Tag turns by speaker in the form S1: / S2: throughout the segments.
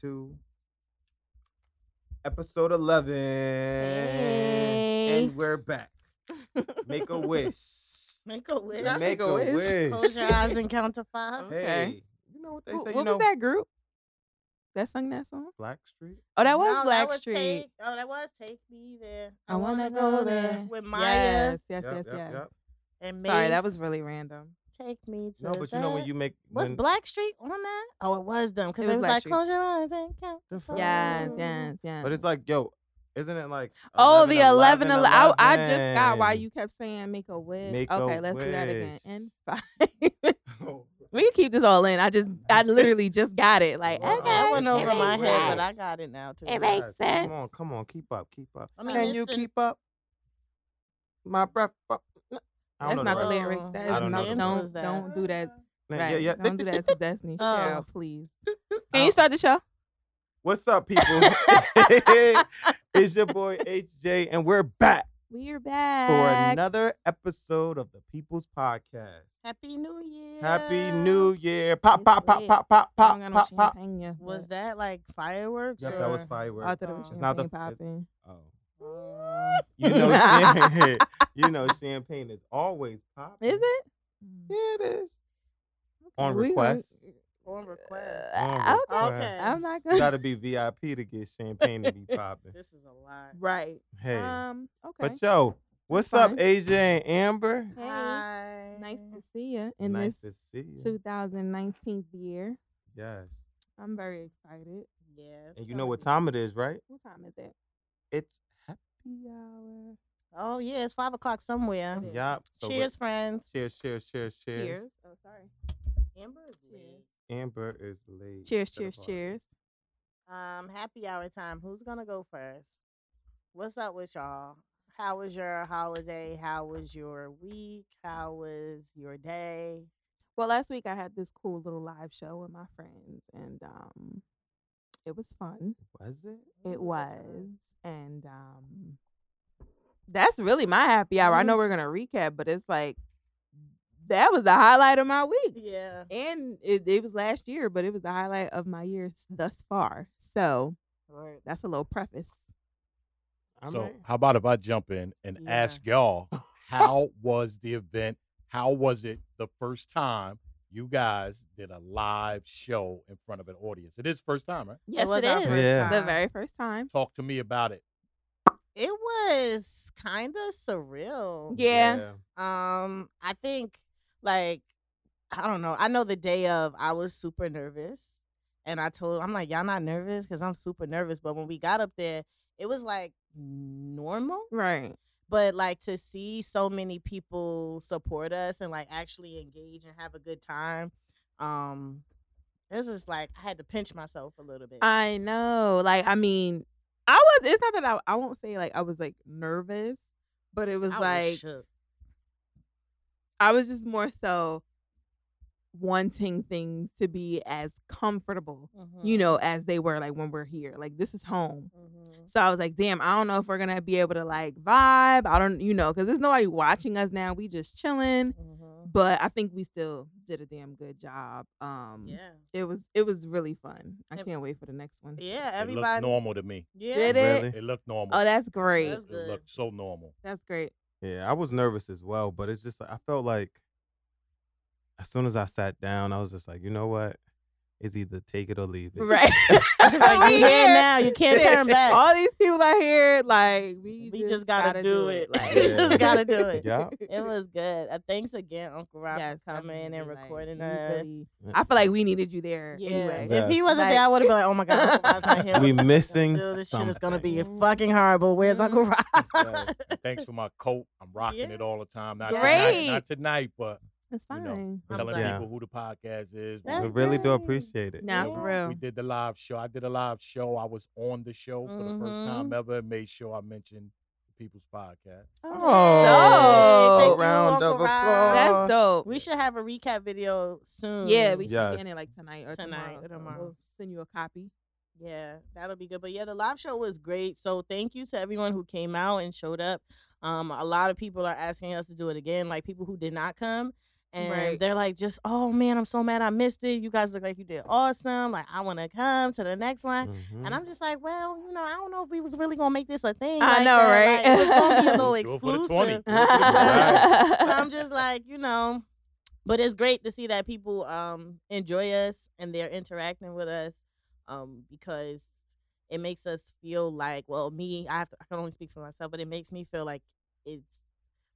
S1: to episode 11.
S2: Hey.
S1: And we're back. Make a wish.
S3: Make a wish.
S2: Not
S1: Make
S2: make a
S1: a
S2: wish.
S1: wish. Oh.
S3: Close your eyes and count to five.
S2: Okay.
S1: Hey, you know what they
S2: Wh-
S1: say? you
S2: what
S1: know,
S2: was that group that sung that song?
S1: Black Street?
S2: Oh, that was
S3: No,
S2: Black
S3: was
S2: Street.
S3: Take, oh, that was Take Me There.
S2: I wanna
S3: Wanna
S2: go there.
S3: With Maya
S2: Yes, yes,
S1: Yep,
S2: yes,
S1: yep,
S2: yes.
S1: yep.
S3: and Mace.
S2: Sorry, that was really random.
S3: Take Me to
S1: No, but you know when
S3: that-
S1: you make.
S3: Was
S1: when-
S3: Black Street on that? Oh, it was them. Because
S2: It
S3: it
S2: was
S3: was, like,
S2: Blackstreet.
S3: close your eyes and count.
S1: The
S3: to
S1: fuck?
S2: Yes,
S3: five."
S2: yes, yes.
S1: Oh. But it's like, yo, isn't it like?
S2: oh, the 11, ele- I, I just got why you kept saying make a wish.
S1: Make a
S2: okay, let's do that again.
S1: wish.
S2: And five.
S1: Oh.
S2: we can keep this all in. I just, I literally just got it. Like,
S1: Wow.
S2: okay,
S3: That went
S2: it
S3: over my
S2: makes
S3: head, but I
S1: sense.
S3: got it now too.
S2: It
S1: Guys,
S2: makes
S1: Come on,
S2: sense.
S1: come on, keep up, keep up.
S3: I mean,
S1: Can
S3: it's
S1: you
S3: the-
S1: keep up? My breath. bu- I don't know
S2: That's not the
S1: rest.
S2: lyrics. That is
S1: I don't know the
S2: not,
S3: words.
S2: don't, don't do that.
S1: Nah,
S2: Right.
S1: Yeah, yeah.
S2: Don't do that to Destiny
S3: Oh.
S2: Child, please. Can
S1: Oh.
S2: you start the show?
S1: What's up, people? it's your boy HJ, and we're back
S2: We're
S1: for
S2: back.
S1: another episode of the People's Podcast.
S3: Happy New Year.
S1: Happy New Year! Pop, pop, pop,
S2: lit.
S1: pop, pop,
S2: I
S1: pop,
S2: don't got no
S1: pop, pop.
S2: champagne yet,
S3: Was
S2: but
S3: that like fireworks?
S1: Yep, that was
S3: or-
S1: fireworks.
S2: I thought it was
S3: It's
S1: not the-
S2: champagne popping.
S1: Oh. You know, champ- you know, champagne is always popping.
S2: Is it? Mm.
S1: Yeah, it is. On
S2: We gonna-
S1: request.
S3: On request.
S2: Uh,
S1: On
S2: okay.
S1: request.
S3: Okay.
S2: I'm not
S1: You
S2: gonna.
S1: gotta be VIP to get champagne to be popping.
S3: This is a lot.
S2: Right.
S1: Hey.
S2: Um. Okay.
S1: But yo, what's up,
S2: fine.
S1: Asia and Amber?
S2: Hey,
S3: Hi.
S2: nice to see you in
S1: nice
S2: this
S1: to see you.
S2: 2019 year.
S1: Yes.
S2: I'm very excited.
S3: Yes.
S1: And you know what time it is, right?
S2: What time is it?
S1: It's happy hour.
S3: Oh yeah, it's five o'clock somewhere.
S2: It is.
S1: Yup. So we're-
S3: Cheers, friends.
S1: Cheers, cheers, cheers, cheers.
S2: Oh, sorry.
S3: Amber is
S2: Cheers.
S1: Amber is late.
S2: Cheers.
S1: to the
S2: Cheers.
S1: party.
S2: Cheers.
S3: Um, happy hour time. Who's gonna go first? What's up with y'all? How was your holiday? How was your week? How was your day?
S2: Well, last week I had this cool little live show with my friends, and um, it was fun.
S1: Was it?
S2: It
S3: Ooh, that's all right.
S2: was, and um, that's really my happy hour. I
S3: Mhm.
S2: know we're gonna recap, but it's like that was the highlight of my week,
S3: Yeah.
S2: and it, it was last year, but it was the highlight of my year s- thus far. So
S3: Right.
S2: that's a little preface.
S1: I
S4: so
S1: mean,
S4: how about if I jump in and
S3: Yeah.
S4: ask y'all how was the event? How was it the first time you guys did a live show in front of an audience? It is first time, right?
S2: Yes,
S3: was
S2: it
S3: our
S2: is
S3: first
S1: Yeah.
S2: the
S3: time.
S2: very first time.
S4: Talk to me about it.
S3: It was kind of surreal.
S2: Yeah.
S3: Um, I think like I don't know. I know the day of I was super nervous, and I told I'm like y'all not nervous because I'm super nervous. But when we got up there, it was like normal.
S2: Right.
S3: but like to see so many people support us and like actually engage and have a good time um this is like i had to pinch myself a little bit
S2: I know. Like, I mean, I was. It's not that I. I won't say like I was like nervous, but it was
S3: I
S2: like
S3: shook.
S2: I was just more so wanting things to be as comfortable,
S3: Mm-hmm,
S2: you know, as they were like when we're here. Like this is home.
S3: Mhm.
S2: So I was like, damn, I don't know if we're gonna be able to like vibe. I don't, you know, because there's nobody watching us now. We just chilling.
S3: Mhm.
S2: But I think we still did a damn good job. Um,
S3: yeah
S2: it was it was really fun. I
S3: It-
S2: can't wait for the next one.
S3: yeah
S4: It looked
S3: everybody
S4: normal to me.
S3: yeah
S2: Did it?
S1: Really?
S4: It looked normal.
S2: Oh, that's great.
S3: That's
S2: That's,
S4: it
S3: good.
S4: looked so normal.
S2: great.
S1: Yeah, I was nervous as well, but it's just like I felt like as soon as I sat down, I was just like, you know what? It's either take it or leave it.
S2: Right.
S3: It's like,
S2: We
S3: you here
S2: here.
S3: now you can't turn back
S2: All these people out here, like we,
S3: we just gotta, do it,
S2: Like,
S3: we
S1: Yeah.
S3: just gotta do it
S1: Yeah.
S3: it was good uh, thanks again uncle rob
S2: Yes,
S3: for coming and
S2: definitely, like,
S3: recording
S2: you
S3: us
S2: really- I feel like we needed you there anyway.
S1: Yeah.
S3: If he wasn't there, I would have been like, oh my God, Uncle Rod's not here.
S1: We
S3: Dude,
S1: missing
S3: This shit is going to be
S2: something.
S3: fucking horrible. Where's
S2: Mm-hmm.
S3: Uncle Rod?
S1: Yes.
S4: And thanks for my coat. I'm rocking
S3: Yeah.
S4: it all the time. Not
S2: Great.
S4: tonight, not tonight, but
S2: It's
S4: You
S2: fine.
S4: know,
S3: I'm
S4: telling
S3: glad.
S4: people who the podcast is.
S3: That's
S1: we
S4: what
S1: really do
S3: great.
S1: appreciate it.
S2: Nah,
S4: Yeah,
S2: for
S4: we-
S2: real.
S4: We did the live show. I did a live show. I was on the show for the first
S2: Mm-hmm.
S4: time ever and made sure I mentioned the People's Podcast.
S1: Oh,
S2: Thank you,
S1: round of
S3: Uncle Rob.
S1: applause.
S2: That's dope.
S3: we should have a recap video soon.
S2: yeah, we should be
S1: Yes.
S2: in it like Mm. tonight or
S3: Tonight
S2: tomorrow.
S3: or
S2: so
S3: tomorrow.
S2: We'll send you a copy.
S3: Yeah, that'll be good. But yeah, the live show was great. So thank you to everyone who came out and showed up. Um, a lot of people are asking us to do it again. Like people who did not come, And
S2: Right.
S3: they're like, just, oh man, I'm so mad I missed it. You guys look like you did awesome. Like, I want to come to the next one.
S1: Mm-hmm.
S2: Mm-hmm.
S3: And I'm just like, well, you know, I don't know if we was really gonna make this a thing.
S2: I
S3: like
S2: know,
S3: that.
S2: right?
S3: Like, it's gonna be a little
S4: Do it for the 20.
S3: exclusive.
S4: Right.
S3: so I'm just like, you know, but it's great to see that people um enjoy us and they're interacting with us um because it makes us feel like, well, me, I have to, I can only speak for myself, but it makes me feel like it's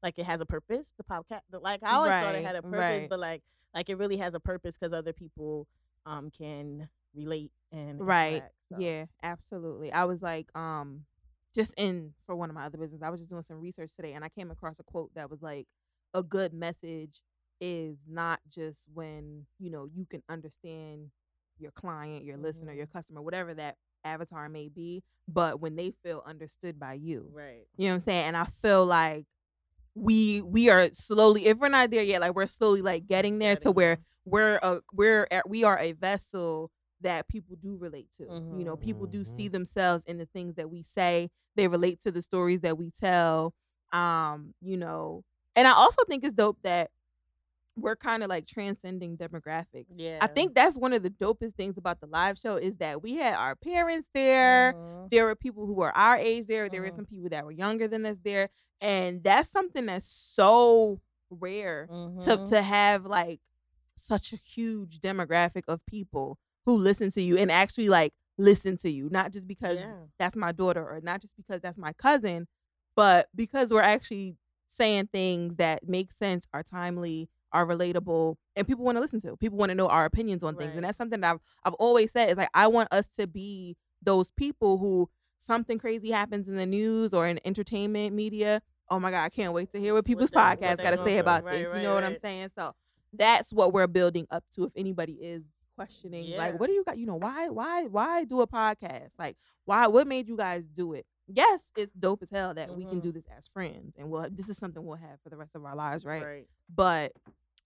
S3: like it has a purpose. The podcast, the, like I always thought it
S2: Right,
S3: had a purpose,
S2: right.
S3: but like like it really has a purpose because other people um can relate and
S2: Right,
S3: interact, so.
S2: Yeah, absolutely. I was like, um, just in for one of my other business, I was just doing some research today and I came across a quote that was like, a good message is not just when, you know, you can understand your client, your listener, your
S3: Mm-hmm.
S2: customer, whatever that avatar may be, but when they feel understood by you.
S3: Right.
S2: You know what I'm saying? And I feel like we we are slowly if we're not there yet, like we're slowly like getting there to
S3: Getting
S2: where we're a we're a, we are a vessel that people do relate to. You know,
S3: Mhm.
S2: people do see
S1: Mhm.
S2: themselves in the things that we say. They relate to the stories that we tell. Um, you know, and I also think it's dope that we're kind of like transcending demographics.
S3: Yeah.
S2: I think that's one of the dopest things about the live show is that we had our parents there
S3: Mhm.
S2: there were people who were our age there. There were
S3: Mhm.
S2: some people that were younger than us there, and that's something that's so rare
S3: Mhm.
S2: to to have like such a huge demographic of people who listen to you and actually like listen to you, not just because
S3: Yeah.
S2: Mm. that's my daughter or not just because that's my cousin, but because we're actually saying things that make sense, are timely, are relatable, and people want to listen to. People want to know our opinions on things.
S3: Right.
S2: And that's something that I've I've always said is like I want us to be those people who something crazy happens in the news or in entertainment media. Oh my God, I can't wait to hear what people's
S3: they- what
S2: podcasts
S1: they
S2: got to
S1: gonna
S2: say
S1: say.
S2: about
S3: Right,
S2: this.
S3: right,
S2: you know what I'm
S3: right.
S2: saying? So that's what we're building up to. If anybody is questioning,
S3: Yeah.
S2: like, what do you got? You know, why, why, why do a podcast? Like, why? What made you guys do it? Yes, it's dope as hell that we can
S3: Mhm.
S2: do this as friends, and we'll. This is something we'll have for the rest of our lives, right?
S3: Right.
S2: But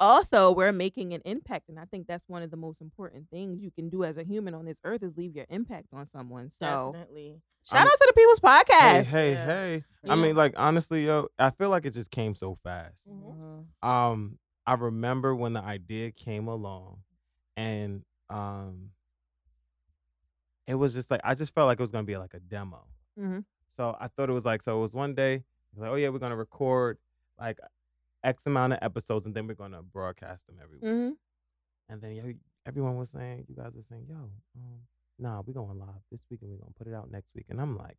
S2: also, we're making an impact, and I think that's one of the most important things you can do as a human on this earth is leave your impact on someone. So.
S3: Definitely.
S2: Shout
S1: I'm-
S2: out to the People's
S1: hey,
S2: Podcast.
S1: hey,
S3: Yeah.
S1: hey.
S3: Yeah.
S1: I mean, like honestly, yo, I feel like it just came so fast.
S3: Mhm.
S1: Um, I remember when the idea came along, and um, it was just like I just felt like it was gonna be like a demo.
S2: Mhm.
S1: So I thought it was like so. It was one day, like oh yeah, we're gonna record like x amount of episodes, and then we're gonna broadcast them every week.
S2: Mm-hmm.
S1: And then yo, everyone was saying, you guys were saying, yo, um, nah, we're going live this week and we're going to put it out next week. And I'm like,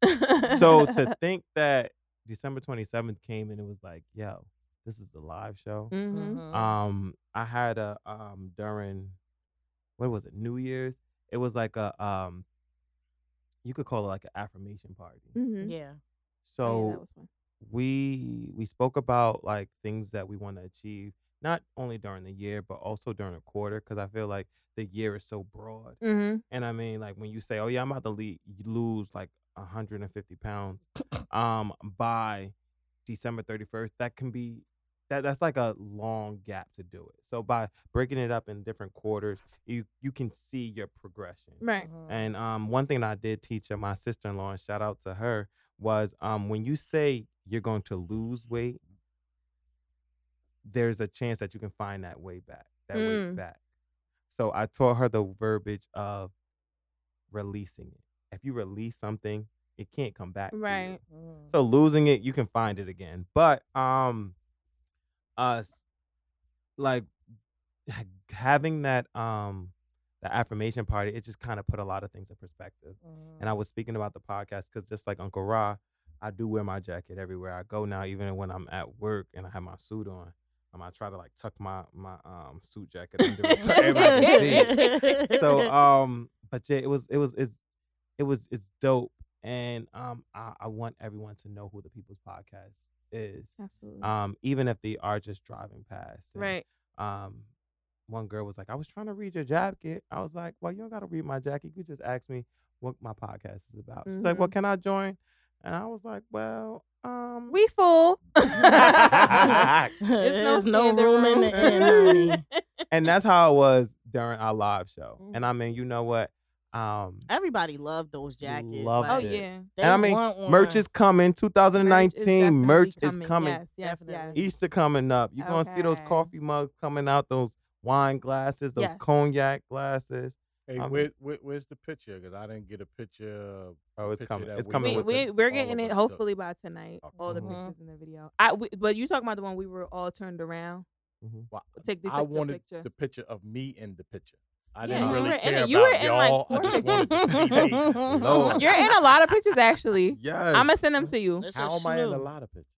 S1: damn, it
S2: Mm-hmm.
S1: happened so fast. so to think that December 27th came and it was like, yo, this is the live show.
S2: hmm
S3: Mhm.
S1: Um, I had a, um, during, what was it, New Year's? It was like a, um, you could call it like an affirmation party.
S2: hmm
S3: Yeah.
S1: So
S2: that was fun.
S1: we we spoke about like things that we want to achieve not only during the year but also during a quarter because i feel like the year is so broad
S2: Mm-hmm.
S1: and i mean like when you say oh yeah i'm about to le- lose like 150 pounds um by december 31st that can be that that's like a long gap to do it so by breaking it up in different quarters you you can see your progression
S2: Right.
S3: Mhm.
S1: and um, one thing that I did teach uh, my sister in law, and shout out to her, was um, when you say you're going to lose weight, there's a chance that you can find that way back, that
S2: Mm.
S1: weight back. So I taught her the verbiage of releasing it. If you release something, it can't come back. to you.
S2: Right.
S3: Mhm.
S1: So losing it, you can find it again. But um, us like having that um the affirmation party, it just kind of put a lot of things in perspective.
S3: Mhm.
S1: And I was speaking about the podcast because just like Uncle Ra, I do wear my jacket everywhere I go now, even when I'm at work and I have my suit on. Um, I try to like tuck my my um suit jacket under it so everybody can see it so um but yeah it was it was it's it was it's dope and um I, I want everyone to know who the people's podcast is
S3: Mm-hmm.
S2: Absolutely.
S1: um even if they are just driving past And,
S2: Mm-hmm. right.
S1: um one girl was like i was trying to read your jacket i was like well you don't gotta read my jacket you just ask me what my podcast is about she's like
S2: Mm-hmm.
S1: well can i join and i was like well um
S2: We full.
S3: There's no
S2: standing
S3: room
S2: room.
S3: in the inn, honey.
S2: Mm-hmm.
S1: and that's how it was during our live show and i mean you know what Um,
S3: Everybody loved those jackets.
S1: Love
S2: Oh
S3: like,
S1: it.
S2: yeah,
S3: they
S1: And I mean,
S3: want one.
S1: merch is coming.
S2: Merch is
S1: 2019
S2: definitely
S1: merch is coming.
S2: Yes, yes, yes.
S3: Definitely.
S1: Easter coming up. You're gonna see those
S2: Okay.
S1: coffee mugs coming out. Those wine glasses. Those
S2: Yes.
S1: cognac glasses.
S4: Hey,
S1: Um,
S4: where, where, where's the picture? Because I didn't get a picture. Of,
S1: Oh, it's
S4: Picture
S1: coming.
S4: that
S1: It's
S4: we
S1: coming.
S2: we,
S1: with
S2: we
S1: the-
S2: we're
S4: all
S2: getting
S4: of us
S2: it
S4: took.
S2: hopefully by tonight. All the
S1: Mhm.
S2: pictures in the video. I we, but you talking about the one we were all turned around.
S4: well,
S2: Take the,
S4: I
S2: take the
S4: wanted
S2: picture.
S4: the picture of me in the picture. I
S2: Yeah,
S4: didn't
S1: you
S4: really
S2: were in
S4: care
S2: it.
S4: about
S2: You were in, like,
S4: y'all. I just wanted to see
S1: quarter-
S4: me.
S1: Lord.
S2: You're in a lot of pictures actually.
S1: Yes.
S2: I'm gonna send them to you
S3: That's a
S4: How am I in a
S3: slew.
S4: lot of pictures?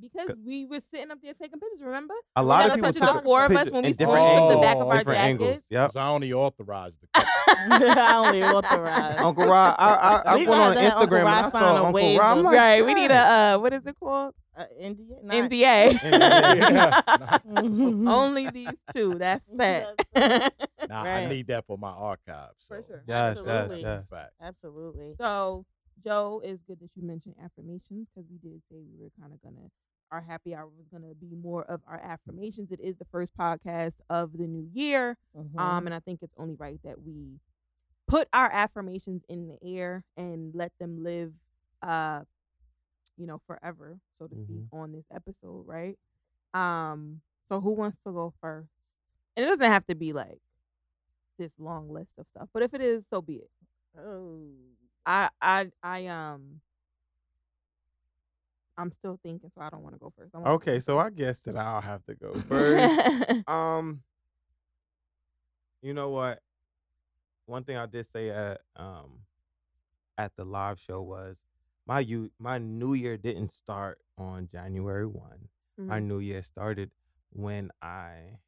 S2: because we were sitting up there taking pictures. Remember?
S1: a lot of
S2: gotta
S1: people
S2: touch the
S1: took
S2: four of us
S1: pictures
S2: when we
S1: in different
S4: scrolled
S1: angles,
S4: the back of our
S1: different angles.
S2: jackets.
S1: Yep.
S4: 'Cause I only authorized the
S3: I only authorized.
S1: Uncle Rod, I, I, I
S3: We
S1: went on
S3: gotta have Uncle
S1: Instagram and I
S3: Rod sign a
S1: saw Uncle
S3: waiver.
S1: Rod. I'm like,
S2: right. We need a
S1: "Dang."
S2: uh, what is it called?
S3: Uh, NDA. Not- Mm-hmm.
S2: NDA.
S1: Yeah.
S3: Oh,
S2: Only these two. That's set.
S4: Nah, I
S3: Right.
S4: need that for my archives. So.
S2: For sure.
S1: Yes, yes,
S3: Absolutely.
S1: yes.
S4: Fact.
S3: Absolutely.
S2: So, Joe, it's good that you mentioned affirmations because we did say we were kind of gonna our happy hour was gonna be more of our affirmations. It is the first podcast of the new year,
S3: Mhm.
S2: um, and I think it's only right that we put our affirmations in the air and let them live, uh, you know, forever, so to speak, on this episode, right? Um, so who wants to go first? And it doesn't have to be like this long list of stuff, but if it is, so be it.
S3: oh.
S2: I I I um I'm still thinking, so I don't want to go first. I wanna
S1: Okay, so I guess that I'll have to go first. Um, you know what? One thing I did say at um at the live show was my you my new year didn't start on January one. My
S2: Mhm.
S1: new year started when I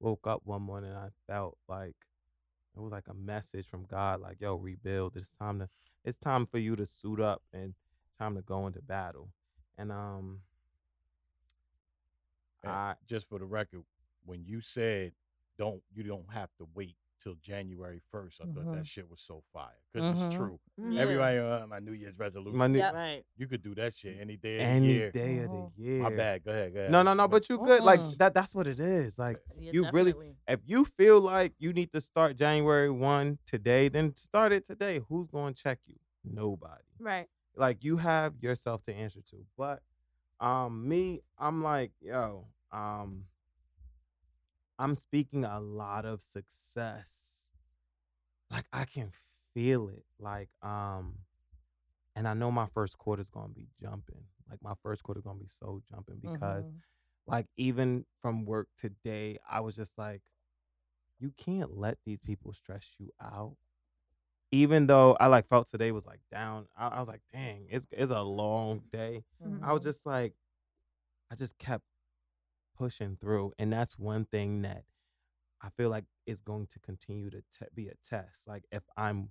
S1: woke up one morning. and I felt like it was like a message from God, like yo, rebuild. It's time to it's time for you to suit up and time to go into battle. And um,
S4: And
S1: I
S4: just for the record, when you said don't you don't have to wait till January first, I thought that
S3: Mhm.
S4: shit was so fire because it's
S3: Mhm.
S4: true.
S2: Mhm.
S3: Yeah.
S4: Everybody on my New Year's resolution,
S1: my new
S2: Yep.
S3: Right.
S4: you could do that shit any day, of the
S1: any
S4: year.
S1: day
S3: Mhm.
S1: of the year.
S4: My bad. Go ahead. Go ahead.
S1: No, no, no. But you good. Like
S3: Mm-mm.
S1: that. That's what it is. Like
S3: Yeah,
S1: you really-
S3: definitely.
S1: if you feel like you need to start January one today, then start it today. Who's going to check you? Nobody.
S2: Right.
S1: Like you have yourself to answer to. But um, me, I'm like yo. Um, I'm speaking a lot of success. Like I can feel it. Like um, and I know my first quarter's gonna be jumping. Like my first quarter's gonna be so jumping because
S3: Mhm.
S1: like even from work today, I was just like, you can't let these people stress you out. Even though I like felt today was like down, I, I was like, dang, it's it's a long day. I was
S3: Mhm.
S1: just like, I just kept pushing through, and that's one thing that I feel like is going to continue to te- be a test. Like if I'm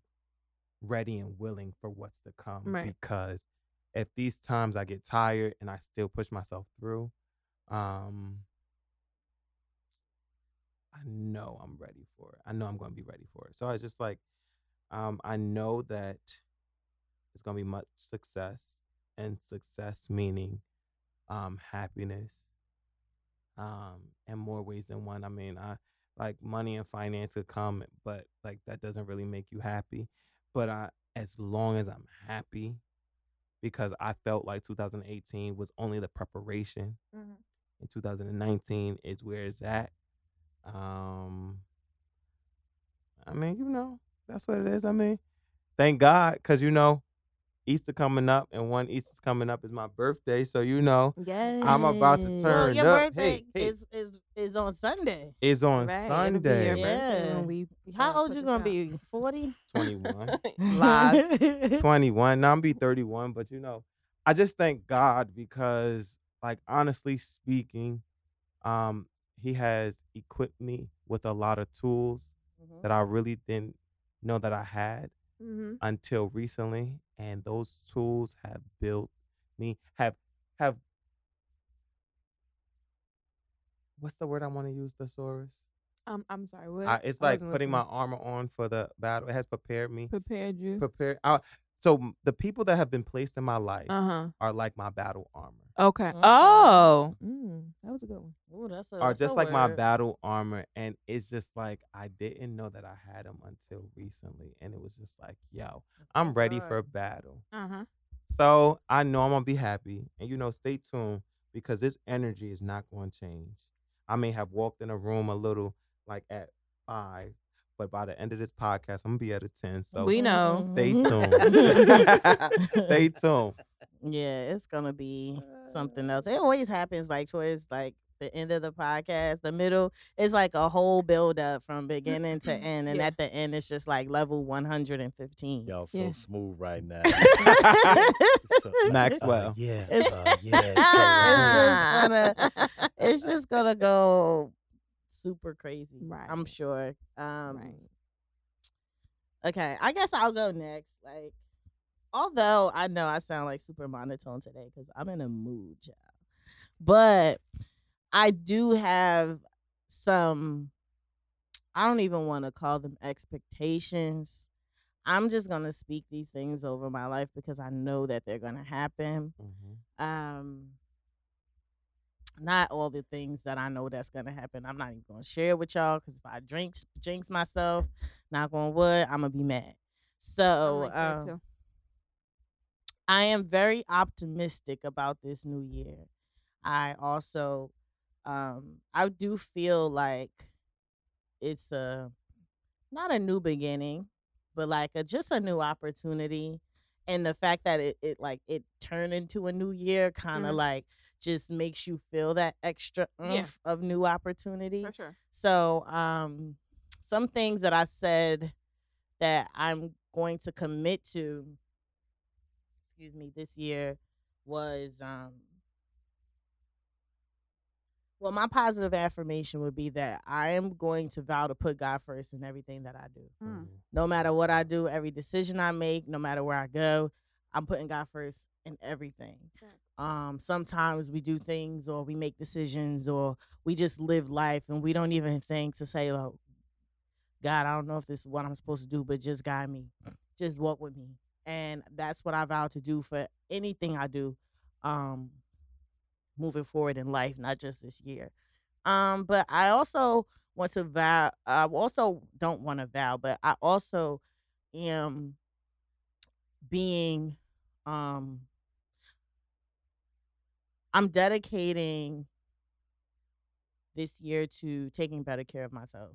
S1: ready and willing for what's to come,
S2: Right.
S1: because if these times I get tired and I still push myself through, um, I know I'm ready for it. I know I'm going to be ready for it. So I just like, um, I know that it's going to be much success, and success meaning um, happiness um, in more ways than one. I mean, I like money and finance could come, but like that doesn't really make you happy. But I, as long as I'm happy, because I felt like 2018 was only the preparation in 2019 is where it's at. Um, I mean, you know, that's what it is. I mean, thank God, because you know, Easter coming up, and one Easter's coming up is my birthday, so you know,
S2: Yeah.
S1: I'm about to
S3: Well,
S1: turn
S3: your
S1: up.
S3: birthday
S1: Hey, hey.
S3: is is is on Sunday.
S1: it's on
S2: Right, it'll be your
S1: Sunday,
S3: Yeah.
S2: birthday when we,
S3: How
S2: uh,
S3: old
S2: put
S3: you
S2: this
S3: gonna
S2: out.
S3: be? Forty.
S1: 21,
S2: Lies.
S1: 21. Now I'm be 31, but you know, I just thank God because, like, honestly speaking, um, He has equipped me with a lot of tools that I really didn't know that I had
S2: Mhm.
S1: until recently, and those tools have built me have have. What's the word I want to use, thesaurus?
S2: Um, I'm sorry. What?
S1: I, it's
S2: I
S1: like
S2: wasn't
S1: putting my
S2: listening.
S1: armor on for the battle. It has prepared me.
S3: Mm.
S2: prepared you.
S1: Prepared. I, so m- the people that have been placed in my life
S2: Uh huh.
S3: Uh-huh.
S1: are like my battle armor.
S2: Okay.
S3: Okay.
S2: Oh, mm, that was a good one.
S3: Ooh, that's a,
S1: Are
S3: Oh, that's a
S1: just like my
S3: word.
S1: battle armor, and it's just like I didn't know that I had them until recently, and it was just like, yo, I'm ready
S3: Oh God.
S1: for battle.
S2: Uh
S3: Uh-huh.
S2: huh.
S1: So I know I'm gonna be happy, and you know, stay tuned because this energy is not going to change. I may have walked in a room a little like at five, but by the end of this podcast, I'm gonna be at a ten. So
S2: We know.
S1: stay tuned.
S3: Mhm.
S1: stay tuned.
S3: Yeah, it's gonna be something else. It always happens like towards like the end of the podcast, the middle. It's like a whole build up from beginning to end, and
S2: Yeah.
S3: at the end, it's just like level one hundred and fifteen.
S4: Y'all so
S2: Yeah.
S4: smooth right now.
S3: it's
S4: So-
S1: Maxwell.
S4: Uh, yeah.
S3: It's-
S4: uh, yeah.
S3: just gonna, it's just gonna go super crazy. I'm
S2: Right.
S3: sure. Um,
S2: right.
S3: Okay, I guess I'll go next. Like, although I know I sound like super monotone today because I'm in a mood, child. But I do have some. I don't even want to call them expectations. I'm just gonna speak these things over my life because I know that they're gonna happen
S1: Mhm.
S3: um not all the things that I know that's gonna happen. I'm not even gonna share it with y'all because if I drinks jinx myself, not gonna wood, I'm gonna be mad.
S2: I
S3: So
S2: like that
S3: um,
S2: too.
S3: I am very optimistic about this new year. I also um I do feel like it's a not a new beginning, but like a just a new opportunity. And the fact that it, it like it turned into a new year kind of
S2: Mhm.
S3: like just makes you feel that extra
S2: Yeah.
S3: oomph of new opportunity.
S2: for sure.
S3: So, um, some things that I said that I'm going to commit to, excuse me, this year was, um, well, my positive affirmation would be that I am going to vow to put God first in everything that I do.
S2: Mm.
S1: Mhm.
S3: No matter what I do, every decision I make, no matter where I go, I'm putting God first in everything.
S2: Right.
S3: Um, sometimes we do things or we make decisions or we just live life and we don't even think to say, like, God, I don't know if this is what I'm supposed to do, but just guide me. Just walk with me. And that's what I vow to do for anything I do um, moving forward in life, not just this year. Um, but I also want to vow, I also don't want to vow, but I also am being, um, I'm dedicating this year to taking better care of myself.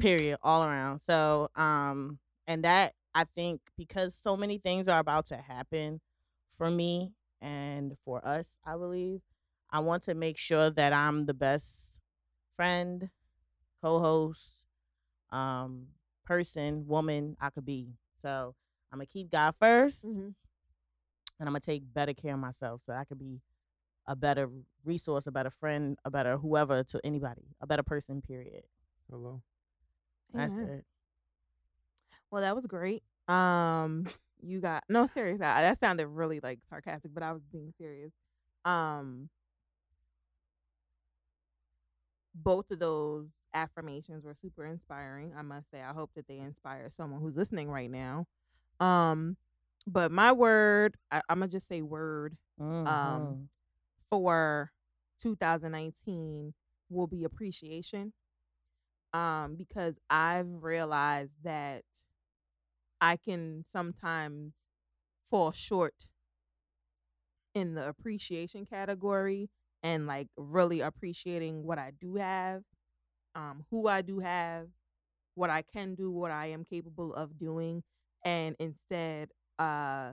S3: Period, all around. So, um, and that I think because so many things are about to happen for me and for us, I believe I want to make sure that I'm the best friend, co-host, um, person, woman I could be. So I'm gonna keep God 1st
S2: Mhm.
S3: and I'm gonna take better care of myself so I could be a better resource, a better friend, a better whoever to anybody, a better person. Period.
S1: Hello.
S3: That's
S2: Amen.
S3: it.
S2: Well, that was great. Um, you got no serious. I, that sounded really like sarcastic, but I was being serious. Um, both of those affirmations were super inspiring. I must say, I hope that they inspire someone who's listening right now. Um, but my word, I, I'm gonna just say word mm-hmm.
S3: Mhm.
S2: for 2019 will be appreciation um because i've realized that i can sometimes fall short in the appreciation category and like really appreciating what i do have um who i do have what i can do what i am capable of doing and instead uh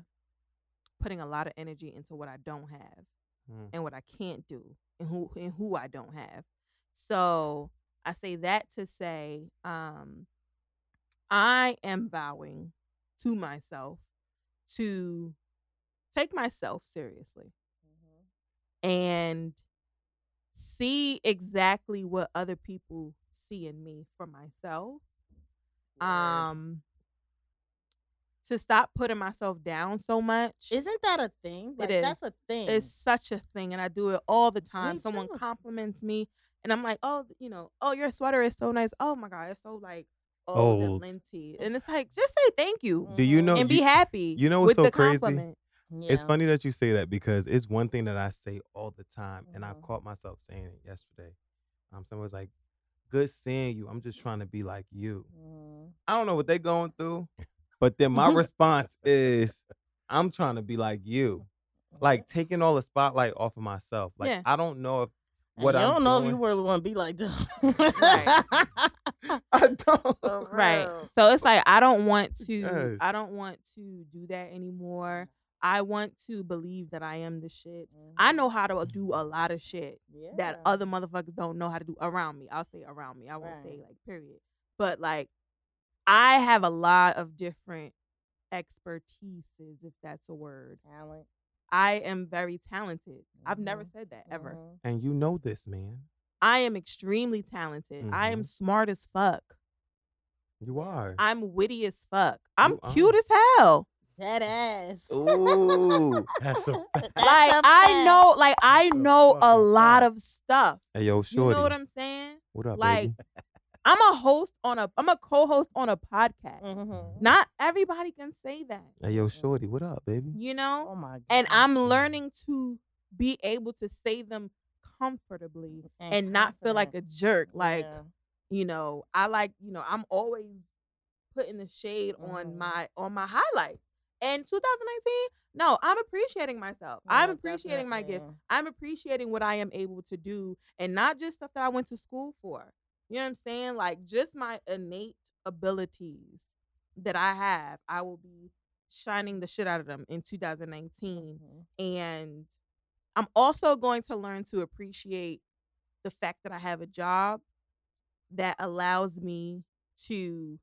S2: putting a lot of energy into what i don't have
S1: Mm.
S2: and what I can't do and who and who I don't have. So I say that to say um I am vowing to myself to take myself seriously and see exactly what other people see in me for myself um to stop putting myself down so much
S3: Isn't that a thing? Like, That's
S2: is.
S3: a thing.
S2: It's such a thing, and I do it all the time. Someone
S3: too.
S2: compliments me, and I'm like, "Oh, you know, oh, your sweater is so nice. Oh my god, it's so like old,
S1: Old.
S2: and linty. And it's like, just say thank you
S3: Mm.
S1: Hmm. Do you know?
S2: Mm-hmm. and
S1: you-
S2: be happy.
S1: you know what's
S2: with
S1: so
S2: the
S1: crazy?
S2: Compliment.
S1: It's funny that you say that because it's one thing that I say all the time, and I
S2: Mm-hmm.
S3: Mhm.
S1: caught myself saying it yesterday. Um, someone was like, "Good seeing you. I'm just trying to be like you."
S3: Mm-hmm.
S1: I don't know what they're going through, but then my response is, "I'm trying to be like you." Like taking all the spotlight off of myself. Like
S2: Yeah.
S1: I don't know if
S3: what
S1: what
S3: I
S1: I'm
S3: don't know if you
S1: doing-
S3: really want to be like them.
S1: I don't.
S3: For
S2: Right.
S3: real.
S2: So it's like I don't want to
S1: Yes.
S2: I don't want to do that anymore. I want to believe that I am the shit.
S3: Mm.
S2: I know how to do a lot of shit that
S3: Mm-hmm. Yeah.
S2: other motherfuckers don't know how to do around me. I'll say around me. I won't say
S3: Right.
S2: like period. But like I have a lot of different expertises, if that's a word.
S3: talent.
S2: I am very talented. I've never
S3: Mhm.
S2: said that ever.
S3: Mhm.
S1: And you know this, man.
S2: I am extremely talented. I
S1: Mm-hmm.
S2: am smart as fuck.
S1: You are.
S2: I'm witty as fuck. I'm
S1: are.
S2: cute as hell.
S3: That ass.
S1: Ooh.
S4: That's a fact.
S2: like
S3: That's a
S2: I
S3: fact.
S2: know, like I
S4: That's a
S2: know a
S4: fucking
S2: lot
S4: fact.
S2: of stuff.
S1: hey, yo,
S2: You
S1: shorty.
S2: know what I'm saying?
S1: what up,
S2: like,
S1: baby?
S2: I'm a host on a, I'm a co-host on a podcast.
S3: Mhm.
S2: Not everybody can say that,
S1: Hey, yo, shorty. What up, baby?
S2: you know.
S3: Oh my god.
S2: and I'm learning to be able to say them comfortably and not feel like a
S3: Mm, confident.
S2: jerk. Like
S3: Yeah.
S2: you know, I like you know, I'm always putting the shade
S3: Mhm.
S2: on my on my highlights. And 2019, no, I'm appreciating myself. I'm
S3: Yeah,
S2: appreciating my gifts.
S3: definitely.
S2: I'm appreciating what I am able to do and not just stuff that I went to school for. You know what I'm saying? Like just my innate abilities that I have, I will be shining the shit out of them in 2019.
S3: Mhm.
S2: And I'm also going to learn to appreciate the fact that I have a job that allows me to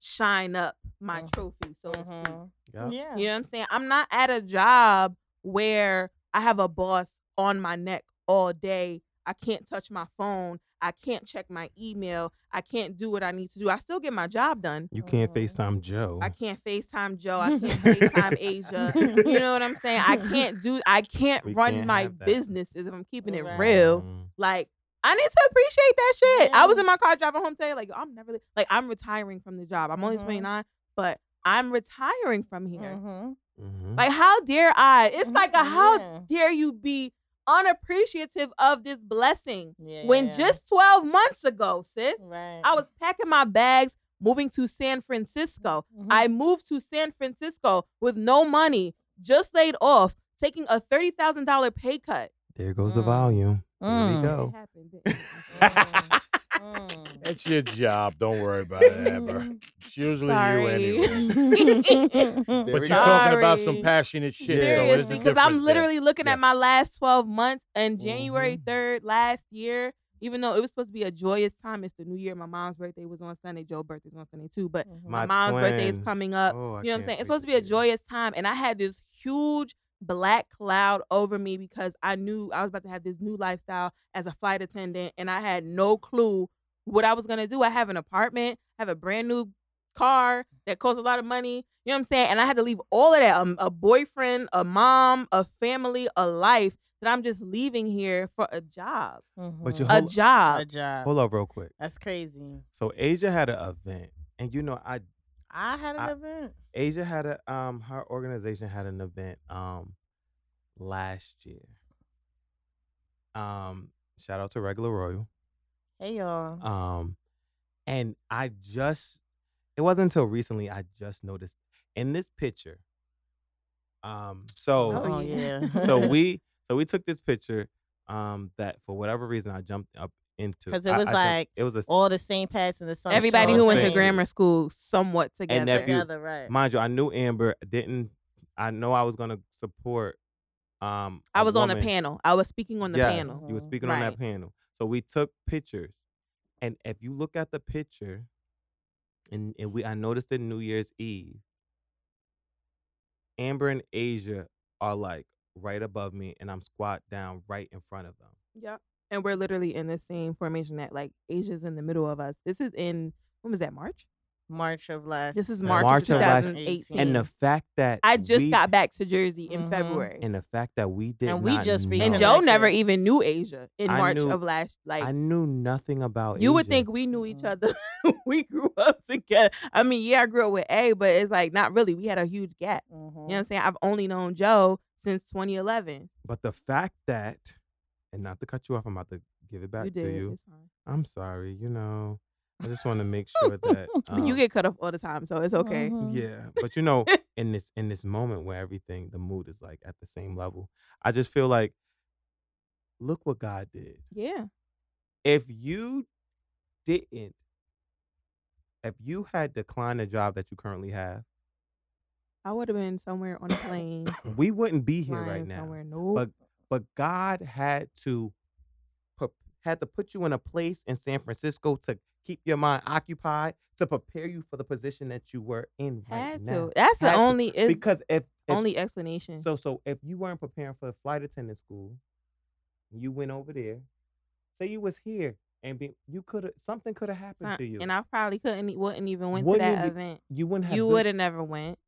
S2: shine up my
S3: Mhm.
S2: trophy, so to speak.
S3: Mhm.
S1: Yeah.
S3: Yeah.
S2: You know what I'm saying? I'm not at a job where I have a boss on my neck all day. I can't touch my phone. I can't check my email. I can't do what I need to do. I still get my job done.
S1: You can't
S3: Mhm.
S1: FaceTime Joe.
S2: I can't FaceTime Joe. I can't FaceTime Asia. You know what I'm saying? I can't do I can't
S1: We
S2: run
S1: can't
S2: my
S1: have that.
S2: business if I'm keeping it
S3: Right.
S2: real.
S1: Mm.
S2: Like I need to appreciate that shit. I was
S3: Yeah.
S2: in my car driving home today, like I'm never like I'm retiring from the job. I'm only
S3: Mhm.
S1: Mm-hmm.
S2: 29, but I'm retiring from here.
S3: Mhm.
S1: Mhm.
S2: Like, how dare I? It's like a
S3: Mhm,
S2: how
S3: yeah.
S2: dare you be unappreciative of this blessing
S3: Yeah,
S2: when
S3: yeah, Mm-hmm. yeah.
S2: just 12 months ago, sis,
S3: right.
S2: I was packing my bags, moving to San Francisco.
S3: Mhm.
S2: I moved to San Francisco with no money, just laid off, taking a $30,000 pay cut.
S1: there goes the
S3: Mm.
S1: volume. There
S3: Mm.
S1: we
S2: It
S1: go.
S2: happened. didn't it?
S3: Mm. Mm.
S4: It's your job. Don't worry about it ever. It's usually you
S2: Sorry.
S4: anyway.
S3: mm,
S1: There
S4: But
S1: we
S4: you're
S1: go.
S4: talking about some
S2: Sorry.
S4: passionate shit. so it's
S2: Seriously,
S4: the
S2: because
S4: difference
S2: I'm
S4: there.
S2: literally looking
S4: Yeah.
S2: at my last 12 months and January
S3: Mm-hmm.
S1: Mhm.
S2: 3rd last year, even though it was supposed to be a joyous time, it's the new year. My mom's birthday was on Sunday, Joe's birthday's on Sunday too, but
S1: My
S2: my mom's birthday is
S1: twin.
S2: coming up.
S1: Oh, I
S2: uh, you know what I'm
S1: can't
S2: saying? It's
S1: wait
S2: supposed to be a
S1: see it.
S2: joyous time. And I had this huge black cloud over me because I knew I was about to have this new lifestyle as a flight attendant and I had no clue what I was gonna do. I have an apartment, I have a brand new car that costs a lot of money. You know what I'm saying? And I had to leave all of that um, a boyfriend, a mom, a family, a life that I'm just leaving here for a job.
S1: But you
S3: Mhm.
S2: A
S1: hold,
S3: a
S2: job.
S3: job.
S1: hold up real quick.
S3: That's crazy.
S1: So Asia had an event, and you know, I
S3: I had an
S1: I-
S3: event.
S1: Asia had a um her organization had an event um last year. Um, shout out to Regular Royal.
S3: Hey y'all.
S1: Um, and I just it wasn't until recently I just noticed in this picture. Um, so
S2: Oh, yeah.
S1: so we so we took this picture um that for whatever reason I jumped up into
S3: 'Cause it
S1: I-
S3: was
S1: I jumped-
S3: like
S1: it was a
S3: all the St. Pat's and the sun.
S2: Everybody
S1: sure
S2: who went to
S1: things.
S2: grammar school somewhat together.
S1: And if you-
S3: together, right?
S1: mind you, I knew Amber didn't. I know I was gonna support. Um,
S2: I
S1: a
S2: was on the
S1: woman.
S2: panel. I was speaking on the
S1: Yes,
S2: panel.
S1: you were speaking on that
S2: Right.
S1: panel. So we took pictures, and if you look at the picture, and, and we I noticed in New Year's Eve, Amber and Asia are like right above me, and I'm squat down right in front of them.
S2: Yep. And we're literally in the same formation that like Asia's in the middle of us. This is in when was that March?
S3: March of last.
S2: This is
S1: In
S2: March,
S1: March
S2: of
S1: of last-
S2: 2018.
S1: and the fact that
S2: I just
S1: we-
S2: got back to Jersey in
S3: Mhm.
S2: February.
S1: and the fact that we did
S3: And we
S1: not
S3: just
S1: know-
S2: Mm-hmm. And
S3: reconnected.
S2: Joe never even knew Asia in
S1: I
S2: March
S1: knew-
S2: of last like
S1: I knew nothing about
S2: you would
S1: Asia.
S2: think we knew each
S3: Mhm.
S2: other. we grew up together. I mean, yeah, I grew up with A, but it's like not really. We had a huge gap.
S3: Mm-hmm.
S2: You know what I'm saying? I've only known Joe since 2011.
S1: but the fact that and not to cut you off I'm about to give it back
S2: you
S1: to
S2: did.
S1: you
S2: It's fine.
S1: I'm sorry you know I just want to make sure that um,
S2: you Mm-hmm. get cut off all the time, so it's okay.
S1: Yeah, but you know, in this in this moment where everything, the mood is like at the same level. I just feel like, look what God did.
S2: Yeah.
S1: If you didn't, if you had declined the job that you currently have,
S2: I would have been somewhere on a plane.
S1: we wouldn't be here
S2: flying
S1: right now.
S2: Somewhere. Nope.
S1: But but God had to put had to put you in a place in San Francisco to keep your mind occupied to prepare you for the position that you were in right
S2: had
S1: now.
S2: to. That's
S1: Had
S2: the
S1: to,
S2: only is
S1: because if, if
S2: only explanation.
S1: So so if you weren't preparing for flight attendant school, you went over there. Say you was here and be, you could have something could have happened
S2: Some-
S1: to you.
S2: And I probably couldn't e- wouldn't even went
S1: Wouldn't
S2: to that
S1: it be-
S2: event.
S1: you wouldn't have
S2: You
S1: been-
S2: would have never went.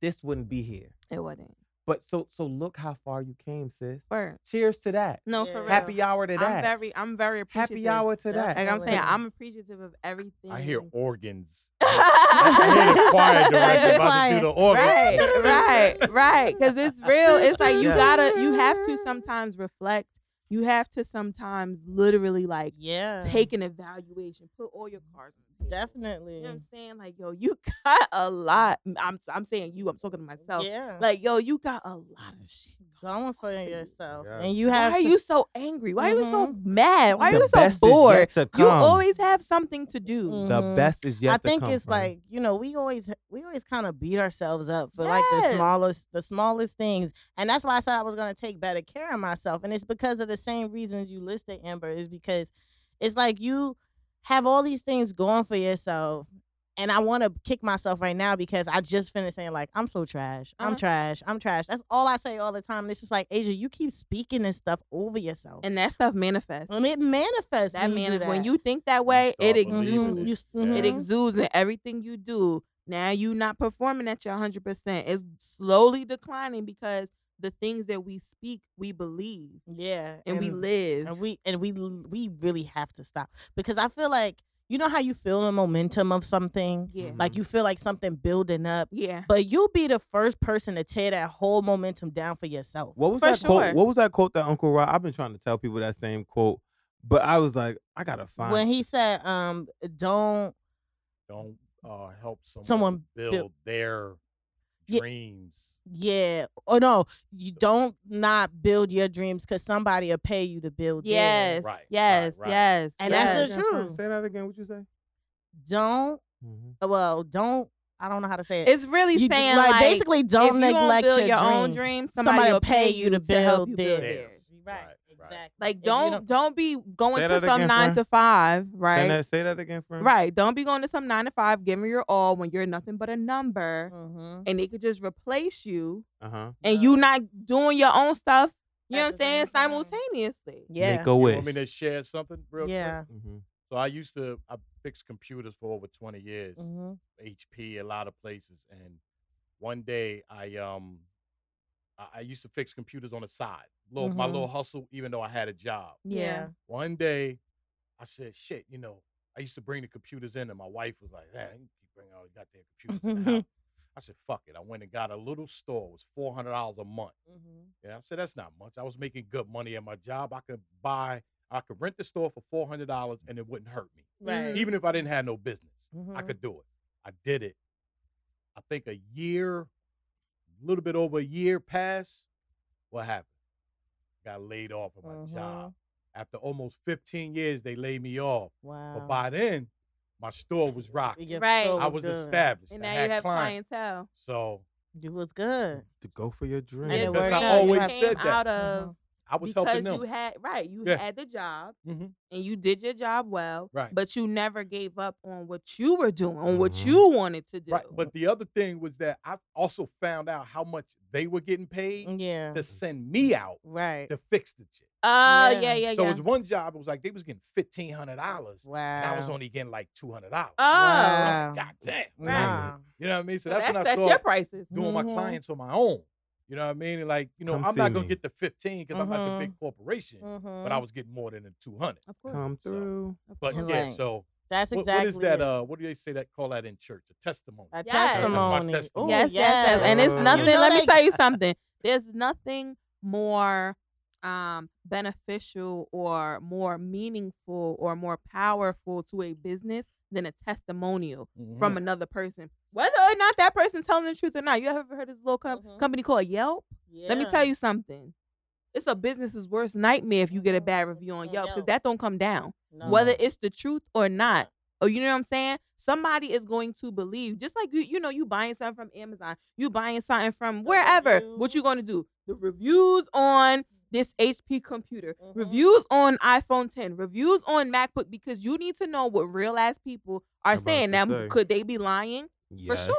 S1: this wouldn't be here.
S2: It wasn't.
S1: But so so look how far you came, sis.
S2: Word.
S1: Cheers to that.
S2: No,
S3: Yeah.
S2: for real.
S1: Happy hour to
S2: I'm
S1: that.
S2: very I'm very appreciative.
S1: Happy hour to that.
S2: Like I'm saying,
S3: Definitely.
S2: I'm appreciative of everything.
S4: I hear organs. I hear the choir director
S2: right,
S4: about to do the organ.
S2: right, right. Because it's real. It's like you
S1: Yeah.
S2: gotta, you have to sometimes reflect. You have to sometimes literally like
S3: Yeah.
S2: take an evaluation, put all your cards on the table.
S3: Definitely.
S2: You know what I'm saying? Like, yo, you got a lot. I'm, I'm saying you. I'm talking to myself.
S3: Yeah. Like
S2: Like, yo, you got a lot of shit.
S3: going for
S2: on for you.
S3: yourself,
S1: Yeah.
S3: and you have
S2: Why are
S3: to-
S2: you so angry? Why are you so
S3: Mhm.
S2: mad? Why are
S1: The
S2: you so
S1: best is yet
S2: bored?
S1: to
S2: You
S1: come.
S2: always have something to do.
S1: the
S3: Mhm.
S1: best is yet
S3: I
S1: to
S3: think
S1: come,
S3: it's
S1: friend.
S3: like you know we always we always kind of beat ourselves up for like the
S2: Yes.
S3: smallest the smallest things, and that's why I said I was gonna take better care of myself, and it's because of the same reasons you listed Amber is because it's like you have all these things going for yourself. And I want to kick myself right now because I just finished saying like I'm so trash, I'm
S2: Uh-huh.
S3: trash, I'm trash. That's all I say all the time. And it's just like Asia, you keep speaking this stuff over yourself, and,
S2: And that stuff manifests.
S3: it manifests.
S2: that
S3: when you do
S2: man, when
S3: that.
S2: you think that way,
S4: start
S2: it
S4: believing
S2: exudes.
S4: it.
S3: You s-
S4: Yeah.
S2: It
S3: mhm.
S2: exudes in everything you do. Now you not performing at your hundred percent. It's slowly declining because the things that we speak, we believe
S3: yeah,
S2: and, we live.
S3: and we and we l- we really have to stop because I feel like you know how you feel the momentum of something,
S2: yeah,
S3: like you feel like something building up,
S2: yeah.
S3: but you'll be the first person to tear that whole momentum down for yourself.
S1: What was
S2: For
S1: that quote?
S2: sure.
S1: What was that quote that Uncle Rob? I've been trying to tell people that same quote, but I was like, I gotta find.
S3: When he said, "Um, don't,"
S4: Don't uh, help someone,
S3: Someone buil-
S4: build, their
S3: Ye-
S4: dreams.
S3: yeah, oh no, you don't not build your dreams because somebody will pay you to build. theirs.
S2: Yes,
S4: Right, right,
S2: yes,
S4: right.
S2: yes.
S3: And
S2: yes.
S3: that's the
S1: Say that
S3: truth.
S1: Say that again. What you say?
S3: Don't
S1: Mhm.
S3: well, don't. I don't know how to say it.
S2: It's really
S3: You-
S2: saying like,
S3: basically don't
S2: if you don't
S3: neglect
S2: build
S3: your,
S2: your, own
S3: dreams.
S2: dreams,
S3: somebody, will pay you to
S2: help
S3: build,
S2: you
S3: theirs.
S4: theirs.
S3: Right,
S4: Right, right.
S3: exactly.
S2: Like
S3: If you
S2: don't, don't be going
S1: Say
S2: to
S1: that
S2: some
S1: again,
S2: nine
S1: friend.
S2: to five,
S1: Say
S2: right?
S1: that. Say that again, friend.
S2: Right. Don't be going to some nine to five, giving your all when you're nothing but a number.
S3: Mhm.
S2: and they could just replace you
S1: Uh huh.
S2: and
S3: Yeah.
S2: you not doing your own stuff, you know
S3: At
S2: what I'm
S3: the
S2: saying,
S3: same time.
S2: simultaneously.
S3: Yeah.
S1: Make a
S4: You
S1: wish.
S4: want me to share something real quick?
S3: yeah.
S1: Mhm.
S4: So I used to I fixed computers for over twenty years,
S3: Mhm.
S4: HP, a lot of places, and one day I um I, I used to fix computers on the side, little my
S3: Mhm.
S4: little hustle, even though I had a job.
S3: Yeah.
S4: One day I said, "Shit, you know, I used to bring the computers in, and my wife was like, man, you keep bringing all the goddamn computers in the house." I said, "Fuck it." I went and got a little store. It was four hundred dollars a month. Yeah, I said that's not much. I was making good money at my job. I could buy, I could rent the store for four hundred dollars, and it wouldn't hurt me.
S2: Mm.
S3: Right.
S4: Even if I didn't have no business, I
S2: Mm-hmm.
S3: Mhm.
S4: could do it. I did it. I think a year, a little bit over a year passed. What happened? Got laid off of my
S3: Mhm.
S4: job.
S2: Mm-hmm.
S4: After almost fifteen years, they laid me off.
S3: Wow.
S4: But by then, my store was rocking.
S3: Your
S2: Right.
S3: soul
S4: I was
S3: good.
S4: established.
S2: And
S4: I
S2: now
S4: had
S2: you have
S4: clients.
S2: clientele.
S4: So
S3: You was good.
S1: To go for your dream.
S3: And it
S4: Because
S3: worked
S4: I
S3: out. You
S4: always
S3: have
S2: came
S4: said that.
S2: out of
S3: Mhm.
S4: I was
S2: because
S4: helping
S2: you
S4: them.
S2: had right, you
S4: Yeah.
S2: had the job
S4: Mhm.
S2: and you did your job well,
S4: Right. Mm-hmm.
S2: But you never gave up on what you were doing, on what
S1: Mhm.
S2: you wanted to do.
S4: Right. But the other thing was that I also found out how much they were getting paid
S2: Mm,
S3: Mm-hmm. Yeah.
S4: to send me out
S3: Right.
S4: to fix the shit.
S2: uh, yeah,
S3: Yeah.
S2: yeah, yeah.
S4: so it was one job. It was like they was getting fifteen hundred dollars,
S3: Wow.
S4: and I was only getting like two hundred dollars.
S2: oh,
S3: Wow.
S4: God damn!
S3: Wow.
S4: You know what I mean? So
S2: well,
S4: that's,
S2: that's,
S4: when I
S2: that's
S4: started
S2: your prices. Mm-hmm.
S4: doing my
S3: Mhm.
S4: clients on my own. You know what I mean? And like, you know,
S1: Come
S4: I'm
S1: see
S4: not gonna
S1: me.
S4: get the fifteen because I'm not the big corporation,
S3: Mhm.
S4: but I was getting more than the two hundred.
S2: Of course.
S1: Come
S4: So,
S1: through.
S4: But
S3: course.
S4: yeah,
S3: Right.
S4: so
S3: That's
S4: what-
S3: exactly
S4: what is that?
S3: it.
S4: Uh, what do they say that call that in church? A testimony.
S3: a
S2: Yes.
S3: testimony.
S4: That's my
S3: Ooh,
S2: yes, yes, yes, And it's
S1: Uh,
S2: nothing.
S3: You know
S2: let me
S3: they-
S2: tell you something. There's nothing more um, beneficial or more meaningful or more powerful to a business than a testimonial
S4: Mm-hmm.
S2: from another person. Whether or not that person telling the truth or not, you ever heard of this little com-
S3: Mhm.
S2: company called Yelp? Let me
S3: Yeah.
S2: tell you something. It's a business's worst nightmare if you get a bad review on
S3: On
S2: Yelp because
S3: Yelp.
S2: that don't come down
S3: No.
S2: whether it's the truth or not. Oh, you know what I'm saying? Somebody is going to believe, just like you, you know, you buying something from Amazon, you buying something from wherever. What you
S3: reviews.
S2: going to do? The reviews on this HP computer,
S3: Mhm.
S2: reviews on iPhone 10, reviews on MacBook, because you need to know what real ass people are
S1: About
S2: saying.
S1: to
S2: Now,
S1: say.
S2: could they be lying?
S1: Yes.
S2: sure.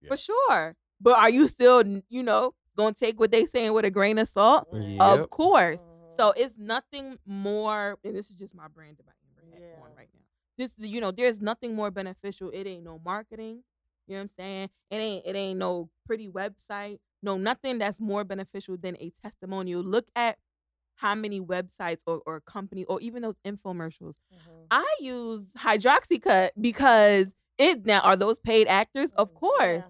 S4: Yeah.
S2: For sure. But are you still, you know, going to take what they saying with a grain of salt?
S3: Mm-hmm.
S1: Yep.
S2: Of course.
S3: Mhm.
S2: So it's nothing more, and this is just my brand about Amber Head on
S3: Yeah.
S2: right now. This, is- you know, there's nothing more beneficial. It ain't no marketing. You know what I'm saying? It ain't it ain't no pretty website. No, nothing that's more beneficial than a testimonial. Look at how many websites or, or company or even those infomercials.
S3: Mhm.
S2: I use Hydroxycut because it now are those paid actors? Of
S3: Yeah.
S2: course.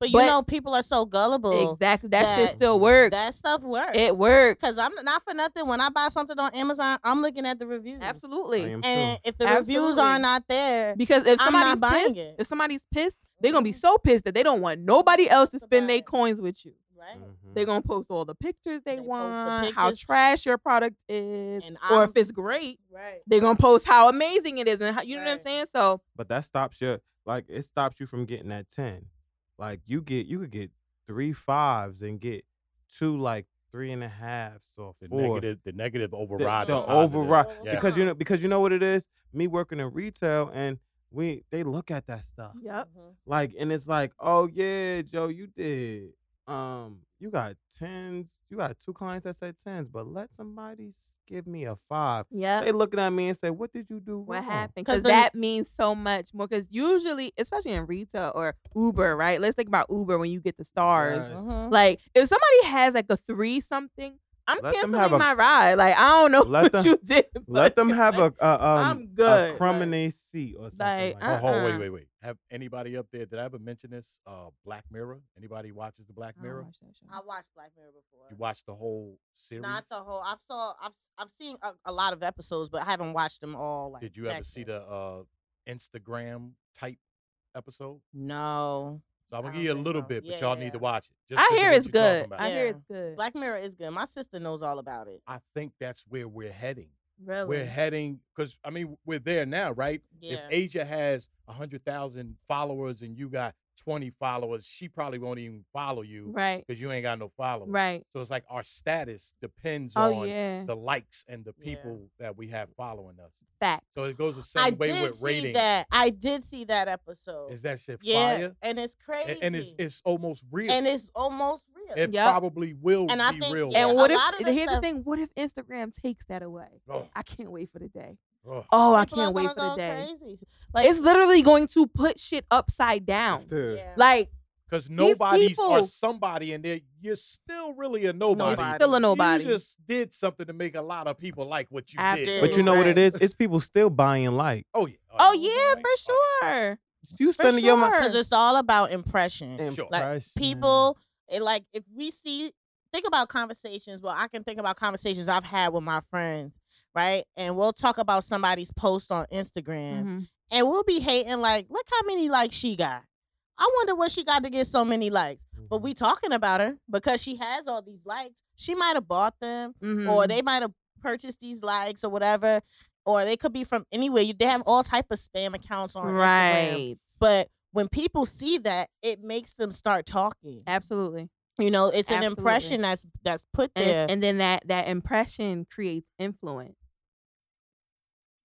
S3: But you
S2: But-
S3: know, people are so gullible.
S2: Exactly. That,
S3: That-
S2: shit still works.
S3: That stuff works.
S2: it works.
S3: Cause I'm not for nothing. When I buy something on Amazon, I'm looking at the reviews.
S1: I
S2: absolutely.
S1: am too.
S3: And if the reviews
S2: Absolutely.
S3: are not there,
S2: Because if
S3: I'm
S2: somebody's
S3: not buying
S2: pissed,
S3: it. Mm-hmm.
S2: if somebody's pissed, they're gonna be so pissed that they don't want nobody else to
S3: To
S2: spend
S3: buy
S2: their
S3: it.
S2: coins with you.
S3: right.
S4: Mm.
S1: Mhm.
S2: They're gonna post all the pictures they,
S3: They post the
S2: want, how
S3: pictures.
S2: trash your product is,
S3: And
S2: or
S3: I'm-
S2: if it's great.
S3: Right.
S2: They're gonna post how amazing it is, and how, you know what I'm
S3: Right.
S2: saying. So
S1: But that stops your like it stops you from getting that ten. Like you get you could get three fives and get two like three and a halves or
S4: The
S1: four.
S4: negative, the negative override.
S1: the
S4: positive.
S1: override
S3: Yeah.
S1: because you know because you know what it is. Me working in retail and we they look at that stuff
S2: yep,
S3: Mm-hmm.
S1: like and it's like oh yeah Joe you did um you got tens you got two clients that said tens but let somebody s- give me a five.
S2: yep.
S1: They looking at me and say what did you do?
S2: what
S1: wrong?"
S2: happened?
S3: 'Cause
S2: Because
S3: then-
S2: that means so much more. Because usually, especially in retail or Uber, right? Let's think about Uber when you get the stars.
S1: Yes.
S2: Like if somebody has like a three something, I'm
S1: Let them have
S2: canceling
S1: a-
S2: my ride. Like I don't know
S1: Let
S2: what
S1: them-
S2: you did.
S1: Let
S2: but-
S1: them have a, a um
S2: I'm good.
S1: a crumb in
S2: Like,
S1: their seat or something.
S2: like,
S1: Like,
S4: Oh,
S1: that.
S4: hold-
S2: Uh-uh.
S4: wait, wait, wait. Have anybody up there? Did I ever mention this? Uh, Black Mirror. Anybody watches the Black
S2: Oh, I don't
S4: Mirror?
S2: watch that show.
S3: I watched Black Mirror before.
S4: You watched the whole series.
S3: Not the whole. I've saw. I've s- I've seen a, a lot of episodes, but I haven't watched them all. Like,
S4: Did you ever
S3: back
S4: see
S3: then.
S4: the uh, Instagram type episode?
S3: No.
S4: So I'm
S3: I
S4: gonna
S2: Oh,
S3: don't
S4: give you a
S3: think
S4: little
S3: so.
S4: bit, but
S3: Yeah,
S4: y'all
S3: yeah.
S4: need to watch it. Just
S2: I
S4: 'cause of
S2: hear
S4: what
S2: it's
S4: you're talking
S2: good.
S4: about.
S2: I hear
S3: Yeah.
S2: it's good.
S3: Black Mirror is good. My sister knows all about it.
S4: I think that's where we're heading.
S2: really?
S4: We're heading because I mean we're there now, right?
S3: Yeah.
S4: If Asia has hundred thousand followers and you got twenty followers, she probably won't even follow you
S2: right,
S4: because you ain't got no followers.
S2: right.
S4: So it's like our status depends
S2: Oh
S4: on
S2: yeah,
S4: the likes and the
S3: Yeah.
S4: people that we have following us.
S2: facts.
S4: So it goes the same
S3: I
S4: way
S3: did
S4: with
S3: see
S4: ratings.
S3: that. I did see that episode.
S4: Is that shit
S3: yeah,
S4: fire?
S3: and it's
S4: A-
S3: crazy.
S4: And, it's it's almost real.
S3: and it's almost real.
S4: it
S2: Yep.
S4: probably will
S3: And
S4: be
S3: I think-
S4: real.
S3: yeah,
S2: and
S3: a
S2: what if?
S3: lot of the
S2: here's
S3: stuff-
S2: the thing: what if Instagram takes that away?
S4: Oh,
S2: I can't wait for the day.
S4: oh.
S2: Oh, I
S3: People are
S2: can't wait
S3: gonna
S2: for the
S3: go
S2: day.
S3: Crazy. Like
S2: it's literally going to put shit upside down.
S1: Dude,
S3: yeah.
S2: Like
S4: Because nobody's or
S2: people-
S4: somebody in there. You're still really a nobody.
S3: Nobody.
S2: still a nobody.
S4: You just did something to make a lot of people like what you
S2: After-
S4: did.
S1: But you know what it
S3: Right.
S1: is? It's people still buying likes.
S4: Oh yeah.
S2: oh yeah,
S4: Like,
S2: for
S4: oh,
S2: sure.
S1: you
S2: For
S1: spending your money.
S2: sure.
S3: because it's all about impression.
S4: yeah.
S1: And
S4: Sure.
S3: like people it, like if we see think about conversations well i can think about conversations i've had with my friends right and we'll talk about somebody's post on instagram
S2: Mhm.
S3: and we'll be hating like look how many likes she got i wonder what she got to get so many likes but
S4: mm-hmm.
S3: we talking about her because she has all these likes she might have bought them or
S2: Mhm.
S3: they might have purchased these likes or whatever or they could be from anywhere You- they have all type of spam accounts on instagram
S2: right.
S3: but when people see that it makes them start talking
S2: Absolutely.
S3: You know, it's an
S2: Absolutely.
S3: impression that's that's put
S2: and, it's-
S3: there.
S2: and then that that impression creates influence.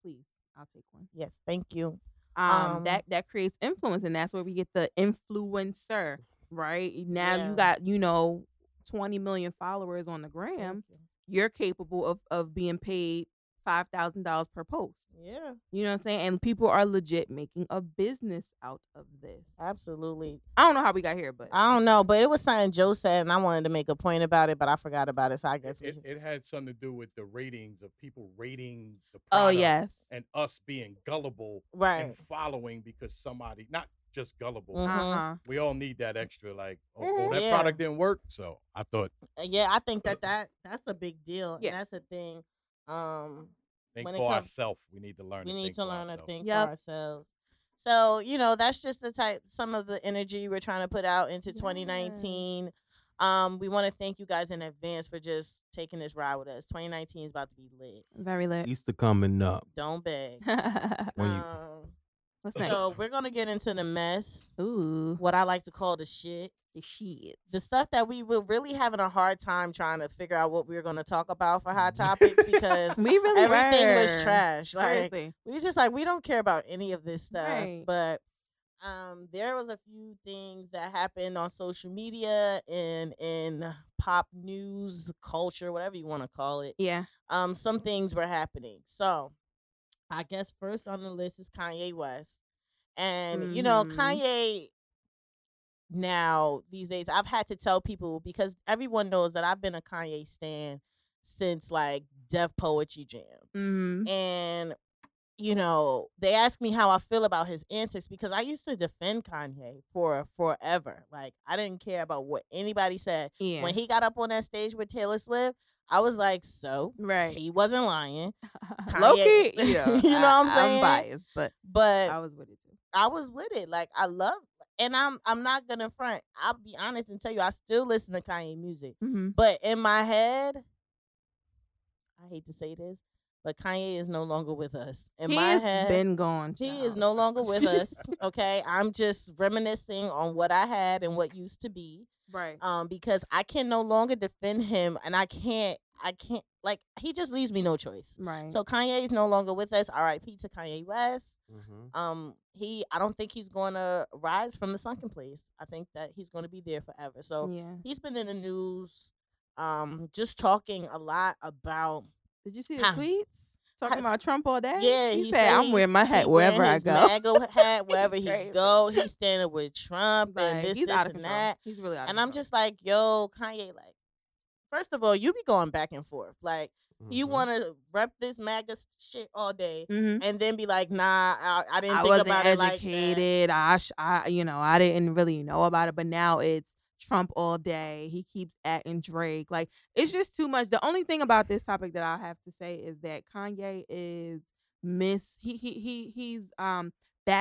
S2: Please, I'll take one.
S3: yes, thank you.
S2: um,
S3: Um,
S2: that that creates influence and that's where we get the influencer right now
S3: Yeah.
S2: you got you know 20 million followers on the gram
S3: Thank you.
S2: you're capable of of being paid five thousand dollars per post
S3: Yeah,
S2: you know what i'm saying and people are legit making a business out of this
S3: absolutely.
S2: i don't know how we got here but
S3: Uh, I don't know, but it was something Joe said, and I wanted to make a point about it, but I forgot about it. So I guess we
S4: It,
S3: should.
S4: it had something to do with the ratings of people rating the
S2: oh
S4: product
S2: yes
S4: and us being gullible
S3: right.
S4: and following because somebody not just gullible.
S3: Mhm.
S2: uh-huh
S4: We all need that extra like oh, oh,
S3: Mhm.
S4: that
S3: Yeah.
S4: product didn't work, so I thought
S3: Uh, Yeah, I think that that that's a big deal.
S2: Yeah.
S3: And that's a thing. Um,
S4: think
S3: When it
S4: for
S3: comes-
S4: ourselves. We need to learn.
S3: we
S4: to
S3: need
S4: think
S3: to
S4: for
S3: learn to
S4: ourself.
S3: think
S2: Yep.
S3: for ourselves. So you know, that's just the type, some of the energy we're trying to put out into
S2: Yes.
S3: 2019. Um, we want to thank you guys in advance for just taking this ride with us. 2019 is about to be lit.
S2: very lit
S1: Easter coming up.
S3: Don't beg.
S2: what's
S1: When you
S3: Um,
S2: next
S3: So we're gonna get into the mess,
S2: ooh
S3: what I like to call the shit,
S2: the shit
S3: the stuff that we were really having a hard time trying to figure out what we were gonna talk about for hot topics because
S2: we really
S3: everything was
S2: were.
S3: trash. Like
S2: Seriously.
S3: we just like we don't care about any of this stuff.
S2: Right.
S3: But um, there was a few things that happened on social media and in pop news culture, whatever you want to call it.
S2: yeah
S3: Um, some things were happening. So I guess first on the list is Kanye West, and you know
S2: Mhm.
S3: Kanye. Now these days, I've had to tell people because everyone knows that I've been a Kanye stan since like Deaf Poetry Jam
S2: mm-hmm.
S3: and you know they asked me how I feel about his antics because I used to defend Kanye for forever. Like I didn't care about what anybody said.
S2: yeah
S3: When he got up on that stage with Taylor Swift, I was like, so
S2: right
S3: he wasn't lying.
S2: Loki,
S3: Kanye.
S2: you know,
S3: You know what I'm
S2: I-
S3: saying?
S2: I'm biased, but
S3: But
S2: I was with it too.
S3: I was with it. Like I love, and I'm I'm not gonna front. I'll be honest and tell you, I still listen to Kanye music.
S2: Mm-hmm.
S3: But in my head, I hate to say this, but Kanye is no longer with us. In
S2: he
S3: my
S2: has
S3: head,
S2: been gone.
S3: He is
S2: child.
S3: no longer with us. Okay. I'm just reminiscing on what I had and what used to be.
S2: right.
S3: Um, because I can no longer defend him and I can't I can't like he just leaves me no choice.
S2: Right.
S3: So Kanye is no longer with us. R.I.P. to Kanye West.
S4: Mm-hmm.
S1: Mhm.
S3: Um, he I don't think he's gonna rise from the sunken place. I think that he's gonna be there forever. So
S2: yeah.
S3: he's been in the news, um, just talking a lot about
S2: Did you see the
S3: Huh.
S2: tweets talking
S3: Has-
S2: about Trump all day?
S3: Yeah,
S2: He,
S3: he
S2: said,
S3: said
S2: "I'm
S3: he-
S2: wearing my
S3: He
S2: hat wherever
S3: wearing
S2: I
S3: his
S2: go."
S3: MAGA hat wherever he
S2: Crazy.
S3: go. He's standing with Trump
S2: Like,
S3: and this,
S2: he's
S3: this,
S2: out of
S3: and
S2: control.
S3: that.
S2: He's really out. of
S3: And I'm
S2: control.
S3: just like, yo, Kanye, like, first of all, you be going back and forth. Like, you
S4: Mm-hmm.
S1: Mhm.
S3: want to rep this MAGA s- shit all day,
S2: Mhm.
S3: and then be like, nah, I, I didn't
S2: I
S3: think
S2: wasn't
S3: about it like that.
S2: educated. I, sh- I, you know, I didn't really know about it. But now it's Trump all day. He keeps acting Drake. Like it's just too much. The only thing about this topic that I have to say is that Kanye is miss. He he he he's um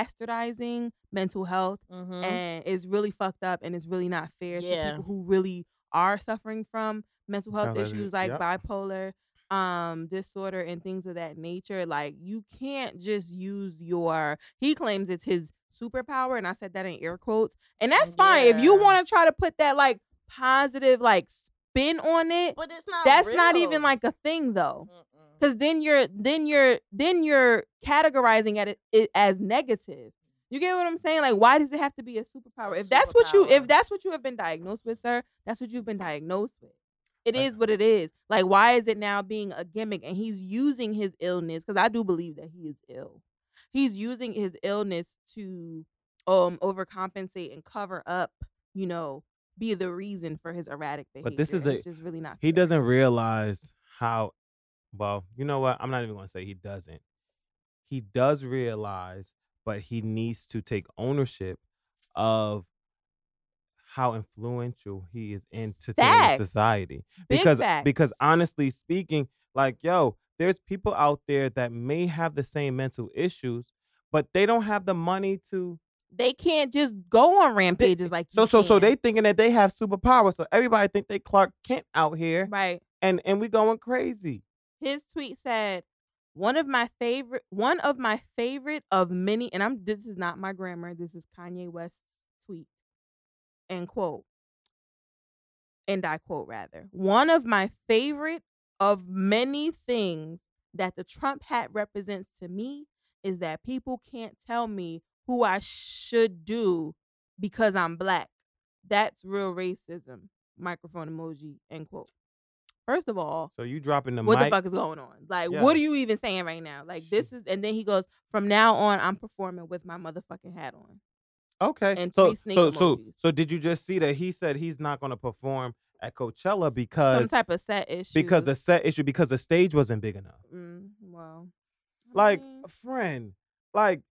S2: bastardizing mental health,
S3: Mhm.
S2: and it's really fucked up, and it's really not fair
S3: Yeah.
S2: to people who really are suffering from mental health
S1: Tell it-
S2: issues like
S1: yep.
S2: bipolar um disorder and things of that nature like you can't just use your he claims it's his superpower and i said that in air quotes and that's fine if you
S3: Yeah.
S2: want to try to put that like positive like spin on it
S3: but it's not.
S2: that's not
S3: real.
S2: even like a thing though
S1: Mm.
S3: Mm-mm.
S2: because then you're then you're then you're categorizing at it, it as negative you get what i'm saying like why does it have to be a superpower
S3: A
S2: if that's what you if
S3: superpower.
S2: that's what you have been diagnosed with sir that's what you've been diagnosed with It
S1: I-
S2: is what it is like why is it now being a gimmick and he's using his illness because i do believe that he is ill he's using his illness to um overcompensate and cover up you know be the reason for his erratic behavior
S1: But this is
S2: and
S1: a-
S2: it's just really not
S1: He
S2: fair.
S1: doesn't realize how. Well, you know what? I'm not even going to say he doesn't. He does realize, but he needs to take ownership of how influential he is in today's
S2: Facts.
S1: society.
S2: Big
S1: because
S2: facts.
S1: because honestly speaking, like yo, there's people out there that may have the same mental issues, but they don't have the money to.
S2: they can't just go on rampages like you
S1: So so so
S2: can.
S1: they thinking that they have superpowers. So everybody think they Clark Kent out here,
S2: right.
S1: and and we going crazy.
S2: His tweet said, "One of my favorite, one of my favorite of many, and I'm this is not my grammar. This is Kanye West's tweet." End quote. end I quote rather, one of my favorite of many things that the Trump hat represents to me is that people can't tell me who I should do because I'm black. That's real racism. Microphone emoji, end quote. First of all,
S1: So you dropping the
S2: what
S1: mic?
S2: the fuck is going on? Like, what are
S1: Yeah.
S2: you even saying right now? Like, this is, and then he goes, from now on, I'm performing with my motherfucking hat on.
S1: Okay.
S2: and
S1: so
S2: three snake
S1: so so
S2: emojis.
S1: so did you just see that he said he's not going to perform at Coachella
S2: Some
S1: because
S2: type of set issue.
S1: because the set issue because the stage wasn't big enough.
S2: mm, well, I
S1: Like
S2: mean,
S1: friend, like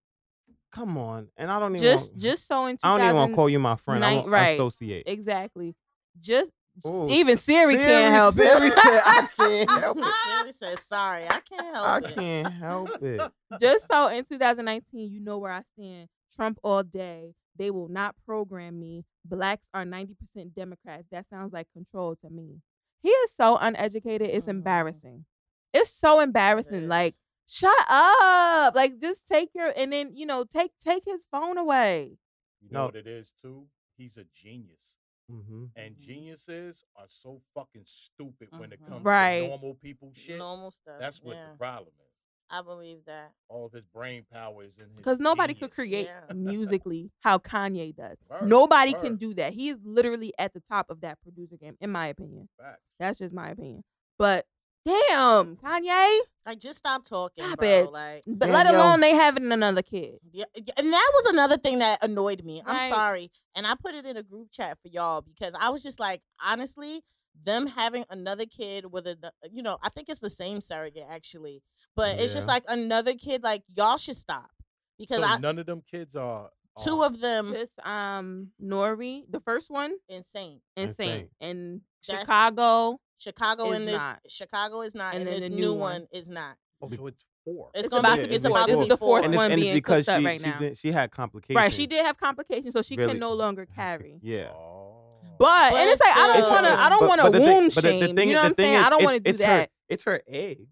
S1: come on. And I don't even
S2: just
S1: want-
S2: just so in
S1: I don't even want to
S2: 2000
S1: call you my friend. I
S2: nine-
S1: want
S2: right.
S1: associate.
S2: exactly. Just
S1: Ooh,
S2: even Siri, can't help
S1: Siri
S2: it.
S1: said, "I can't help it.
S3: Sherry said, sorry, I can't help
S1: I
S3: it.
S1: can't help it.
S2: just so in 2019, you know where I stand. Trump all day. They will not program me. Blacks are 90% Democrats. That sounds like control to me. He is so uneducated. It's
S3: Mhm.
S4: Mm-hmm.
S2: embarrassing. It's so embarrassing.
S3: is.
S2: Like, shut up. Like, just take your and then you know take take his phone away.
S4: You know
S1: No.
S4: what it is too? He's a genius.
S1: Mm-hmm.
S4: And
S3: Mhm.
S4: geniuses are so fucking stupid when it
S3: Mhm.
S4: comes
S2: Right.
S4: to normal people shit.
S3: Normal stuff.
S4: That's what
S3: yeah,
S4: the problem is.
S3: I believe that.
S4: All of his brain power is in his
S2: Because nobody could
S4: genius.
S2: create
S3: Yeah.
S2: musically how Kanye does.
S4: Word,
S2: nobody can
S4: word.
S2: do that. He is literally at the top of that producer game, in my opinion.
S4: Facts.
S2: That's just my opinion. But damn, Kanye.
S3: Like, just stop talking,
S2: Stop
S3: bro.
S2: it.
S3: Like,
S2: But
S1: Yeah,
S2: let
S1: yo.
S2: alone they having another kid.
S3: yeah, yeah, and that was another thing that annoyed me.
S2: Right.
S3: I'm sorry, and I put it in a group chat for y'all because I was just like, honestly, them having another kid with a, you know, I think it's the same surrogate actually, but it's just
S1: Yeah.
S3: like another kid. Like, y'all should stop because
S4: So
S3: I
S4: none of them kids are, are
S3: two of them
S2: Just um Nori, the first one,
S3: insane.
S2: and
S1: Insane.
S2: Saint. And
S3: That's-
S2: Chicago.
S3: Chicago
S2: Is
S3: and this
S2: not.
S3: Chicago is not,
S2: And
S3: and,
S2: then the
S3: this new
S2: new one.
S3: one. is not.
S4: Oh, so it's four.
S3: It's,
S2: It's
S3: gonna
S2: about
S3: be,
S2: to
S1: be
S3: it's
S1: four.
S3: about
S1: This
S3: to
S1: is
S3: be
S2: the fourth
S3: four.
S1: And it's,
S2: one
S1: and it's
S2: being
S1: because
S2: cooked up
S1: she
S2: right
S1: she's
S2: now.
S1: been- she had complications.
S2: Right. She did have complications, so she
S1: Really-
S2: can no longer
S1: Okay,
S2: carry.
S1: Yeah.
S4: Oh.
S2: But, and it's like I don't
S3: It's
S2: wanna
S3: her-
S2: I don't
S1: But-
S2: wanna
S1: but the thing-
S2: womb
S1: but the- the
S2: shame.
S1: thing-
S2: you know
S1: the
S2: what I'm
S1: thing
S2: saying?
S1: is,
S2: I don't
S1: it's-
S2: wanna do
S1: it's
S2: that.
S1: Her, it's her egg.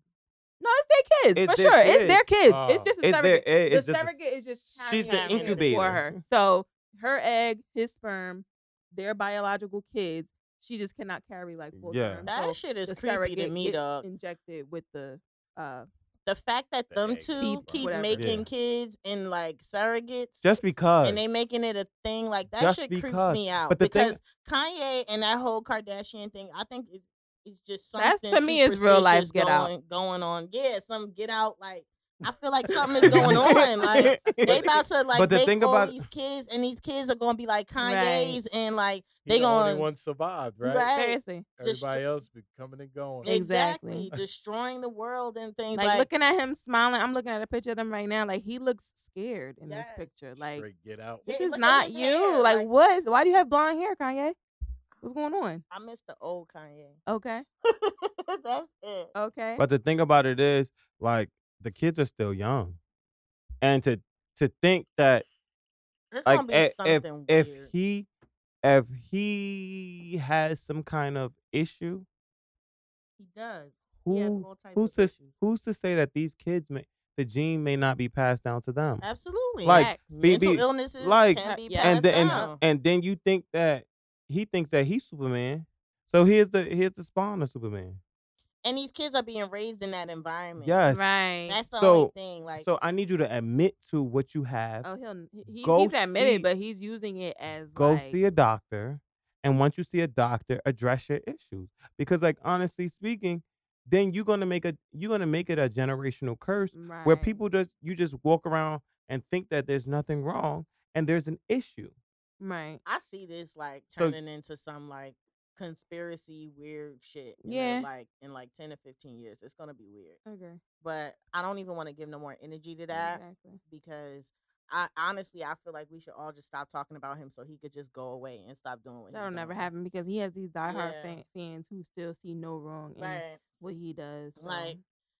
S2: No, it's their kids
S1: It's
S2: for
S1: their
S2: sure. It's their
S1: kids. Uh,
S2: kids.
S4: Oh.
S2: it's just a
S1: It's
S2: surrogate.
S1: their egg.
S2: the
S1: It's just a-
S2: surrogate is just
S1: she's the
S3: carrying it
S1: incubator
S2: for her. So her egg, his sperm, their biological kids. She just cannot carry like full
S1: Yeah.
S2: term. So
S3: That shit is
S2: the
S3: creepy to
S2: surrogate
S3: me,
S2: gets
S3: dog.
S2: Injected with the uh
S3: The fact that
S4: The
S3: them
S4: egg
S3: two
S2: feed-
S3: keep
S2: whatever.
S3: making
S1: Yeah.
S3: kids and like surrogates,
S1: Just because.
S3: and they making it a thing, like that
S1: Just
S3: shit creeps
S1: because.
S3: me out.
S1: But the thing-
S3: because Kanye and that whole Kardashian thing, I think it, it's just something.
S2: That's- to me is real life
S3: superstitious
S2: Get Out.
S3: going, going on. Yeah, some get out. Like I feel like something is going on. Like they about to like
S1: But the
S3: make
S1: thing
S3: all
S1: about-
S3: these kids, and these kids are gonna be like
S2: Right.
S3: Kanye's, and like
S4: He
S3: they
S4: the
S3: gonna
S4: only one survived, right?
S3: Right.
S2: seriously.
S3: just-
S4: Everybody else be coming and going.
S2: Ex-
S3: exactly,
S2: Exactly.
S3: destroying the world and things
S2: Like,
S3: like,
S2: looking at him smiling, I'm looking at a picture of them right now. Like he looks scared in
S3: Yes.
S2: this picture. Like
S4: Straight get out.
S2: this
S3: Yeah,
S2: is
S3: look at
S2: not
S3: his
S2: you.
S3: hair,
S2: Like,
S3: like-
S2: what is why do you have blonde hair, Kanye? What's going on?
S3: I miss the old Kanye.
S2: Okay.
S3: That's it.
S2: Okay.
S1: But the thing about it is, like, the kids are still young, and to to think that
S3: There's
S1: like
S3: gonna be
S1: i- if
S3: something
S1: if,
S3: weird.
S1: he if he has some kind of issue,
S3: he does. he has
S1: who
S3: all types
S1: who's
S3: of
S1: to
S3: issues.
S1: who's to say that these kids may the gene may not be passed down to them?
S3: Absolutely.
S1: like,
S2: Facts.
S1: be-
S3: mental
S1: be-
S3: illnesses
S1: like,
S3: can be
S2: Yeah.
S3: passed
S1: and then and,
S3: down.
S1: and then you think that he thinks that he's Superman. So here's the here's the spawn of Superman.
S3: And these kids are being raised in that environment.
S1: Yes.
S2: right.
S3: That's the
S1: So-
S3: only thing. Like
S1: so I need you to admit to what you have.
S2: Oh, he'll he- he,
S1: Go
S2: he's admitted,
S1: see-
S2: but he's using it as
S1: Go
S2: like,
S1: see a doctor, and once you see a doctor, address your issues. Because, like honestly speaking, then you're gonna make a you're gonna make it a generational curse
S2: right.
S1: where people just you just walk around and think that there's nothing wrong and there's an issue.
S2: right.
S3: I see this like
S1: So-
S3: turning into some like conspiracy weird shit. in the,
S2: Yeah.
S3: like in like ten or fifteen years, it's gonna be weird.
S2: Okay.
S3: But I don't even want to give no more energy to that
S2: Exactly.
S3: because. I honestly, I feel like we should all just stop talking about him so he could just go away and stop doing what
S2: That'll
S3: he's
S2: never
S3: doing.
S2: happen because he has these diehard
S3: Yeah.
S2: fan, fans who still see no wrong in
S3: Right.
S2: what he does. so
S3: Like,
S2: it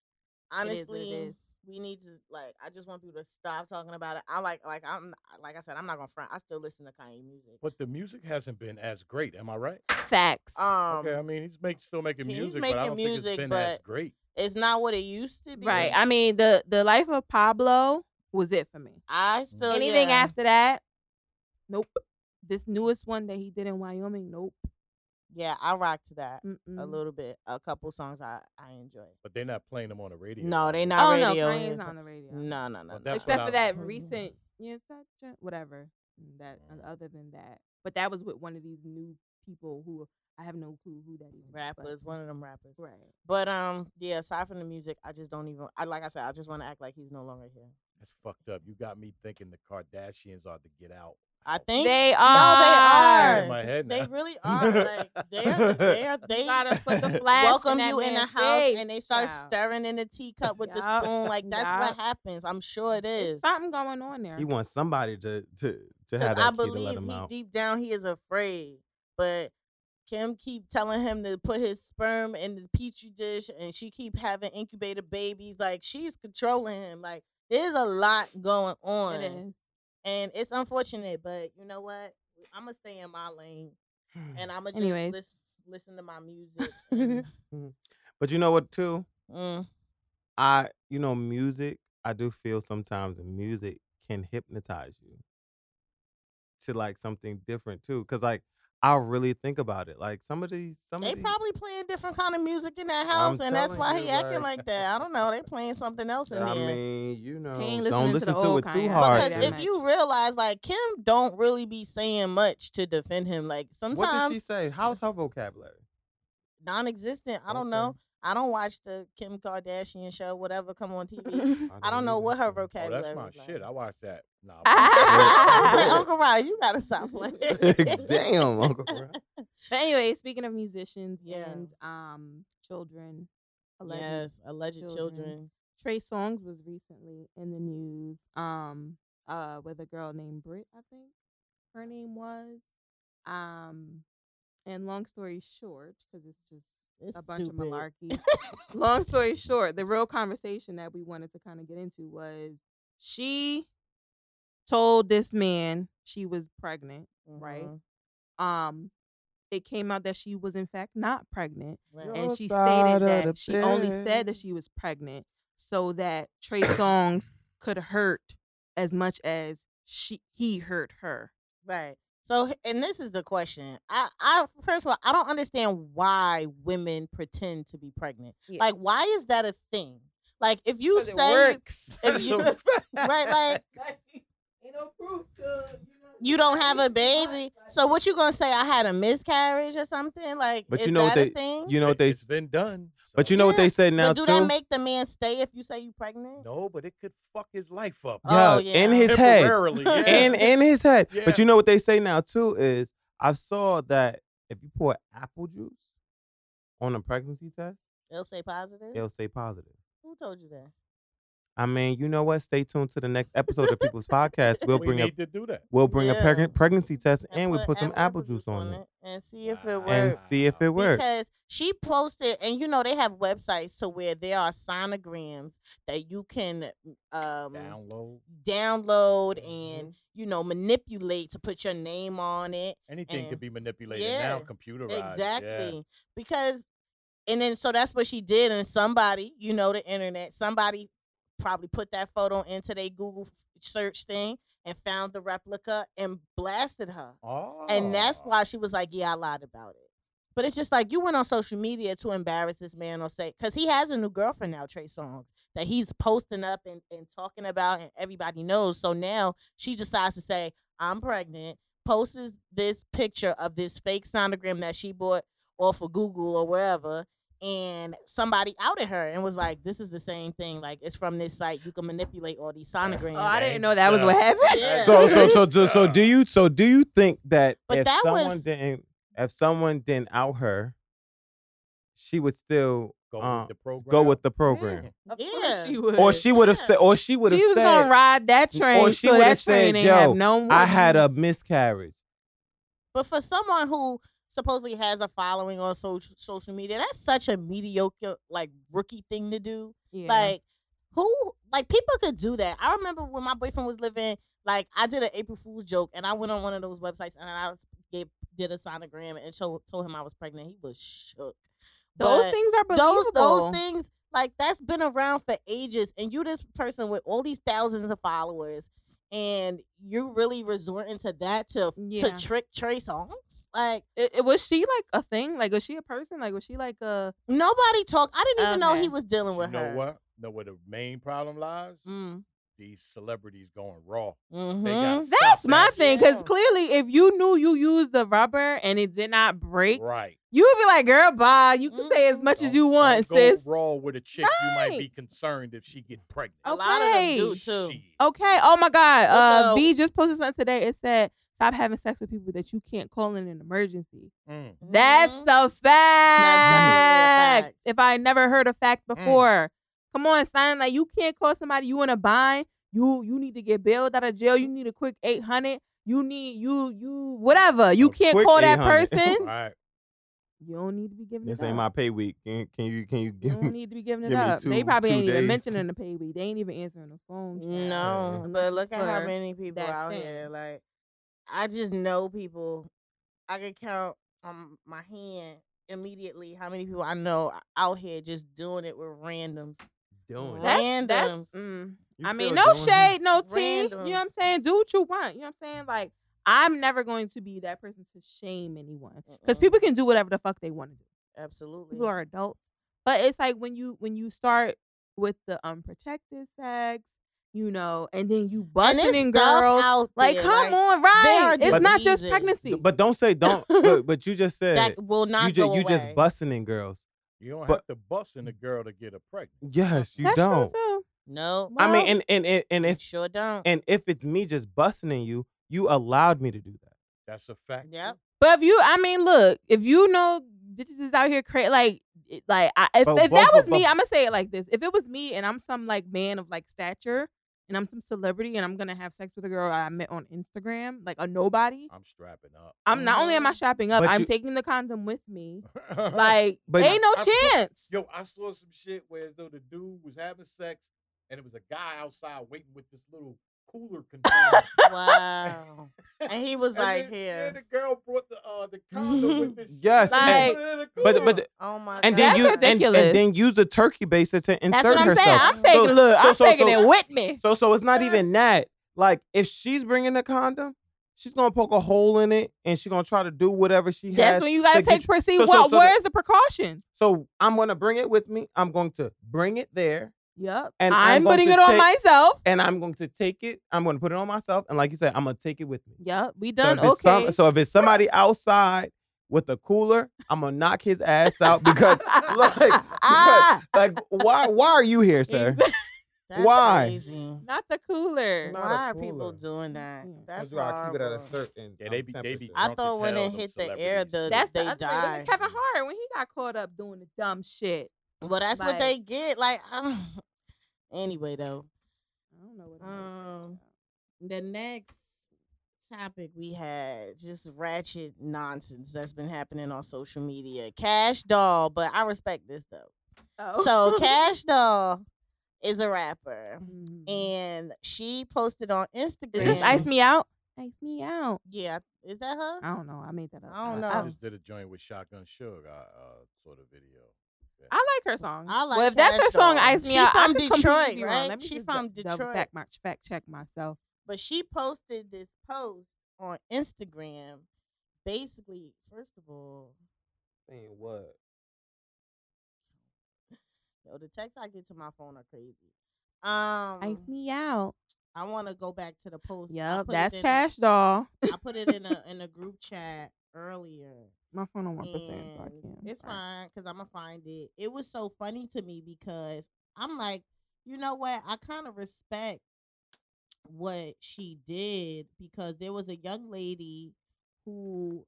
S2: is what it
S3: Honestly,
S2: is.
S3: we need to like I just want people to stop talking about it. I like like I'm like I said, I'm not gonna front. I still listen to Kanye music.
S4: But the music hasn't been as great, am I right?
S2: facts.
S3: Um
S4: okay, I mean he's make, still making
S3: he's
S4: music, but I
S3: making
S4: don't think
S3: music,
S4: it's been as
S3: but
S4: great.
S3: it's not what it used to be.
S2: right. I mean, the the life of Pablo was it for me.
S3: I still
S2: Anything
S3: Oh, yeah.
S2: after that, nope. This newest one that he did in Wyoming, nope.
S3: Yeah, I rock to that
S2: Mm-mm.
S3: a little bit. A couple songs I I enjoy.
S4: But they're not playing them on the radio.
S3: No,
S4: right?
S3: they not
S2: Oh
S3: radio.
S2: no,
S3: and
S2: Kanye's
S3: so-
S2: not on the radio.
S3: No, no, no.
S4: Well,
S3: no.
S4: that's
S2: except
S4: what
S2: for
S4: I-
S2: that
S3: Mhm.
S2: recent, yeah, such a, whatever. That and
S4: Mm.
S2: other than that, but that was with one of these new people who I have no clue who that is. but-
S3: rappers, one of them rappers.
S2: right?
S3: But um, yeah. Aside from the music, I just don't even. I like I said, I just want to act like he's no longer here.
S4: That's fucked up. You got me thinking the Kardashians are to get out.
S3: I
S4: out.
S3: think
S2: They
S3: are.
S2: are.
S4: In my head
S3: they
S4: now.
S3: really are. Like they're, they're they
S2: gotta put the flash
S3: welcome
S2: in that
S3: you in the
S2: man's
S3: house
S2: face,
S3: and they start
S2: child.
S3: stirring in the teacup with the
S2: Yup,
S3: spoon. Like that's what
S2: yup.
S3: happens. I'm sure it
S2: It's
S3: is.
S2: something going on there.
S1: He wants somebody to to to have
S3: Because
S1: that
S3: I
S1: key to let
S3: believe
S1: him
S3: he
S1: out.
S3: deep down he is afraid, but Kim keep telling him to put his sperm in the petri dish, and she keep having incubator babies. Like she's controlling him. Like there's a lot going on,
S2: It is.
S3: and it's unfortunate. But you know what? I'm gonna stay in my lane, and I'm gonna just
S2: Anyways.
S3: listen, listen to my music. and-
S1: But you know what too?
S3: Mm,
S1: I you know music. I do feel sometimes music can hypnotize you to like something different too. Cause like I really think about it. Like some of these, some
S3: they
S1: of these,
S3: probably playing different kind of music in that house, and that's
S1: telling
S3: why
S1: you,
S3: he acting
S1: like-
S3: like that. I don't know. They playing something else in
S1: I
S3: there.
S1: mean, you know,
S2: ain't
S1: don't
S2: listening to
S1: listen to,
S2: the old
S1: it
S2: Kanye.
S1: too hard.
S3: Because
S2: that
S3: if you realize, like Kim, don't really be saying much to defend him. Like
S1: what did she
S3: sometimes
S1: say? How's her vocabulary?
S3: non-existent. I don't
S1: Okay.
S3: know. I don't watch the Kim Kardashian show, whatever come on TV. I don't know
S1: even
S3: what her
S1: know.
S4: Oh,
S3: vocabulary.
S4: that's my
S3: is like.
S4: shit. I watched that. Nah.
S3: I said,
S1: Yeah.
S3: Uncle Rod, you gotta stop playing.
S1: Damn, Uncle. Ron.
S2: But anyway, speaking of musicians
S3: Yeah.
S2: and um children, alleged
S3: Yes, alleged
S2: Children.
S3: children.
S2: Trey Songz was recently in the news um uh with a girl named Britt, I think her name was. Um and long story short, because it's just
S3: It's
S2: a bunch
S3: stupid.
S2: of malarkey. long story short, the real conversation that we wanted to kind of get into was she told this man she was pregnant. right?
S3: Mhm,
S2: Um it came out that she was in fact not pregnant
S3: right.
S1: Your
S2: and she
S1: side of
S2: stated
S1: the
S2: that she only said
S1: bed.
S2: that she was pregnant so that Trey Songz could hurt as much as she he hurt her.
S3: Right. So, h- and this is the question. I, I first of all, I don't understand why women pretend to be pregnant.
S2: Yeah.
S3: Like, why is that a thing? Like, if you
S2: 'Cause it
S3: say
S2: works.
S3: if you right, like
S2: Ain't no proof to
S3: you don't have a baby, so what you gonna say? I had a miscarriage or something? Like,
S1: But
S3: is
S1: you know
S3: that
S1: what
S3: a
S1: they,
S3: thing?
S1: you know what they,
S4: It's been done.
S1: but
S4: so-
S1: you know what
S3: Yeah.
S1: they said now
S3: but do
S1: too.
S3: that make the man stay if you say you pregnant?
S4: No, but it could fuck his life up.
S1: yeah,
S3: Oh,
S1: in
S3: yeah.
S1: his head,
S4: Temporarily, yeah.
S1: in in his head.
S4: Yeah.
S1: But you know what they say now too is I saw that if you pour apple juice on a pregnancy test,
S3: They'll say positive.
S1: it'll say positive.
S3: Who told you that?
S1: I mean, you know what? Stay tuned to the next episode of People's Podcast. We'll
S4: we
S1: bring
S4: need
S1: up
S4: to do that.
S1: we'll bring a
S3: Yeah.
S1: preg- pregnancy test and, we
S3: put
S1: put some apple juice on it
S3: and see if it
S4: Wow.
S3: works.
S1: and see if it works.
S3: Because she posted, and you know they have websites to where there are sonograms that you can um,
S4: Download
S3: download
S4: Mhm.
S3: and you know manipulate to put your name on it.
S4: anything
S3: and-
S4: could be manipulated now,
S3: yeah,
S4: computerized.
S3: exactly, because and then so that's what she did, and somebody, you know, the internet, somebody probably put that photo into their Google f- search thing and found the replica and blasted her.
S4: Yeah. Oh.
S3: And that's why she was like, Yeah, I lied about it. But it's just like you went on social media to embarrass this man or say, because he has a new girlfriend now, Trey Songs, that he's posting up and, and talking about, and everybody knows. So now she decides to say, I'm pregnant, posts this picture of this fake sonogram that she bought off of Google or wherever. And somebody outed her and was like, This is the same thing. Like, it's from this site. You can manipulate all these sonograms.
S2: Oh, I didn't know that was what happened.
S3: Yeah.
S1: So so so so, so do you so do you think that
S3: But
S1: if
S3: that
S1: someone
S3: was-
S1: didn't if someone didn't out her, she would still
S4: Go
S1: uh,
S4: with the program.
S1: go with the program,
S4: Mm.
S2: Of course
S3: Yeah.
S2: she would.
S1: or she would have
S3: Yeah.
S1: said, or she would have
S2: She was gonna
S1: said,
S2: ride that train.
S1: or she
S2: so
S1: would've
S2: that train
S1: said,
S2: ain't have
S1: "Yo,
S2: no more.
S1: "I had a miscarriage."
S3: But for someone who supposedly has a following on social social media, that's such a mediocre like rookie thing to do.
S2: yeah.
S3: Like who like people could do that. I remember when my boyfriend was living, like I did an April Fool's joke and I went on one of those websites and I was- gave did a sonogram and showed, told him I was pregnant. He was shook.
S2: those
S3: But-
S2: things are
S3: those
S2: believable.
S3: those things like that's been around for ages and you this person with all these thousands of followers and you really resorting to that to
S2: Yeah.
S3: to trick Trey Songs. Like
S2: It, it- was she like a thing? Like was she a person? Like was she like a
S3: nobody talk. I didn't even know
S2: Okay.
S3: he was dealing
S4: You
S3: with
S4: know
S3: her.
S4: what? Know where the main problem lies?
S3: Mm.
S4: These celebrities going raw. They
S3: hmm
S4: gotta stop
S2: Mm-hmm. That's my
S4: that
S2: thing,
S4: shit.
S2: because
S3: Yeah.
S2: clearly, if you knew you used the rubber and it did not break,
S4: Right.
S2: you would be like, "Girl, bye." You can say as
S3: Mhm.
S2: much as
S4: Don't-
S2: you want,
S4: don't go
S2: sis.
S4: raw with a chick. You might be
S2: Right.
S4: concerned if she get pregnant.
S3: A lot of them do
S2: Okay.
S3: too.
S4: Shit.
S2: Okay. Oh my God. Uh,
S3: Although-
S2: B just posted something today. It said, "Stop having sex with people that you can't call in an emergency."
S4: Mm.
S2: That's
S3: Mhm.
S2: a fact.
S3: definitely a fact. Mm.
S2: If I never heard a fact before, come on, son. Like you can't call somebody you in a bind. You you need to get bailed out of jail. You need a quick eight hundred. You need you you whatever. You
S1: A
S2: can't
S1: quick
S2: call that
S1: 800.
S2: person.
S4: All right.
S2: You don't need to be giving
S1: This
S2: it
S1: ain't my
S2: up.
S1: pay week. Can, can you can you
S2: You
S1: give
S2: don't
S1: me?
S2: need to be giving it
S1: give me
S2: up. they
S1: two-
S2: probably
S1: two
S2: ain't even
S1: days.
S2: mentioning the pay week. They ain't even answering the phone. child.
S3: No,
S2: Unless
S3: but
S2: it's
S3: look at how
S2: Mm-hmm. for
S3: many people
S2: that
S3: out
S2: thing.
S3: here. Like, I just know people. I could count on my hand immediately how many people I know out here just doing it with randoms.
S1: Doing.
S2: That's,
S3: Right.
S2: that's,
S3: Randoms.
S2: mm,
S1: You
S2: I mean,
S1: still
S2: no
S1: doing it?
S2: shade, no tea. You know what I'm
S3: Randoms.
S2: saying? Do what you want. You know what I'm saying? Like, I'm never going to be that person to shame anyone because
S3: Mm-mm.
S2: people can do whatever the fuck they want to do.
S3: Absolutely.
S2: People are adults, but it's like when you when you start with the unprotected sex, you know, and then you
S3: And
S2: busting
S3: it's
S2: in
S3: stuff
S2: girls.
S3: out
S2: Like,
S3: there,
S2: come
S3: like,
S2: on,
S3: are
S2: right? It's
S1: But-
S2: not just
S3: diseases.
S2: pregnancy.
S1: But don't say don't. but, but you just said it.
S3: that will not
S1: you just
S3: go
S1: you just
S3: away.
S1: busting in girls.
S4: You don't
S1: But-
S4: have to bust in a girl to get her pregnant.
S1: Yes, you
S2: That's true,
S1: don't.
S2: too.
S3: No,
S1: I mean,
S2: Well,
S1: and and and, and
S3: you
S1: if
S3: sure don't.
S1: and if it's me just busting in you, you allowed me to do that.
S4: That's a fact.
S3: Yep.
S2: But if you, I mean, look, if you know bitches is out here crazy, like, it- like, I, if,
S1: But
S2: if that
S1: both
S2: was
S1: of-
S2: me,
S1: but-
S2: I'm gonna say it like this: If it was me and I'm some like man of like stature and I'm some celebrity and I'm gonna have sex with a girl I met on Instagram, like a nobody,
S4: I'm strapping up.
S2: I'm not only am I
S3: Mhm.
S2: shopping up,
S1: Mm. But
S2: I'm
S1: you- Uh-huh.
S2: taking the condom with me. Like,
S1: But-
S2: ain't no
S4: I saw-
S2: chance.
S4: Yo, I saw some shit where as though the dude was having sex and it was a guy outside waiting with this little cooler container.
S3: wow. And he was
S4: And
S3: like,
S4: then- then
S3: "Here."
S4: the girl brought the uh the condom with this shit.
S1: Yes,
S4: and
S2: and-
S4: put it in the
S1: But
S4: cooler.
S1: but
S3: Oh my
S1: and then
S3: god.
S2: That's
S1: you and,
S2: ridiculous.
S1: and then use a turkey baster to insert
S2: That's what I'm
S1: herself.
S2: saying. I'm taking
S1: So-
S2: a look.
S1: so-
S2: I'm
S1: so-
S2: taking
S1: so-
S2: it with me.
S1: So so it's not even that. Like if she's bringing the condom, she's gonna poke a hole in it and she's gonna try to do whatever she
S2: That's
S1: has.
S2: when you gotta
S1: to get
S2: take
S1: you-
S2: proceed.
S1: so- so-
S2: well,
S1: so-
S2: where's the precaution?
S1: so I'm gonna bring it with me. I'm going to bring it there,
S2: Yep.
S1: And I'm
S2: I'm,
S1: going
S2: putting
S1: to
S2: it on
S1: take-
S2: myself.
S1: and I'm going to take it. I'm gonna put it on myself, and like you said, I'm gonna take it with me.
S2: Yep. We done.
S1: So if, it's some-
S2: okay.
S1: so if it's somebody outside with a cooler, I'm gonna knock his ass out because like,
S2: Ah,
S1: because, like why why are you here, sir?
S3: That's
S1: why?
S3: Crazy.
S2: Not the cooler.
S1: Not a
S3: Why are people
S1: cooler.
S3: doing that?
S2: Mm.
S3: That's
S1: why I keep it at a
S3: horrible.
S1: certain. um,
S4: Yeah, they be- they be
S1: temperature.
S3: I
S4: drunk
S3: thought
S4: as
S3: when
S4: hell,
S3: it
S4: them
S3: hit the air,
S4: celebrities.
S3: the
S2: That's
S3: they
S2: the other thing. Look
S3: die.
S2: at Kevin Hart when he got caught up doing the dumb shit.
S3: Well, that's what
S2: Like-
S3: they get. Like, um, anyway, though,
S2: I don't know what.
S3: Um, the next topic we had just ratchet nonsense that's been happening on social media. Cash Doll, but I respect this though.
S2: Um,
S3: So Cash Doll is a rapper,
S2: and
S3: and she posted on
S2: is
S3: Instagram.
S2: Mm-hmm. this ice me out? Ice me out.
S3: Yeah, is that her?
S2: I don't know. I made that up.
S3: I don't
S4: She
S3: know.
S4: just did a joint with Shotgun Sugar. I uh, saw the video. Yeah.
S2: I like her song.
S3: I like
S2: well, if that's her
S3: Cash
S2: song,
S3: Doll.
S2: "Ice Me
S3: She
S2: Out," I
S3: from
S2: could completely
S3: Detroit,
S2: be wrong.
S3: right?
S2: Let me
S3: She
S2: just
S3: from
S2: dou- double
S3: Detroit.
S2: Fact, my, fact check myself.
S3: but she posted this post on Instagram. Basically, first of all,
S1: Saying what?
S3: yo, the texts I get to my phone are crazy. Um,
S2: Ice me out.
S3: I want to go back to the post. I
S2: Yep,
S3: put it
S2: that's
S3: in a-
S2: Cash Doll.
S3: I put it in a in a group chat earlier.
S2: My phone on one percent, so I
S3: and
S2: can't.
S3: It's
S2: sorry.
S3: fine because I'm gonna find it. It was so funny to me because I'm like, you know what? I kind of respect what she did because there was a young lady who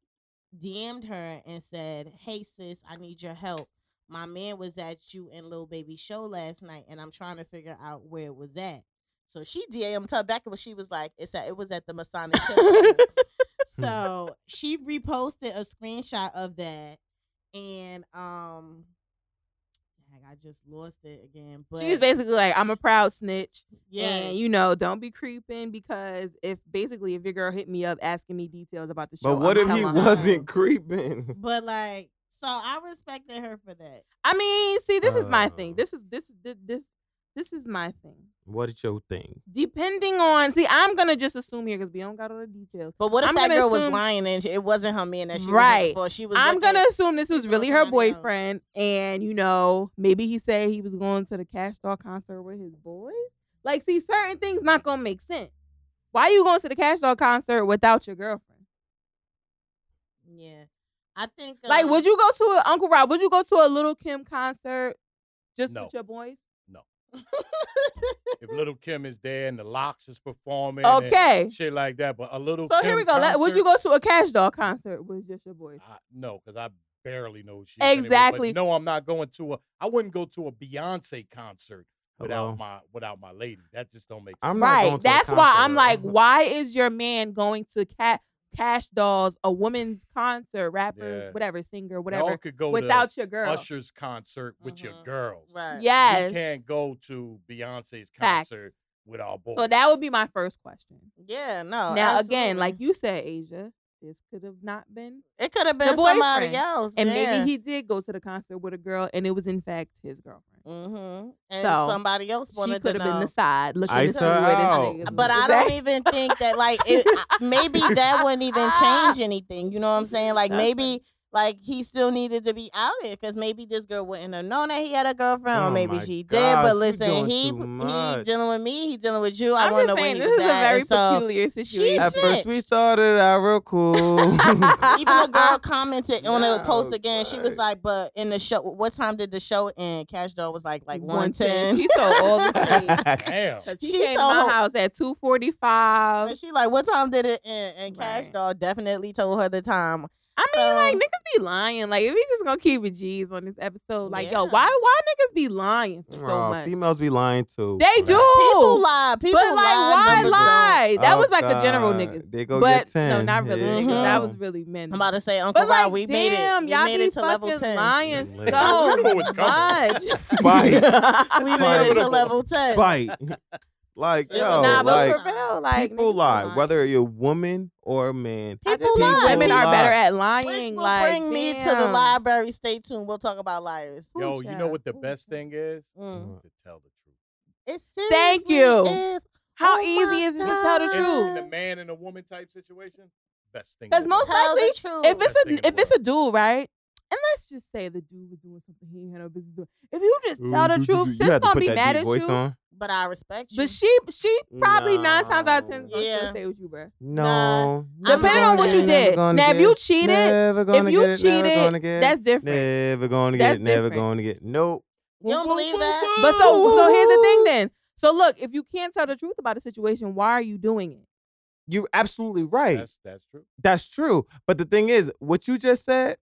S3: DM'd her and said, "Hey sis, I need your help. My man was at you and Lil Baby show last night, and I'm trying to figure out where it was at." So she DM'd her back, but she was like, "It's at, it was at the Masonic Temple." so she reposted a screenshot of that, and um, dang, I just lost it again. But
S2: She was basically like, "I'm a proud snitch."
S3: yeah,
S2: And you know, don't be creeping because if basically if your girl hit me up asking me details about the show,
S1: But what
S2: I'm
S1: if he
S2: telling
S3: her.
S1: wasn't creeping?
S3: but like, so I respected her for that.
S2: I mean, see, this is my thing.
S1: Oh.
S2: This is this this this This is my thing.
S1: What is your thing?
S2: Depending on, see, I'm gonna just assume here because we don't got all the details.
S3: But what if
S2: I'm
S3: that
S2: gonna
S3: girl was
S2: assume-
S3: lying and she, it wasn't her man that she
S2: Right.
S3: was looking for? She was.
S2: I'm
S3: looking-
S2: gonna assume this was
S3: looking
S2: really
S3: for
S2: her
S3: somebody else.
S2: boyfriend, and you know, maybe he said he was going to the Cash Doll concert with his boys. Like, see, certain things not gonna make sense. Why you going to the Cash Doll concert without your girlfriend?
S3: Yeah, I think.
S2: Like,
S3: um,
S2: would you go to a, Uncle Rob? Would you go to a Little Kim concert just
S4: No.
S2: with your boys?
S4: if Little Kim is there and the locks is performing, and
S2: Okay.
S4: shit like that. But a little.
S2: So here we go.
S4: Kim
S2: Let, would you
S4: concert,
S2: go to a Cash Doll concert with just your boys?
S4: I, no, because I barely know who she. is anyway, but
S2: Exactly.
S4: no, I'm not going to a. I wouldn't go to a Beyonce concert
S1: Hello?
S2: Oh.
S4: without my without my lady. That just don't make sense.
S1: I'm not going
S2: Right.
S1: to a
S2: That's why
S1: concert.
S2: I'm like, why is your man going to cat cash dolls, a woman's concert, rapper,
S4: Yeah.
S2: whatever, singer,
S4: Y'all
S2: whatever,
S4: could go
S2: without
S4: to
S2: your girl? Mm-hmm.
S4: Usher's concert with your
S3: Mhm.
S4: girls.
S3: Right.
S4: We
S2: Yes.
S4: can't go to Beyonce's
S2: Facts.
S4: concert with our boys.
S2: So that would be my first question.
S3: Yeah. No.
S2: now again, like
S3: Oh, absolutely.
S2: you said, Asia, this could have not been,
S3: it could have been
S2: boyfriend.
S3: somebody else,
S2: and
S3: yeah.
S2: maybe he did go to the concert with a girl, and it was in fact his girlfriend.
S3: Mm-hmm. And
S2: So,
S3: somebody else
S2: She
S3: wanted
S2: could
S3: to
S2: have been
S3: know.
S2: the side looking
S1: Ice
S2: to see
S1: her
S2: where
S1: out.
S2: this nigga
S3: But I don't even think that like it, I- maybe that wouldn't even change anything. You know what I'm saying? Like
S2: That's
S3: maybe like he still needed to be out there because maybe this girl wouldn't have known that he had a girlfriend,
S1: Oh
S3: or maybe
S1: my
S3: she did.
S1: gosh,
S3: But
S1: you
S3: listen,
S1: doing
S3: he
S1: too
S3: he
S1: much.
S3: dealing with me, he dealing with you. I
S2: I'm just
S3: want to know when
S2: saying
S3: he
S2: this
S3: was
S2: is a
S3: at.
S2: very
S3: and so,
S2: peculiar situation.
S1: At first we
S3: snitched.
S1: started out real cool.
S3: even a girl commented on a post
S1: No,
S3: again. She was
S1: but-
S3: like, "But in the show, what time did the show end?" Cash Doll was like, "Like one
S2: 110.
S3: ten.
S2: She so old as shit.
S4: Damn.
S2: Cause he
S3: She
S2: came to my
S3: told-
S2: house at two forty five.
S3: And she like, "What time did it end?" And Cash
S2: Right.
S3: Doll definitely told her the time.
S2: I mean, like
S3: So-
S2: niggas be lying. Like if we just gonna keep it G's on this episode, like yo,
S3: Yeah.
S2: why why niggas be lying for so
S1: Aw,
S2: much?
S1: Females be lying too.
S2: They do,
S3: People lie. People
S2: but like why
S3: numbers
S2: lie? That was like a general
S1: Oh, God.
S2: niggas,
S1: They go
S2: but
S1: get 10.
S2: no, not really.
S1: Here you
S2: Niggas. That
S1: go.
S2: was really men.
S3: don't- I'm about to say, Uncle
S2: but like,
S3: Rob, we
S2: damn,
S3: made it. We
S2: y'all
S3: made
S2: be
S3: it to
S2: fucking
S3: level ten.
S2: lying
S1: Listen.
S2: so
S4: Remember what's coming.
S2: much.
S1: Fight.
S3: We made
S1: Fight.
S3: it to level ten.
S1: Bite. like,
S3: It was
S1: yo,
S2: nah, but
S1: like,
S2: for real, like
S1: people
S2: niggas
S1: lie,
S2: lying.
S1: whether you're a woman or a man.
S2: I just
S3: People
S2: think
S3: lie.
S2: women are
S1: People
S2: better
S1: lie.
S2: at
S3: Which
S2: lying.
S3: will
S2: like,
S3: bring me to the
S2: damn.
S3: library. Stay tuned. We'll talk about liars.
S2: Ooh,
S4: Yo, you know
S2: child.
S4: what the
S2: Ooh,
S4: best
S2: child.
S4: thing is?
S3: Mm.
S4: Is to tell the truth.
S3: It's
S2: Thank
S3: seriously
S2: you.
S3: is-
S2: How
S3: Oh my
S2: easy is it to tell the
S3: God.
S2: truth?
S4: In the man and a woman type situation, best thing.
S2: 'Cause
S4: ever.
S2: most
S3: Tell the
S2: likely,
S3: truth.
S1: Oh,
S2: if it's
S4: Best thing in
S2: a
S4: the
S2: if it's a dude, right? And let's just say the dude was doing something he ain't had no business doing. If you just tell the
S1: Ooh,
S2: truth,
S1: you
S2: sis
S1: had to
S2: gonna
S1: put
S2: be
S1: that
S2: mad
S1: deep
S2: at
S1: voice
S2: you.
S1: on.
S3: but I respect you.
S2: But she she probably nine times out of ten
S1: No.
S2: is gonna still
S3: Yeah.
S2: stay with you, bro.
S1: No.
S3: Never
S2: Depending on
S3: gonna
S2: what
S3: get
S2: you
S3: it,
S2: did. Now, if you cheated,
S1: never
S2: if
S1: gonna
S2: you
S1: get it, never gonna
S2: cheated,
S1: get it.
S2: that's different.
S1: Never gonna get
S2: That's
S1: it, never
S2: different.
S1: gonna get it. Nope.
S3: You don't believe that?
S2: But so so here's the thing then. So look, if you can't tell the truth about a situation, why are you doing it?
S1: You're absolutely right.
S4: That's that's true.
S1: That's true. But the thing is, what you just said,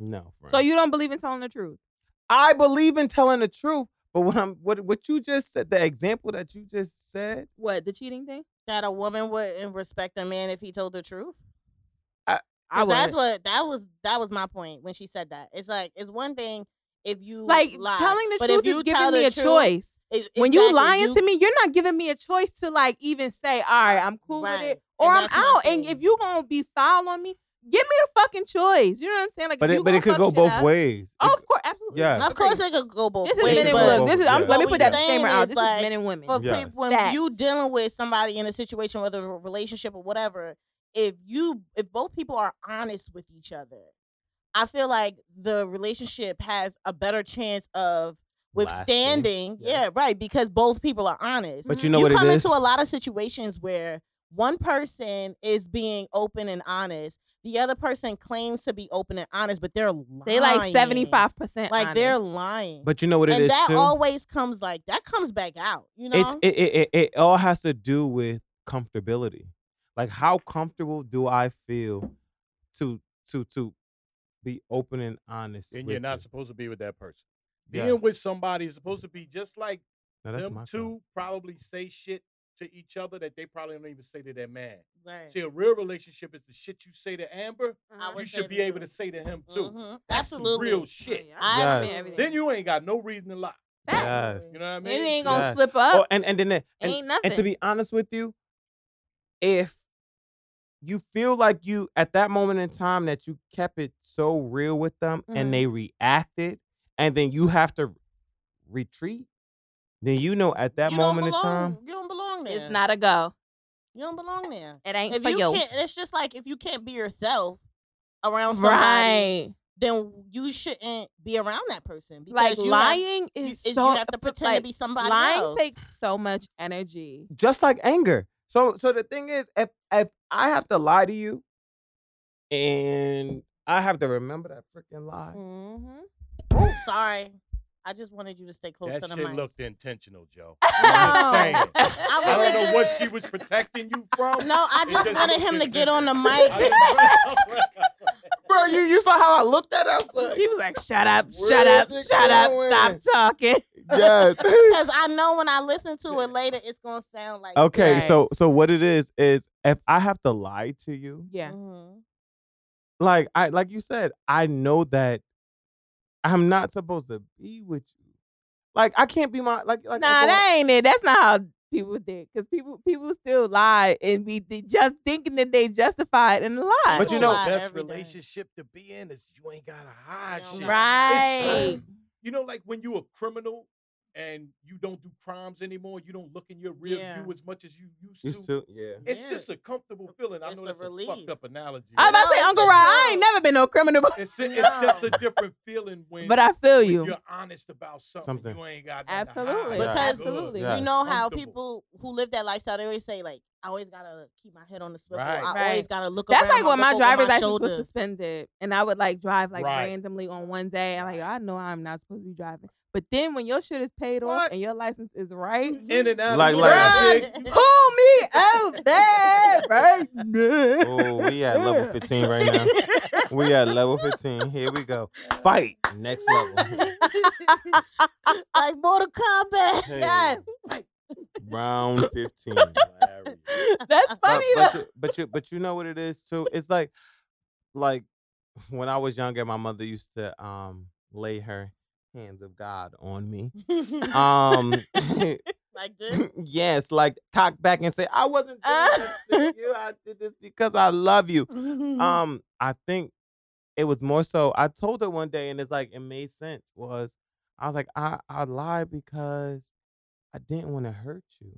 S1: no. Friend.
S2: So you don't believe in telling the truth.
S1: I believe in telling the truth, but what I'm what what you just said, the example that you just said,
S2: What the cheating thing?
S3: that a woman wouldn't respect a man if he told the truth.
S2: I
S3: 'Cause
S2: wouldn't.
S3: that's what that was. That was my point when she said that. It's like it's one thing if you
S2: like
S3: lie,
S2: telling the
S3: but
S2: truth
S3: if you
S2: is giving
S3: tell the
S2: me a
S3: truth,
S2: choice.
S3: it-
S2: when you
S3: E-, exactly,
S2: lying
S3: you-
S2: to me, you're not giving me a choice to like even say, all right, I'm cool with
S3: Right.
S2: it, or
S3: And
S2: I'm
S3: that's my
S2: out. And
S3: thing.
S2: if you gonna be foul on me, give me the fucking choice. You know what I'm saying? Like,
S1: but
S2: if
S1: it,
S2: you
S1: but
S2: gonna
S1: it could
S2: fuck
S1: go
S2: shit
S1: both
S2: up-
S1: ways.
S2: Oh,
S1: It-
S2: of course, absolutely.
S1: Yeah.
S3: Of course, it could go both
S2: This is
S3: ways.
S2: men and
S1: go
S3: but
S2: look. This is. I'm,
S1: both
S2: let me
S1: ways.
S2: put that
S1: What we
S2: disclaimer
S3: saying
S2: out.
S3: is,
S2: This
S3: like,
S2: is men and women.
S3: for
S1: Yes.
S3: peop- when
S2: Facts.
S3: you dealing with somebody in a situation, whether a relationship or whatever, if you if both people are honest with each other, I feel like the relationship has a better chance of
S1: Lasting.
S3: withstanding.
S1: Yeah.
S3: Yeah, right. Because both people are honest.
S1: But you know what
S3: Mm-hmm. come
S1: it is?
S3: into a lot of situations where one person is being open and honest, the other person claims to be open and honest, but they're lying.
S2: They like 75 percent.
S3: Like they're lying.
S1: but you know what it is
S3: and that
S1: too.
S3: always comes like that comes back out. You know,
S1: it's it, it, it it all has to do with comfortability. Like how comfortable do I feel to to to be open and honest?
S4: And
S1: with
S4: you're not
S1: you?
S4: supposed to be with that person.
S1: Yeah.
S4: Being with somebody is supposed to be just like
S1: No, that's
S4: them
S1: my fault.
S4: two probably say shit to each other that they probably don't even say to their man.
S3: Right.
S4: See, a real relationship is the shit you say to Amber,
S3: I
S4: you
S3: would say
S4: should
S3: the
S4: be able to
S3: truth.
S4: say to him too.
S3: Mhm.
S4: That's some
S3: Absolutely.
S4: real shit.
S3: I
S1: Yes.
S3: understand everything.
S4: Then you ain't got no reason to lie.
S1: Yes.
S4: You know what I mean?
S2: Maybe ain't gonna
S1: Yes.
S2: slip
S1: Oh,
S2: up.
S1: and and then it- and,
S2: Ain't
S1: and
S2: nothing.
S1: to be honest with you, if you feel like you at that moment in time that you kept it so real with them
S2: Mhm.
S1: and they reacted, and then you have to retreat, then you know at that
S3: You don't
S1: moment in
S3: belong-
S1: time,
S3: you don't belong there.
S2: It's not a go.
S3: You don't belong there.
S2: It ain't
S3: If
S2: for
S3: you,
S2: you.
S3: can't, it's just like if you can't be yourself around somebody,
S2: Right.
S3: then you shouldn't be around that person.
S2: Like
S3: Because you have-
S2: lying
S3: you-
S2: is
S3: is
S2: so
S3: you have to
S2: but,
S3: pretend
S2: like,
S3: to be somebody
S2: lying
S3: else.
S2: takes so much energy.
S1: just like anger. So so the thing is, if if I have to lie to you, and I have to remember that freaking lie.
S2: Mm-hmm.
S3: Sorry, I just wanted you to stay close
S4: That
S3: to the
S4: shit
S3: mic.
S4: looked intentional, Joe.
S2: Oh.
S4: I'm just saying.
S3: I
S4: I don't
S3: wanted
S4: know
S3: to-
S4: what she was protecting you from.
S3: No, I
S4: It
S3: just
S4: just-
S3: wanted him to
S4: it's
S3: get
S4: just-
S3: on the mic.
S4: I
S1: Bro, you, you saw how I looked at us?
S2: She was like, "Shut up!
S1: Where
S2: Shut up!
S1: is it
S2: Shut up!
S1: going?
S2: Stop talking."
S1: yes.
S3: Because I know when I listen to it later, it's gonna sound like
S1: okay,
S2: Right.
S1: so so what it is is if I have to lie to you,
S2: Yeah.
S3: Mhm.
S1: like I like you said, I know that I'm not supposed to be with you. Like I can't be my like like
S2: nah,
S1: like,
S2: that ain't it. That's not how people think. Because people people still lie and be th- just thinking that they justified in the lie.
S1: But you
S4: know,
S1: know-
S4: the best
S3: Every day.
S4: relationship to be in is you ain't gotta hide
S3: You
S4: shit.
S3: don't
S2: right?
S4: certain- You know, like when you a criminal and you don't do crimes anymore, you don't look in your rear
S3: Yeah.
S4: view as much as you used
S1: you
S4: to.
S1: still yeah.
S4: It's
S3: Yeah.
S4: just a comfortable feeling. I
S3: It's
S4: know
S3: a
S4: that's a,
S3: relief.
S4: fucked up analogy.
S2: I was about to
S3: No,
S2: say,
S3: it's
S2: Uncle
S3: a
S2: Rod, I ain't
S3: joke.
S2: never been no criminal, but,
S4: it's, it's just a
S3: No.
S4: different feeling when,
S2: but I feel
S4: when
S2: you.
S4: you're honest about something.
S1: Something.
S4: You ain't got nothing to hide.
S2: Absolutely,
S3: Because-
S2: absolutely.
S1: Yeah.
S3: You know how people
S4: Comfortable.
S3: who live that lifestyle, they always say like, "I always gotta keep my head on the swivel.
S4: Right.
S3: I
S2: Right.
S3: always gotta look."
S2: That's
S3: around,
S2: like when
S3: look
S2: my
S3: over
S2: driver's
S3: my
S2: license
S3: shoulders.
S2: was suspended, and I would like drive like
S4: Right.
S2: randomly on one day, and like
S4: Right.
S2: I know I'm not supposed to be driving. But then when your shit is paid off
S4: What?
S2: and your license is right,
S4: In and out.
S1: Like-
S4: of
S1: like-
S4: traffic.
S2: Bruh, pull me out there right now.
S1: Oh, we at level 15 right now. We at level 15. Here we go. Fight. Next level.
S3: like Mortal Kombat.
S1: Hey,
S2: Yes,
S1: Round 15.
S4: Hilarious.
S2: that's
S1: But,
S2: funny.
S1: but,
S2: though.
S1: you, but you but you know what it is too? It's like like when I was younger, my mother used to um lay her hands of God on me. Um
S3: like this.
S1: yes, like cock back and say, I wasn't doing this to you. I did this because I love you.
S2: Mm-hmm.
S1: um i think it was more so i told her one day and it's like it made sense was i was like i i lied because i didn't want to hurt you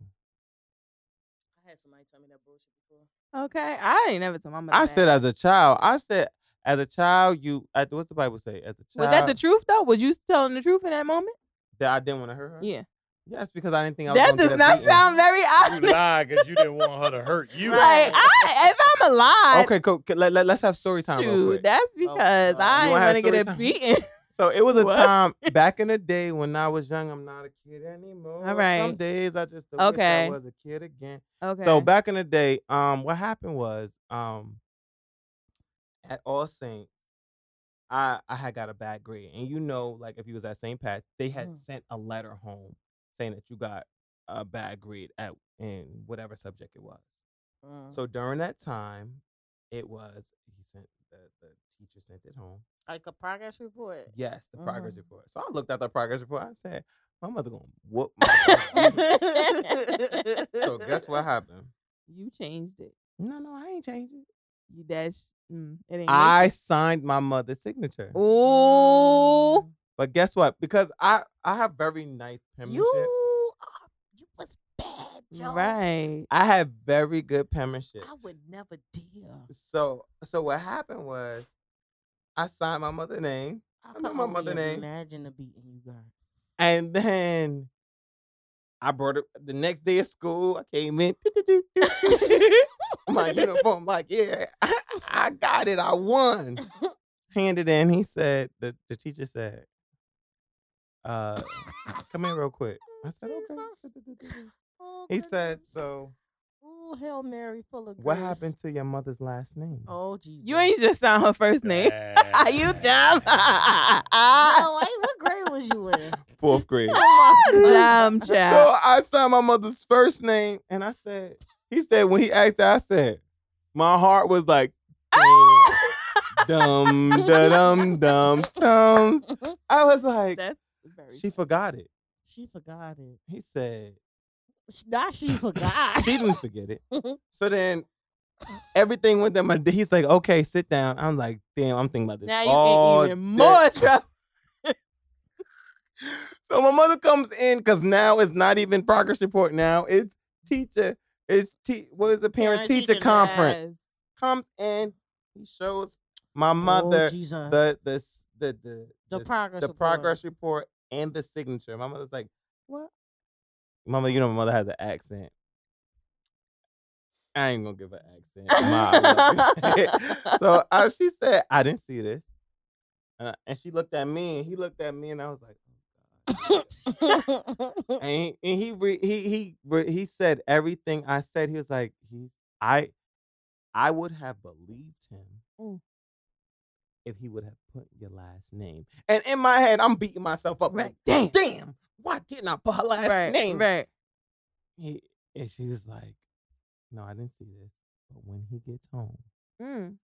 S3: I had somebody tell me that bullshit before.
S2: okay, I ain't never told my mother.
S1: i
S2: that.
S1: said as a child i said as a child you I, what's the bible say as a
S2: was
S1: child
S2: that the truth though? Was you telling the truth in that moment?
S1: that i didn't want to hurt her
S2: Yeah,
S1: yes because i didn't think i was
S2: that
S1: gonna get
S2: does
S1: a
S2: not
S1: beating.
S2: sound very honest.
S4: You lied because you didn't want her to hurt you.
S2: Like I, if I'm alive,
S1: okay cool c- let, let, us have story time real
S2: Shoot,
S1: quick. Oh,
S2: that's because
S3: God.
S2: I
S1: You
S2: ain't
S1: wanna have
S2: gonna get
S1: story
S2: a
S1: time?
S2: beating.
S1: So it was a
S2: What?
S1: time back in the day when I was young. I'm not a kid anymore. Some
S2: right.
S1: days I just okay.
S2: Okay.
S1: wish I was a kid again.
S2: okay.
S1: So back in the day, um, what happened was, um, at All Saints, I I had got a bad grade, and you know, like if you was at St. Pat, they had
S3: Mhm.
S1: sent a letter home saying that you got a bad grade at in whatever subject it was.
S3: Mm.
S2: Mm.
S1: So during that time, it was he sent the the teacher sent it home.
S3: like a progress report.
S1: Yes, the progress
S3: Mhm.
S1: report. So I looked at the progress report. I said, my mother gonna whoop. My butt." so guess what happened?
S2: you changed it.
S1: No, no, I ain't changing.
S2: You dash. Mm, it ain't.
S1: I signed my mother's signature.
S2: Ooh.
S1: But guess what? Because I I have very nice penmanship.
S3: You are, you was bad,
S1: Mm.
S3: Joe.
S2: Right.
S1: I have very good penmanship.
S3: I would never deal.
S1: So so what happened was I signed my mother's name
S3: I
S1: know my mother name.
S3: Imagine the beating you got.
S1: and then I brought it the next day of school. I came in my uniform, like, yeah, I got it. I won. Handed in. He said, the, the teacher said, uh, come in real quick. I said,
S3: Jesus.
S1: okay.
S3: Oh,
S1: He said,
S3: goodness.
S1: so
S3: Oh, Hail Mary, full of
S1: what
S3: grace.
S1: happened to your mother's last name?
S3: Oh, Jesus.
S2: You ain't just found her first name. you dumb.
S3: No, wait, what grade was you in?
S1: Fourth grade.
S2: dumb
S1: So
S2: child.
S1: I signed my mother's first name and I said, he said, when he asked that, I said, my heart was like, dum, da, dum, dum, dum. I was like,
S2: That's very.
S1: she forgot it.
S3: She forgot it.
S1: He said,
S3: Sh- Not she forgot.
S1: she didn't forget it. So then everything went down. My, he's like, okay, sit down. I'm like, damn, I'm thinking about this.
S2: now you
S1: all
S2: get even
S1: day."
S2: more trouble.
S1: So my mother comes in because now it's not even progress report. Now it's teacher. It's te- what is the parent teacher conference? Comes in, he shows my mother
S3: Oh, Jesus.
S1: the the s- the the
S3: the
S1: the,
S3: progress.
S1: the
S3: report.
S1: progress report and the signature. My mother's like, what? Mama, you know my mother has an accent. I ain't gonna give her accent. Ma, I love you. so uh, she said, I didn't see this. And, I- and she looked at me and he looked at me and I was like, oh God. and he and he, re, he he re, he said everything I said. He was like he I I would have believed him
S2: Mm.
S1: if he would have put your last name. And in my head, I'm beating myself up.
S2: Right.
S1: Like, damn, damn, why didn't I put her last
S2: right,
S1: name?
S2: right.
S1: He, and she was like, no, I didn't see this. But when he gets home,
S2: Mm.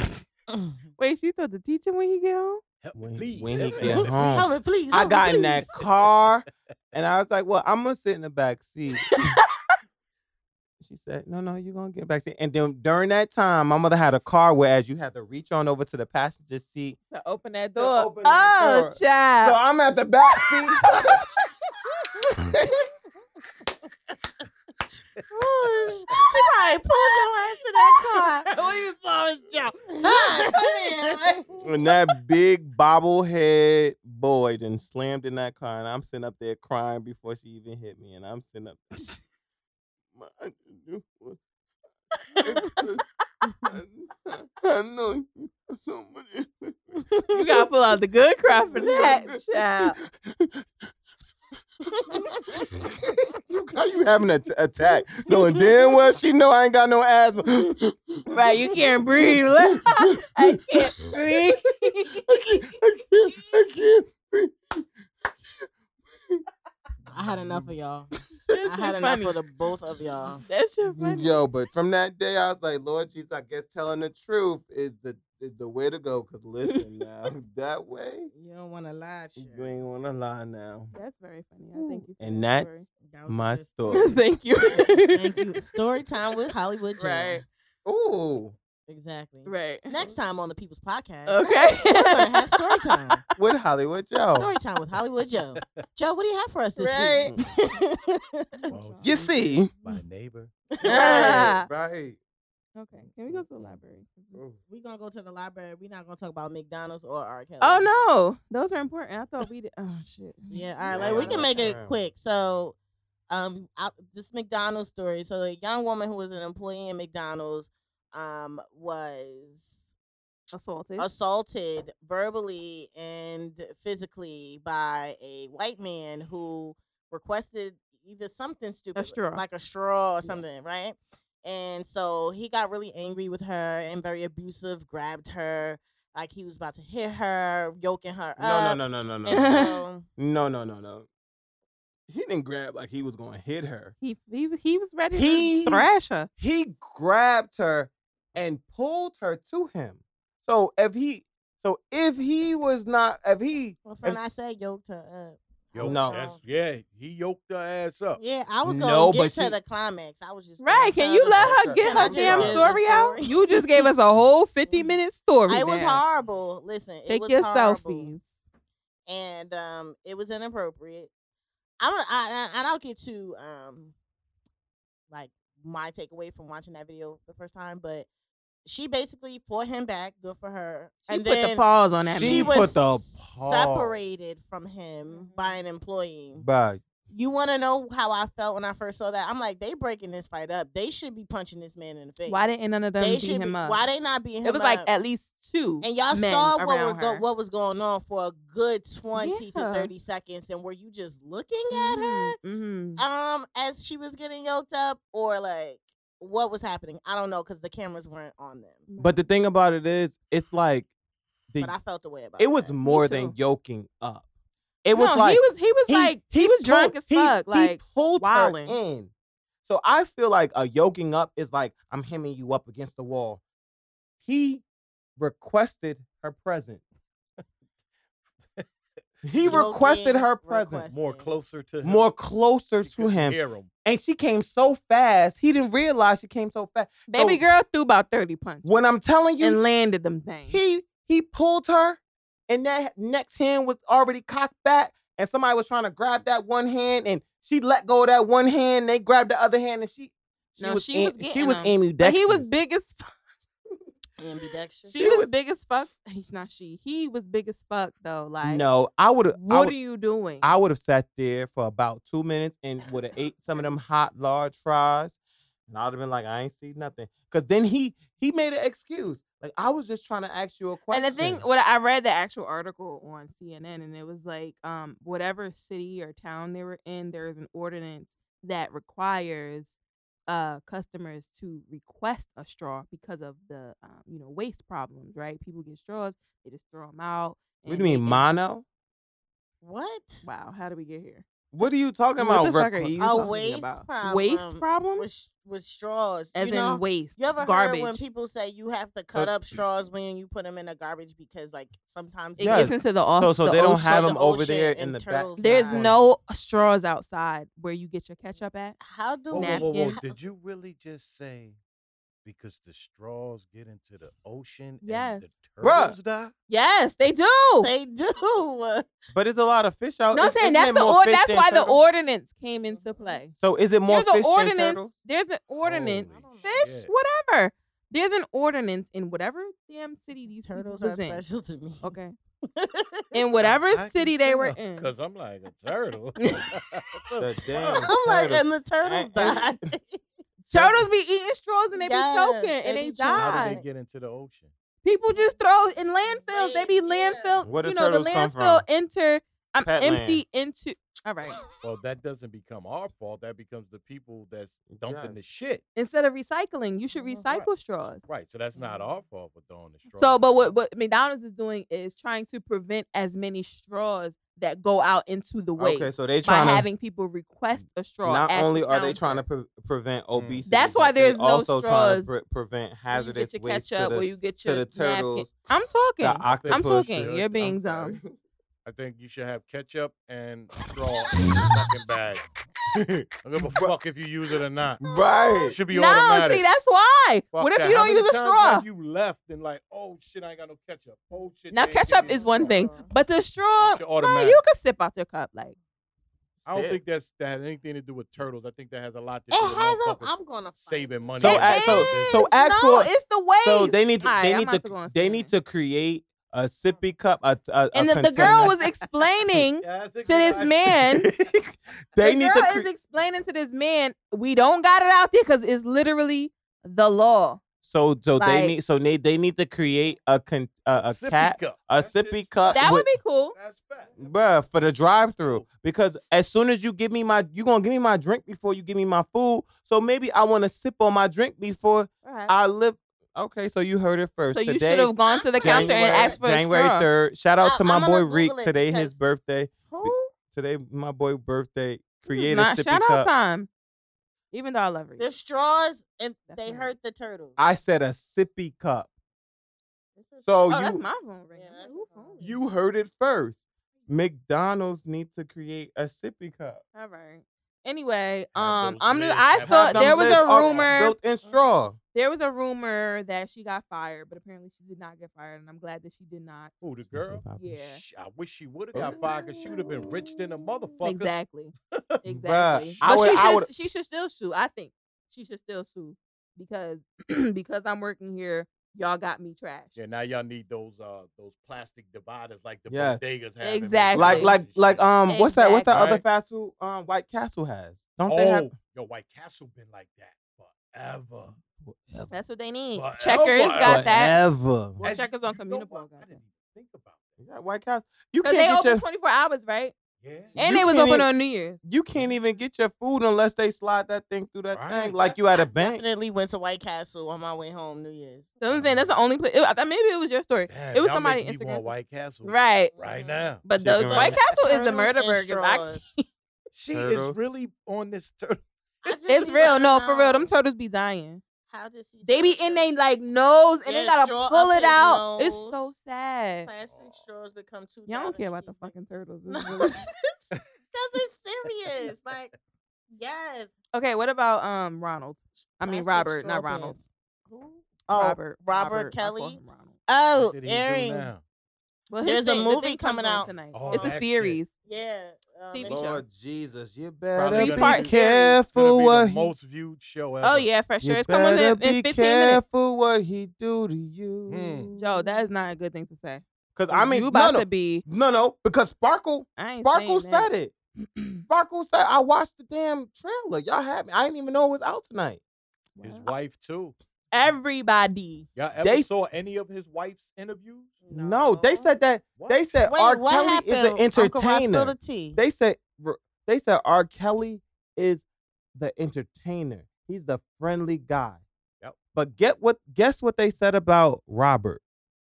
S1: I said,
S2: Wait, she thought the teacher when he get home?
S4: Help me,
S1: When-
S4: please.
S1: when he
S4: help me.
S1: get
S2: Mm.
S1: home.
S3: Help me, please.
S1: "Lord." I
S3: help me,
S1: got in
S3: please.
S1: that car, and I was like, well, I'm gonna sit in the back seat. She said, "No, no, you're gonna get back seat." And then during that time, my mother had a car where as you had to reach on over to the passenger seat
S2: To open that
S1: to
S2: door.
S1: open that
S2: oh,
S1: door. So
S2: child.
S1: I'm at the back seat.
S3: Ooh, sh- she probably pulled your ass in that car.
S4: What you saw is jump.
S1: and that big bobblehead boy then slammed in that car, and I'm sitting up there crying before she even hit me, and I'm sitting up. My- I knew- I know somebody.
S2: You gotta pull out the good cry for that, child.
S1: you, how you having an attack? Knowing damn well she know I ain't got no asthma.
S2: Right, you can't breathe. I can't breathe.
S1: I can't, I can't, I can't.
S3: I had enough of y'all.
S2: That's
S3: I
S2: shit
S3: had enough
S2: funny.
S3: of the both of y'all.
S2: That's your funny.
S1: Yo, but from that day, I was like, Lord Jesus, I guess telling the truth is the is the way to go. Cause listen now, that way
S3: You don't want to lie,
S1: you ain't wanna lie now.
S2: That's very funny. I thank you. for
S1: And
S2: that
S1: that's
S3: That was
S1: my
S3: just-
S1: story.
S2: story. thank you.
S3: Thank you. Story time with Hollywood Joy.
S2: Right.
S1: Ooh,
S3: Exactly.
S2: Right.
S3: Next time on the People's Podcast,
S2: Okay.
S3: we're gonna have story time.
S1: with Hollywood Joe.
S3: Story time with Hollywood Joe. Joe, what do you have for us this
S2: Right.
S3: week?
S4: Well,
S1: You see,
S4: My neighbor.
S1: right, right.
S2: Okay. Can we go to the library?
S1: Ooh.
S3: We're gonna go to the library. We're not gonna talk about McDonald's or R. Kelly.
S2: Oh no, those are important. I thought we did. Oh shit.
S3: Yeah, all right. Like we
S1: Yeah.
S3: can make it
S1: Yeah.
S3: quick. So, um, I, this McDonald's story. So, a young woman who was an employee in McDonald's, um, was
S2: Assaulted.
S1: Mm-hmm.
S3: assaulted verbally and physically by a white man who requested either something stupid, like-
S2: straw.
S3: like a straw or something, right? And so he got really angry with her and very abusive, grabbed her like he was about to hit her, yoking her
S1: No,
S3: up.
S1: no, no, no, no,
S3: And
S1: no,
S3: so,
S1: no, no, no, no. He didn't grab like he was gonna hit her.
S2: he he was- he was ready
S1: He-
S2: to thrash her.
S1: He grabbed her and pulled her to him. So if he, so if he was not, if he,
S3: well, friend, I said yoked her up. I
S4: Yo,
S3: was
S1: No.
S4: that's-
S3: gone.
S4: yeah, he yoked her ass
S2: Uh,
S4: up.
S3: Yeah, I was going
S1: No,
S3: to
S1: but
S3: get to
S1: she-
S3: the climax. I was just gonna
S2: Right? Can
S3: tell
S2: you
S3: the
S2: let
S1: her
S2: her
S1: get
S2: get
S1: her
S2: her
S1: Can I damn
S2: damn
S1: just get story
S2: story
S3: the out?
S2: out?
S3: story?
S2: You just gave us a whole fifty minute story.
S3: It was
S2: now.
S3: horrible. Listen, it
S2: Take
S3: was
S2: your
S3: horrible.
S2: selfies.
S3: and um, it was inappropriate. I'm gonna, I, I, and I'll get to um, like my takeaway from watching that video the first time, but she basically fought him back. Good for her.
S2: She
S3: and
S2: put
S3: then
S2: the pause on that.
S1: She
S3: she
S2: man.
S1: put
S3: was
S1: the paw.
S3: separated from him
S2: Mm-hmm.
S3: by an employee.
S1: but
S3: You want to know how I felt when I first saw that? I'm like, they breaking this fight up. They should be punching this man in the face.
S2: Why didn't none of them
S3: they
S2: beat
S3: should
S2: him
S3: be,
S2: up?
S3: Why they not beating him
S2: it was like
S3: up?
S2: at least two.
S3: And y'all
S2: men
S3: saw what were
S2: around
S3: go-
S2: her.
S3: what was going on for a good twenty
S2: Yeah.
S3: to thirty seconds, and were you just looking at
S2: Mhm, mhm.
S3: her um as she was getting yoked up, or like what was happening? I don't know because the cameras weren't on them,
S1: but the thing about it is, it's like the
S3: but I felt the way about
S1: it was
S3: that.
S1: more than
S2: too.
S1: yoking up. It was
S2: No,
S1: like
S2: he was he was like he, was drunk
S1: pulled-
S2: as
S1: he-
S2: fuck.
S1: he
S2: like
S1: pulled
S2: wildin'.
S1: her in. So I feel like a yoking up is like I'm hemming you up against the wall. He requested her present. he requested
S3: Yoking,
S1: her present
S3: request.
S4: More
S3: Yes.
S4: closer to him.
S1: more closer
S4: She
S1: to
S4: couldn't
S1: him,
S4: Hear him.
S1: and she came so fast. He didn't realize she came so fast.
S2: baby
S1: So
S2: girl threw about thirty punches
S1: When I'm telling you,
S2: and landed them things.
S1: he he pulled her and that next hand was already cocked back, and somebody was trying to grab that one hand, and she let go of that one hand. They grabbed the other hand, and she she
S5: No,
S1: was
S5: she was
S1: am- she
S5: getting
S1: was
S5: them.
S2: But
S1: ambidextrous.
S2: he was big as fuck.
S5: Ambidextrous.
S2: She
S1: She
S2: was,
S1: was-
S2: big as fuck. He's not she. He was big as fuck though. Like
S1: No, I would have.
S2: what are you doing?
S1: I would have sat there for about two minutes and would have ate some of them hot large fries, and I'd have been like, I ain't see nothing. Cause then he he made an excuse, like I was just trying to ask you a
S2: and
S1: question.
S2: the thing, what I read the actual article on CNN, and it was like, um, whatever city or town they were in, there is an ordinance that requires uh customers to request a straw because of the um, you know waste problems, right? People get straws, they just throw them out.
S1: what
S2: and
S1: do you mean
S2: they-
S1: mono?
S3: What?
S1: um,
S2: Wow, how did we get here?
S1: What are you talking
S2: what
S1: about? uh,
S2: the fuck are
S1: Rick?
S2: you
S3: A
S2: talking
S3: waste
S2: about?
S3: problem.
S2: Waste problem?
S3: With, sh- with straws.
S2: as
S3: you
S2: in
S3: know?
S2: waste,
S3: You ever
S2: garbage.
S3: heard when people say you have to cut
S1: Uh,
S3: up straws when you put them in the garbage because like sometimes
S2: it
S1: Yes.
S2: gets into the off.
S1: So so
S2: the
S1: they don't
S2: ocean.
S1: have
S3: the
S1: them over
S3: ocean
S1: there in
S3: and
S1: the back.
S3: turtles
S2: There's
S3: Right.
S2: no straws outside where you get your ketchup at.
S3: how do
S4: Whoa, whoa, whoa, whoa.
S2: napkin.
S4: Did you really just say because the straws get into the ocean
S2: Yes.
S4: and the
S1: Bruh.
S4: turtles die?
S2: Yes, they do.
S3: they do?
S1: But it's a lot of fish out.
S2: no, I'm
S1: is-
S2: saying
S1: isn't
S2: that's
S1: it
S2: the
S1: more
S2: or,
S1: fish
S2: that's
S1: than
S2: why the
S1: turtles?
S2: ordinance came into play.
S1: So is it more
S2: there's
S1: fish
S2: an
S1: than
S2: ordinance.
S1: turtles?
S2: There's an ordinance.
S4: Holy
S2: fish,
S4: shit.
S2: whatever. There's an ordinance in whatever damn city these people
S3: Turtles are
S2: was in.
S3: special to me.
S2: Okay, in whatever city they were in.
S4: Because I'm like a turtle.
S1: The damn
S3: I'm like,
S1: turtles.
S3: and the turtles
S1: I-
S3: died.
S2: Turtles be eating straws and they
S3: Yes,
S2: be choking
S3: they
S2: and they
S3: be choking.
S4: How
S2: die.
S4: did they get into the ocean?
S2: People just throw in landfills. They be
S3: Land, yeah.
S2: landfill.
S1: Where the
S2: you know, the
S1: turtles come
S2: landfill
S1: from?
S2: enter. I'm
S1: Pet land.
S2: empty into. All right.
S4: Well, that doesn't become our fault. That becomes the people that's dumping
S1: Yes.
S4: the shit.
S2: Instead of recycling, you should
S1: Mm-hmm.
S3: Mhm.
S2: recycle
S4: Right.
S2: straws.
S4: Right. So that's not our fault for throwing the straws.
S2: So, but what, what McDonald's is doing is trying to prevent as many straws that go out into the waste
S1: Okay, so they
S2: by
S1: trying to.
S2: having people request a straw.
S1: Not
S2: at the
S1: only are they
S2: counter.
S1: trying to pre- prevent
S4: Mm.
S1: obesity,
S2: That's why
S1: but they
S2: there's no
S1: also trying to
S2: straws
S1: pre- prevent
S2: Where you
S1: hazardous
S2: get your
S1: waste to
S2: ketchup,
S1: the,
S2: where you get
S1: to the
S2: your napkin.
S1: turtles,
S2: I'm
S1: the
S2: talking.
S1: octopus.
S2: talking,
S1: the-
S2: you're being
S4: I'm sorry. I think you should have ketchup and straw in the fucking bag. I don't give a fuck if you use it or not.
S1: Right.
S4: It should be
S2: No,
S4: automatic.
S2: see, that's why.
S4: Fuck
S2: what if
S4: that.
S2: you
S4: How
S2: don't
S4: many
S2: use a
S4: times
S2: straw?
S4: Have you left and like, oh shit, I ain't got no ketchup. Oh shit.
S2: Now,
S4: they ain't give
S2: ketchup
S4: me no
S2: is one
S4: straw."
S2: thing, but the straw,
S4: It's
S2: bro,
S4: automatic.
S2: you can sip out the cup. Like,
S4: I don't
S1: Shit.
S4: think that's that has anything to do with turtles. I think that has a lot to do
S3: It
S4: with
S3: has a.
S4: motherfuckers
S3: I'm gonna.
S4: saving
S3: fight.
S4: money.
S1: So
S2: It
S1: ask- so-
S2: is.
S1: so ask
S2: no,
S1: for-
S2: it's the waste.
S1: So they need to
S2: Alright,
S1: they
S2: I'm
S1: need
S2: about
S1: to,
S2: to go on
S1: they need to uh,
S2: CNN.
S1: create a sippy cup. A, a, a
S2: and the, the girl was explaining to
S4: Yeah, I think
S2: this
S4: that's-
S2: man.
S1: container. they
S2: the
S1: need
S2: girl
S1: to
S2: is
S1: cre-
S2: explaining to this man, we don't got it out there because it's literally the law.
S1: so so
S2: like-
S1: they need so they, they need to create a con, a, a
S4: Sippy
S1: cat
S4: cup.
S1: a
S4: That shit's
S1: sippy cup.
S4: fact.
S2: That would
S1: with-
S2: be cool.
S4: That's fact.
S1: Bruh, for the drive
S4: Oh.
S1: through because as soon as you give me my you gonna give me my drink before you give me my food so maybe i want to sip on my drink before
S2: Alright.
S1: i live okay so you heard it first
S2: So you
S1: today
S2: should have gone to the counter
S1: january,
S2: and asked for
S1: january
S2: a straw.
S1: 3rd shout out
S3: I-
S1: to my
S3: I'm gonna
S1: boy
S3: Google
S1: reek
S3: it
S1: today his
S3: because-
S1: birthday
S3: Who?
S1: today my boy birthday
S2: This is
S1: create a
S2: not-
S1: sippy
S2: shout out
S1: cup
S2: time. Even though I love her.
S3: The straws and
S2: That's
S3: they
S2: not-
S3: hurt the turtles.
S1: i said a sippy cup
S3: This is-
S1: so
S2: oh, that's
S1: you
S2: my phone ringing.
S3: Yeah,
S2: I'm like,
S3: that's
S2: who
S3: your phone.
S2: phone is
S1: you heard it first mcdonald's need to create a sippy cup
S2: it? All right. Anyway,
S4: Have
S2: um,
S4: those
S2: I'm
S4: lids,
S2: just, I
S4: have
S2: thought
S4: them
S2: there was
S4: lids
S2: a
S4: up,
S2: rumor.
S1: built in straw
S2: There was a rumor that she got fired, but apparently she did not get fired, and I'm glad that she did not.
S4: Who the girl?
S2: Yeah,
S4: Sh- I wish she would have got fired because she would have been rich than a motherfucker.
S2: exactly, exactly.
S1: I
S2: but
S1: would-
S2: she
S1: I
S2: should,
S1: would-
S2: she should still sue. I think she should still sue because because I'm working here. Y'all got me trash.
S4: Yeah, now y'all need those uh those plastic dividers like the
S1: Yes.
S4: bodegas have. in Maine.
S2: Exactly.
S1: like like like um what's that what's that
S4: Exactly.
S1: other fast food um White Castle has? Don't
S4: oh,
S1: they have
S4: yo, White Castle been like that forever.
S2: That's what they need.
S4: Forever.
S2: Checkers Oh. got that.
S1: Forever.
S2: Well,
S4: As-
S2: checkers on
S4: you know
S2: Communal
S4: what?
S2: Ball
S4: I
S2: got
S4: didn't even think about that.
S1: Yeah, White Castle. You
S2: Because
S1: can't
S2: they
S1: get
S2: open
S1: your
S2: 24 hours, right?
S4: Yeah.
S2: And
S1: You
S2: they was
S1: can't even-
S2: open on New Year's.
S1: you can't even get your food unless they slide that thing through that
S4: Right.
S1: thing like you at
S3: I
S1: a bank.
S3: Definitely went to White Castle on my way home New Year's.
S2: That's what I'm saying. That's the only place. It, I thought maybe it was your story.
S4: Damn,
S2: it was
S4: y'all
S2: somebody
S4: make me
S2: Instagram.
S4: want White Castle
S2: Right.
S4: right
S3: Mhm.
S4: now.
S2: But the
S1: Chicken
S2: White
S1: wrap.
S2: Castle is the
S3: Turtles
S2: murder
S3: and
S2: burger. I
S3: straws.
S2: can't-
S4: She
S1: Turtle.
S4: is really on this turtle.
S3: I just
S2: It's
S3: be
S2: real.
S3: like,
S2: No, for real. Them
S3: how-
S2: turtles be dying.
S3: How does he
S2: They be
S3: turtle?
S2: in they like nose and they
S3: Yeah,
S2: gotta
S3: straw
S2: pull
S3: up
S2: it
S3: his
S2: out. It's
S3: nose.
S2: so sad.
S3: plastic straws become too.
S2: Y'all don't
S3: loud
S2: care
S3: and
S2: about the
S3: keep-
S2: fucking turtles.
S3: No,
S2: It's really-
S3: because it's serious. Like, yes.
S2: okay, what about um Ronald? I mean
S3: plastic
S2: Robert, not
S3: straw
S2: Ronald.
S3: bins. Who? Oh,
S2: Robert.
S3: Robert
S2: I call
S3: Kelly?
S2: him Ronald.
S3: Oh,
S4: What did he do
S3: earring.
S4: now?
S2: Well, his
S3: There's a
S2: thing- the
S3: movie
S2: thing comes
S3: coming
S2: on
S3: out.
S2: tonight.
S4: Oh,
S2: it's
S4: that
S2: a
S4: shit.
S2: series.
S3: Yeah.
S5: oh,
S3: um,
S2: TV
S3: it's-
S2: show.
S6: Lord Jesus, you
S4: Probably
S6: better
S4: gonna
S6: be
S2: be- Part series.
S6: careful
S4: gonna
S6: what
S4: be the
S6: he.
S4: most viewed show ever.
S2: Oh yeah, for sure.
S6: You
S2: It's coming
S6: better
S2: in,
S6: be
S2: in 15 minutes.
S6: careful what he do to you.
S4: Mm.
S2: Joe, that is not a good thing to say.
S1: Because I mean,
S2: you
S1: no,
S2: about
S1: no,
S2: to be.
S1: no, no, because Sparkle,
S2: I ain't
S1: Sparkle
S2: saying that.
S1: said it. Sparkle said, I watched the damn trailer. Y'all had me. I didn't even know it was out tonight.
S4: His wife too.
S2: Everybody.
S4: Y'all ever
S1: They-
S4: saw any of his wife's interviews?
S1: No, they said that.
S4: What?
S1: They said
S3: Wait,
S1: R.
S3: what
S1: Kelly
S3: happened?
S1: is an
S3: Uncle Ross spilled
S1: entertainer.
S3: the tea.
S1: They said r- they said R. Kelly is the entertainer. He's the friendly guy.
S4: Yep.
S1: But get what guess what they said about Robert?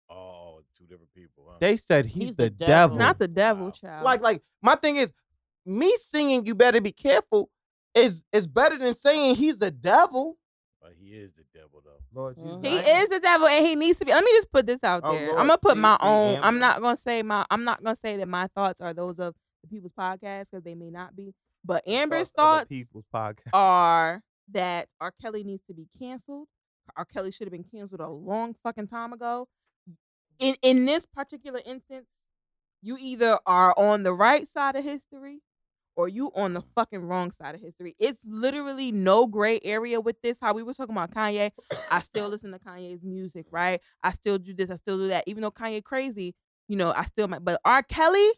S4: Oh, two different people. Huh?
S1: They said he's, the, devil.
S3: devil.
S2: Not the devil,
S4: Wow.
S2: child.
S1: like like my thing is me singing you better be careful is is better than saying he's the devil.
S4: but he is the devil though.
S1: Lord
S3: Jesus,
S2: he
S3: I ain't-
S2: is the devil and he needs to be. Let me just put this out
S1: Oh,
S2: there.
S1: Lord,
S2: I'm gonna put my
S1: please, he
S2: own.
S1: am.
S2: I'm not gonna say my. I'm not gonna say that my thoughts are those of the people's podcast because they may not be. But Amber's thoughts
S1: people's podcast.
S2: are that R. Kelly needs to be canceled. R. Kelly should have been canceled a long fucking time ago. In in this particular instance, you either are on the right side of history or you on the fucking wrong side of history. It's literally no gray area with this. How we were talking about Kanye, I still listen to Kanye's music, right? I still do this, I still do that. Even though Kanye crazy, you know, I still might. But R. Kelly,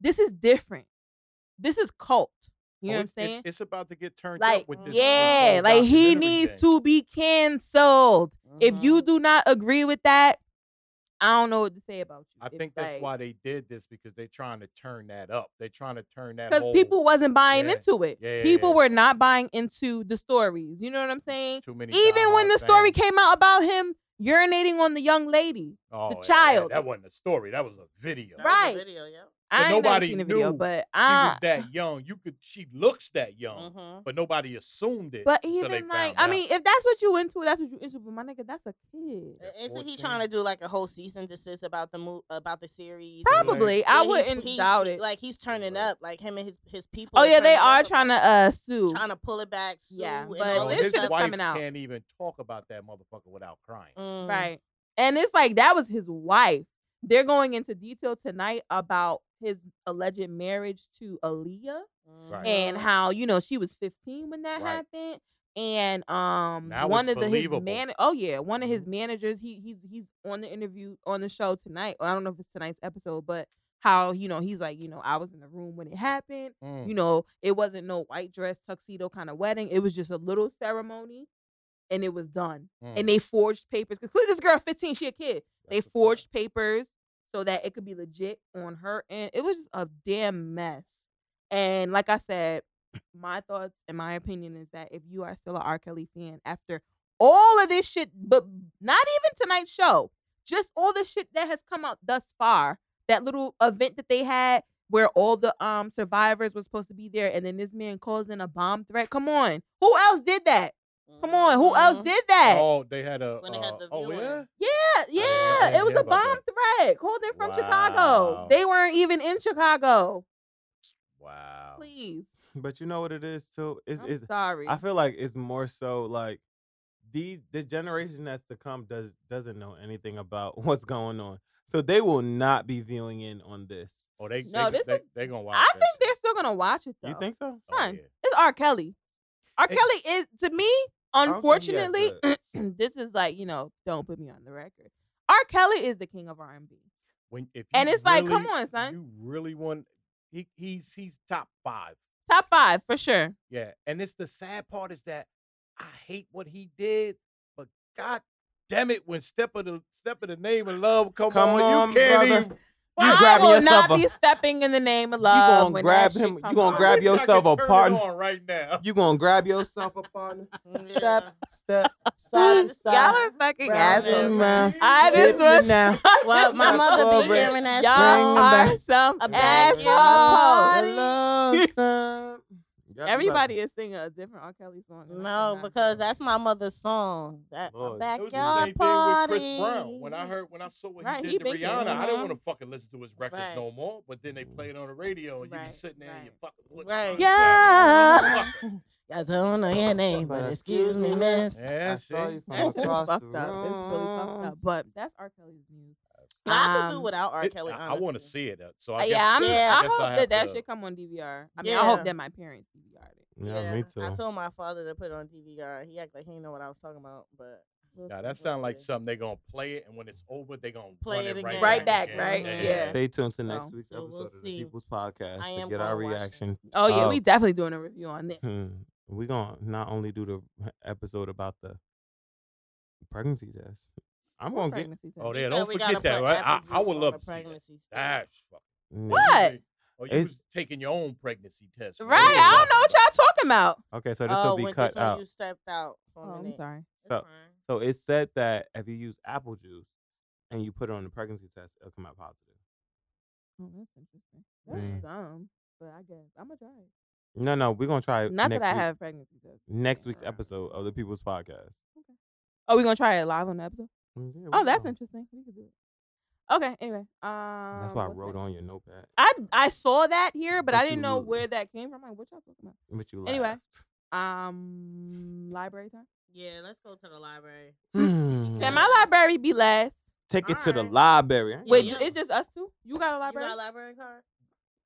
S2: this is different. This is cult. You know what
S4: Oh,
S2: I'm
S4: it's-
S2: saying?
S4: It's, it's about to get turned
S2: like
S4: up with this. this
S2: yeah
S4: whole
S2: like he
S4: documentary
S2: needs
S4: thing.
S2: to be canceled if you
S4: Mm-hmm.
S2: do not agree with that i don't know what to say about you
S4: I
S2: It's
S4: think that's
S2: like-
S4: why they did this because they're trying to turn that up. They're trying to turn that
S2: because
S4: whole-
S2: people wasn't buying
S4: Yeah,
S2: into it
S4: yeah, yeah,
S2: people
S4: yeah.
S2: were not buying into the stories you know what i'm saying
S4: too many.
S2: even when
S4: diehard
S2: the story
S4: fans.
S2: came out about him urinating on the young lady
S4: oh, yeah, yeah,
S2: child.
S4: that wasn't a story. That was a
S5: Mm-hmm.
S4: video.
S2: Right. Uh.
S5: Video, yeah.
S2: i ain't never
S4: nobody
S2: seen the video
S4: knew
S2: but
S4: She
S2: i
S4: was that young. You could. She looks that
S1: Oh,
S4: young,
S5: Mm-hmm.
S4: but nobody assumed it.
S2: but
S4: till they
S2: even like
S4: found
S2: i
S4: out.
S2: mean if that's what you into that's what you into but my nigga that's a kid
S4: Yeah,
S5: Isn't he
S4: 14.
S5: trying to do like a whole cease and desist about the mo- about the series? and-
S2: probably i
S5: Yeah, he's-
S2: wouldn't
S5: he's-
S2: doubt it
S5: Like he's turning
S4: Right.
S5: up, like him and his his people.
S2: oh yeah they are trying
S5: turning
S2: to
S5: up,
S2: uh sue
S5: like, trying to pull it back. sue
S2: Yeah,
S5: and
S2: but
S5: all
S4: Bro,
S5: of
S2: this
S4: his
S2: shit is
S4: wife
S2: coming out.
S4: Can't even talk about that motherfucker without crying.
S5: Mm.
S2: Right. And it's like that was his wife. They're going into detail tonight about his alleged marriage to Aaliyah
S4: Right.
S2: and how, you know, she was 15 when that
S4: Uh-huh. Right.
S2: happened. And um
S4: Now
S2: one
S4: it's
S2: of the his
S4: believable. Mm-hmm.
S2: man oh yeah, one of his managers, he he's he's on the interview on the show tonight. I don't know if it's tonight's episode, but how, you know, he's like, you know, I was in the room when it happened.
S4: Mm.
S2: You know, it wasn't no white dress tuxedo kind of wedding. It was just a little ceremony and it was done
S4: Mm.
S2: and they forged papers. Cause clearly this girl, fifteen, she a kid. They
S4: That's a fact.
S2: forged papers so that it could be legit on her end. It was just a damn mess. And like I said, my thoughts and my opinion is that if you are still a R. Kelly fan after all of this shit, but not even tonight's show, just all the shit that has come out thus far, that little event that they had where all the um survivors were supposed to be there, and then this man calls in a bomb threat. Come on, who else did that? Come on, who else
S5: Mhm.
S2: did that?
S4: Oh, they had a.
S5: When they had
S4: uh,
S5: the
S4: oh
S5: viewing.
S4: yeah.
S2: Yeah,
S4: didn't- I
S2: yeah.
S4: didn't
S2: It was
S4: hear
S2: a
S4: about
S2: bomb threat. Called in from Chicago.
S4: Wow.
S2: They weren't even in Chicago.
S4: Wow.
S2: Please.
S1: But you know what it is too? It's,
S2: I'm
S1: it's
S2: sorry.
S1: I feel like it's more so like these the generation that's to come does doesn't know anything about what's going on. So they will not be viewing in on this.
S4: Oh, they.
S2: No,
S4: they,
S2: this
S4: they,
S2: is-
S4: they gonna watch.
S2: I
S4: that
S2: think
S4: shit.
S2: they're still gonna watch it though.
S1: You think so?
S4: Oh,
S2: Son,
S4: yeah.
S2: it's R. Kelly. R.
S4: It-
S2: Kelly is to me,
S1: yeah,
S2: unfortunately, this is like, you know, don't put me on the record. R. Kelly is the king of R and B.
S4: When if
S2: And
S4: you
S2: it's like, come
S4: really-
S2: on, son.
S4: You really want? He he's he's top five.
S2: Top five for sure.
S4: Yeah, and it's the sad part is that I hate what he did, but God damn it, when step of the step of the name of love come,
S1: Come
S4: on,
S1: on,
S4: you can't
S1: brother.
S4: even.
S1: You
S2: I
S1: grabbing
S2: will
S1: yourself
S2: not
S1: a-
S2: be stepping in the name of
S1: You
S2: love.
S1: gonna
S2: when
S1: grab
S2: that shit
S1: him- you
S2: come
S1: gonna
S2: out.
S1: grab
S4: I wish I
S1: yourself
S4: could
S1: a
S4: turn it
S1: partner.
S4: on right now.
S1: You gonna grab yourself a partner?
S5: Yeah.
S1: Step, step, side, to
S2: Y'all
S1: side.
S2: are fucking
S1: round
S5: and
S2: assholes.
S1: round.
S2: I
S1: Dip
S2: just
S1: me
S2: was
S1: now.
S5: Well, my
S1: Not
S5: mother be
S1: over it.
S5: hearing that
S2: Y'all
S1: Bring
S5: song.
S1: back
S2: are some
S5: a bad
S1: Back to
S2: assholes.
S1: love some. Yep, you about
S2: Everybody
S1: to-
S2: is singing a different R. Kelly song. and I
S5: No,
S2: cannot
S5: because
S2: do it.
S5: that's my mother's song. That a
S1: Lord.
S4: It was
S5: backyard
S4: the
S5: party.
S4: same thing with Chris Brown. When I heard, when I saw what
S2: Right,
S4: he
S2: he
S4: did to
S2: big game.
S4: Rihanna, I didn't
S5: Mhm.
S4: want to fucking listen to his records
S5: Right.
S4: no more. But then they played on the radio, and you
S2: Right,
S4: be sitting there, and you
S2: right.
S4: fucking looking
S5: Right.
S4: like,
S2: Yeah.
S4: motherfucker.
S5: I don't know your name, but excuse me, miss.
S4: Yeah,
S1: I saw
S4: see?
S1: you from
S2: That shit's
S1: across
S2: fucked
S1: the
S2: up. It's really fucked
S1: room.
S2: up. But that's R. Kelly's news.
S3: No, I could do
S2: Um,
S3: without R.
S4: It-
S3: Kelly.
S4: I, want to
S3: honestly.
S4: see it. uh, So
S2: Uh,
S4: I guess,
S2: yeah, I'm,
S3: yeah,
S4: I
S2: I,
S4: guess I
S2: hope
S4: have
S2: that that
S4: to-
S2: shit come on DVR. I mean, I hope
S3: Yeah.
S2: that my parents DVR'd it.
S1: Yeah, me too.
S3: I told my father to put it on DVR. He act like he didn't know what I was talking about, but we'll
S4: Nah,
S3: see,
S4: that
S3: we'll
S4: sounds like
S3: see.
S4: something they're gonna play it, and when it's over, they're gonna
S3: Play
S4: run
S3: it
S4: it, right,
S3: again.
S2: Right back,
S4: again.
S2: right?
S4: Yeah.
S2: Yeah.
S1: Stay tuned to next
S2: So-
S1: week's
S3: so
S1: episode
S3: we'll
S1: of the
S3: see.
S1: People's Podcast
S3: I
S1: to
S3: am
S1: get our
S3: gonna watch it.
S1: reaction.
S2: Oh yeah,
S1: Oh.
S2: we definitely doing a review on that.
S1: Hmm. We're gonna not only do the episode about the pregnancy test. I'm gonna get
S2: Pregnancy test.
S4: Oh, yeah,
S3: Said
S4: don't
S3: we
S4: forget
S3: gotta
S4: that.
S3: put
S4: Right? I,
S3: apple
S4: I
S3: juice
S4: would
S3: on
S4: love
S3: the
S4: to see that.
S3: pregnancy stuff.
S4: That's fucking.
S1: yeah.
S2: What?
S4: Oh, you
S1: It's-
S4: was taking your own pregnancy test.
S2: Right?
S1: Right.
S2: I don't know what y'all talking about.
S1: Okay, so this will
S3: oh,
S1: be
S3: when-
S1: cut
S3: this when
S1: out.
S3: You stepped out. For
S2: Oh,
S3: a
S2: I'm
S3: minute.
S2: sorry.
S3: That's
S1: So-
S3: fine.
S1: So it said that if you use apple juice and you put it on the pregnancy test, it'll come out positive.
S2: Oh, that's interesting.
S1: Mm.
S2: That's dumb, but I guess I'm gonna try it.
S1: No, no, we're gonna try it
S2: Not
S1: next
S2: that I
S1: week-
S2: have pregnancy test.
S1: next week's episode of the People's Podcast.
S2: Oh, we gonna try it live on the episode.
S1: Mm, yeah,
S2: Oh,
S1: we
S2: that's
S1: will.
S2: interesting. We can do it. Okay. Anyway, um,
S1: That's why I
S2: what's
S1: wrote
S2: next?
S1: on your notepad.
S2: I I saw that here, but I
S1: But
S2: didn't
S1: you
S2: know
S1: wrote-
S2: where that came from. Like, what y'all talking about?
S1: But you
S2: Anyway.
S1: laughed.
S2: Um, library time.
S3: Yeah, let's go to the library.
S1: Hmm.
S2: Can my library be last?
S1: Take it to the
S3: Alright.
S1: library. I ain't
S2: Wait,
S1: got
S3: Yeah.
S1: no-
S2: it's just us two. You got a
S3: You
S2: library?
S3: got a library card?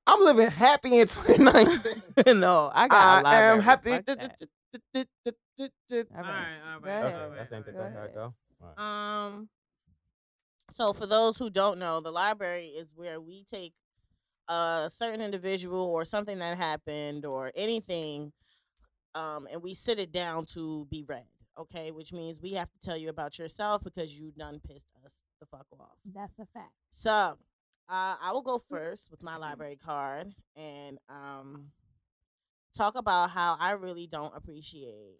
S7: I'm living happy in 2019.
S2: no, I got.
S7: I
S2: a library.
S7: am happy.
S2: Fuck
S7: D-
S2: that.
S7: d- d- d- d- d- d-
S2: All
S3: All
S2: right. Go
S3: right, all right,
S2: ahead.
S3: all
S1: Okay,
S3: right,
S1: that's
S3: all
S1: ain't
S3: right.
S1: the
S2: Go
S1: thing. How it
S2: ahead.
S1: go? Alright.
S3: Um, so for those who don't know, the library is where we take a certain individual or something that happened or anything, um, and we sit it down to be read. Okay, which means we have to tell you about yourself because you done pissed us the fuck off.
S2: That's a fact.
S3: So uh, I will go
S2: Mm-hmm.
S3: first with my library card and um, talk about how I really don't appreciate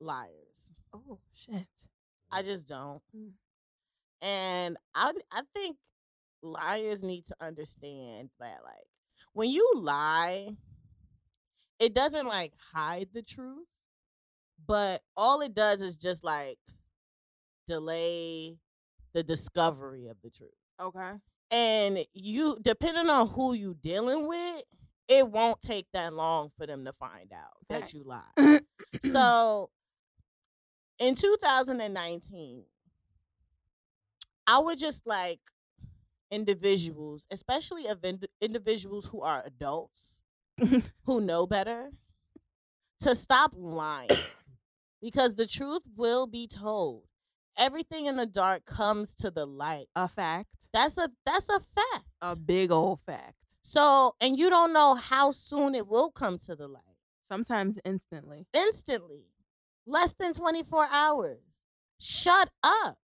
S3: liars.
S2: Oh shit.
S3: I just don't.
S2: Mm.
S3: And I I think liars need to understand that like when you lie, it doesn't like hide the truth, but all it does is just like delay the discovery of the truth.
S2: Okay.
S3: And you depending on who you dealing with, it won't take that long for them to find out that you lied so in 2019 i would just like individuals especially of ind- individuals who are adults who know better to stop lying because the truth will be told everything in the dark comes to the light
S2: a fact.
S3: that's a that's a fact
S2: A big old fact.
S3: so and you don't know how soon it will come to the light
S2: Sometimes instantly.
S3: instantly. Less than 24 hours. Shut up.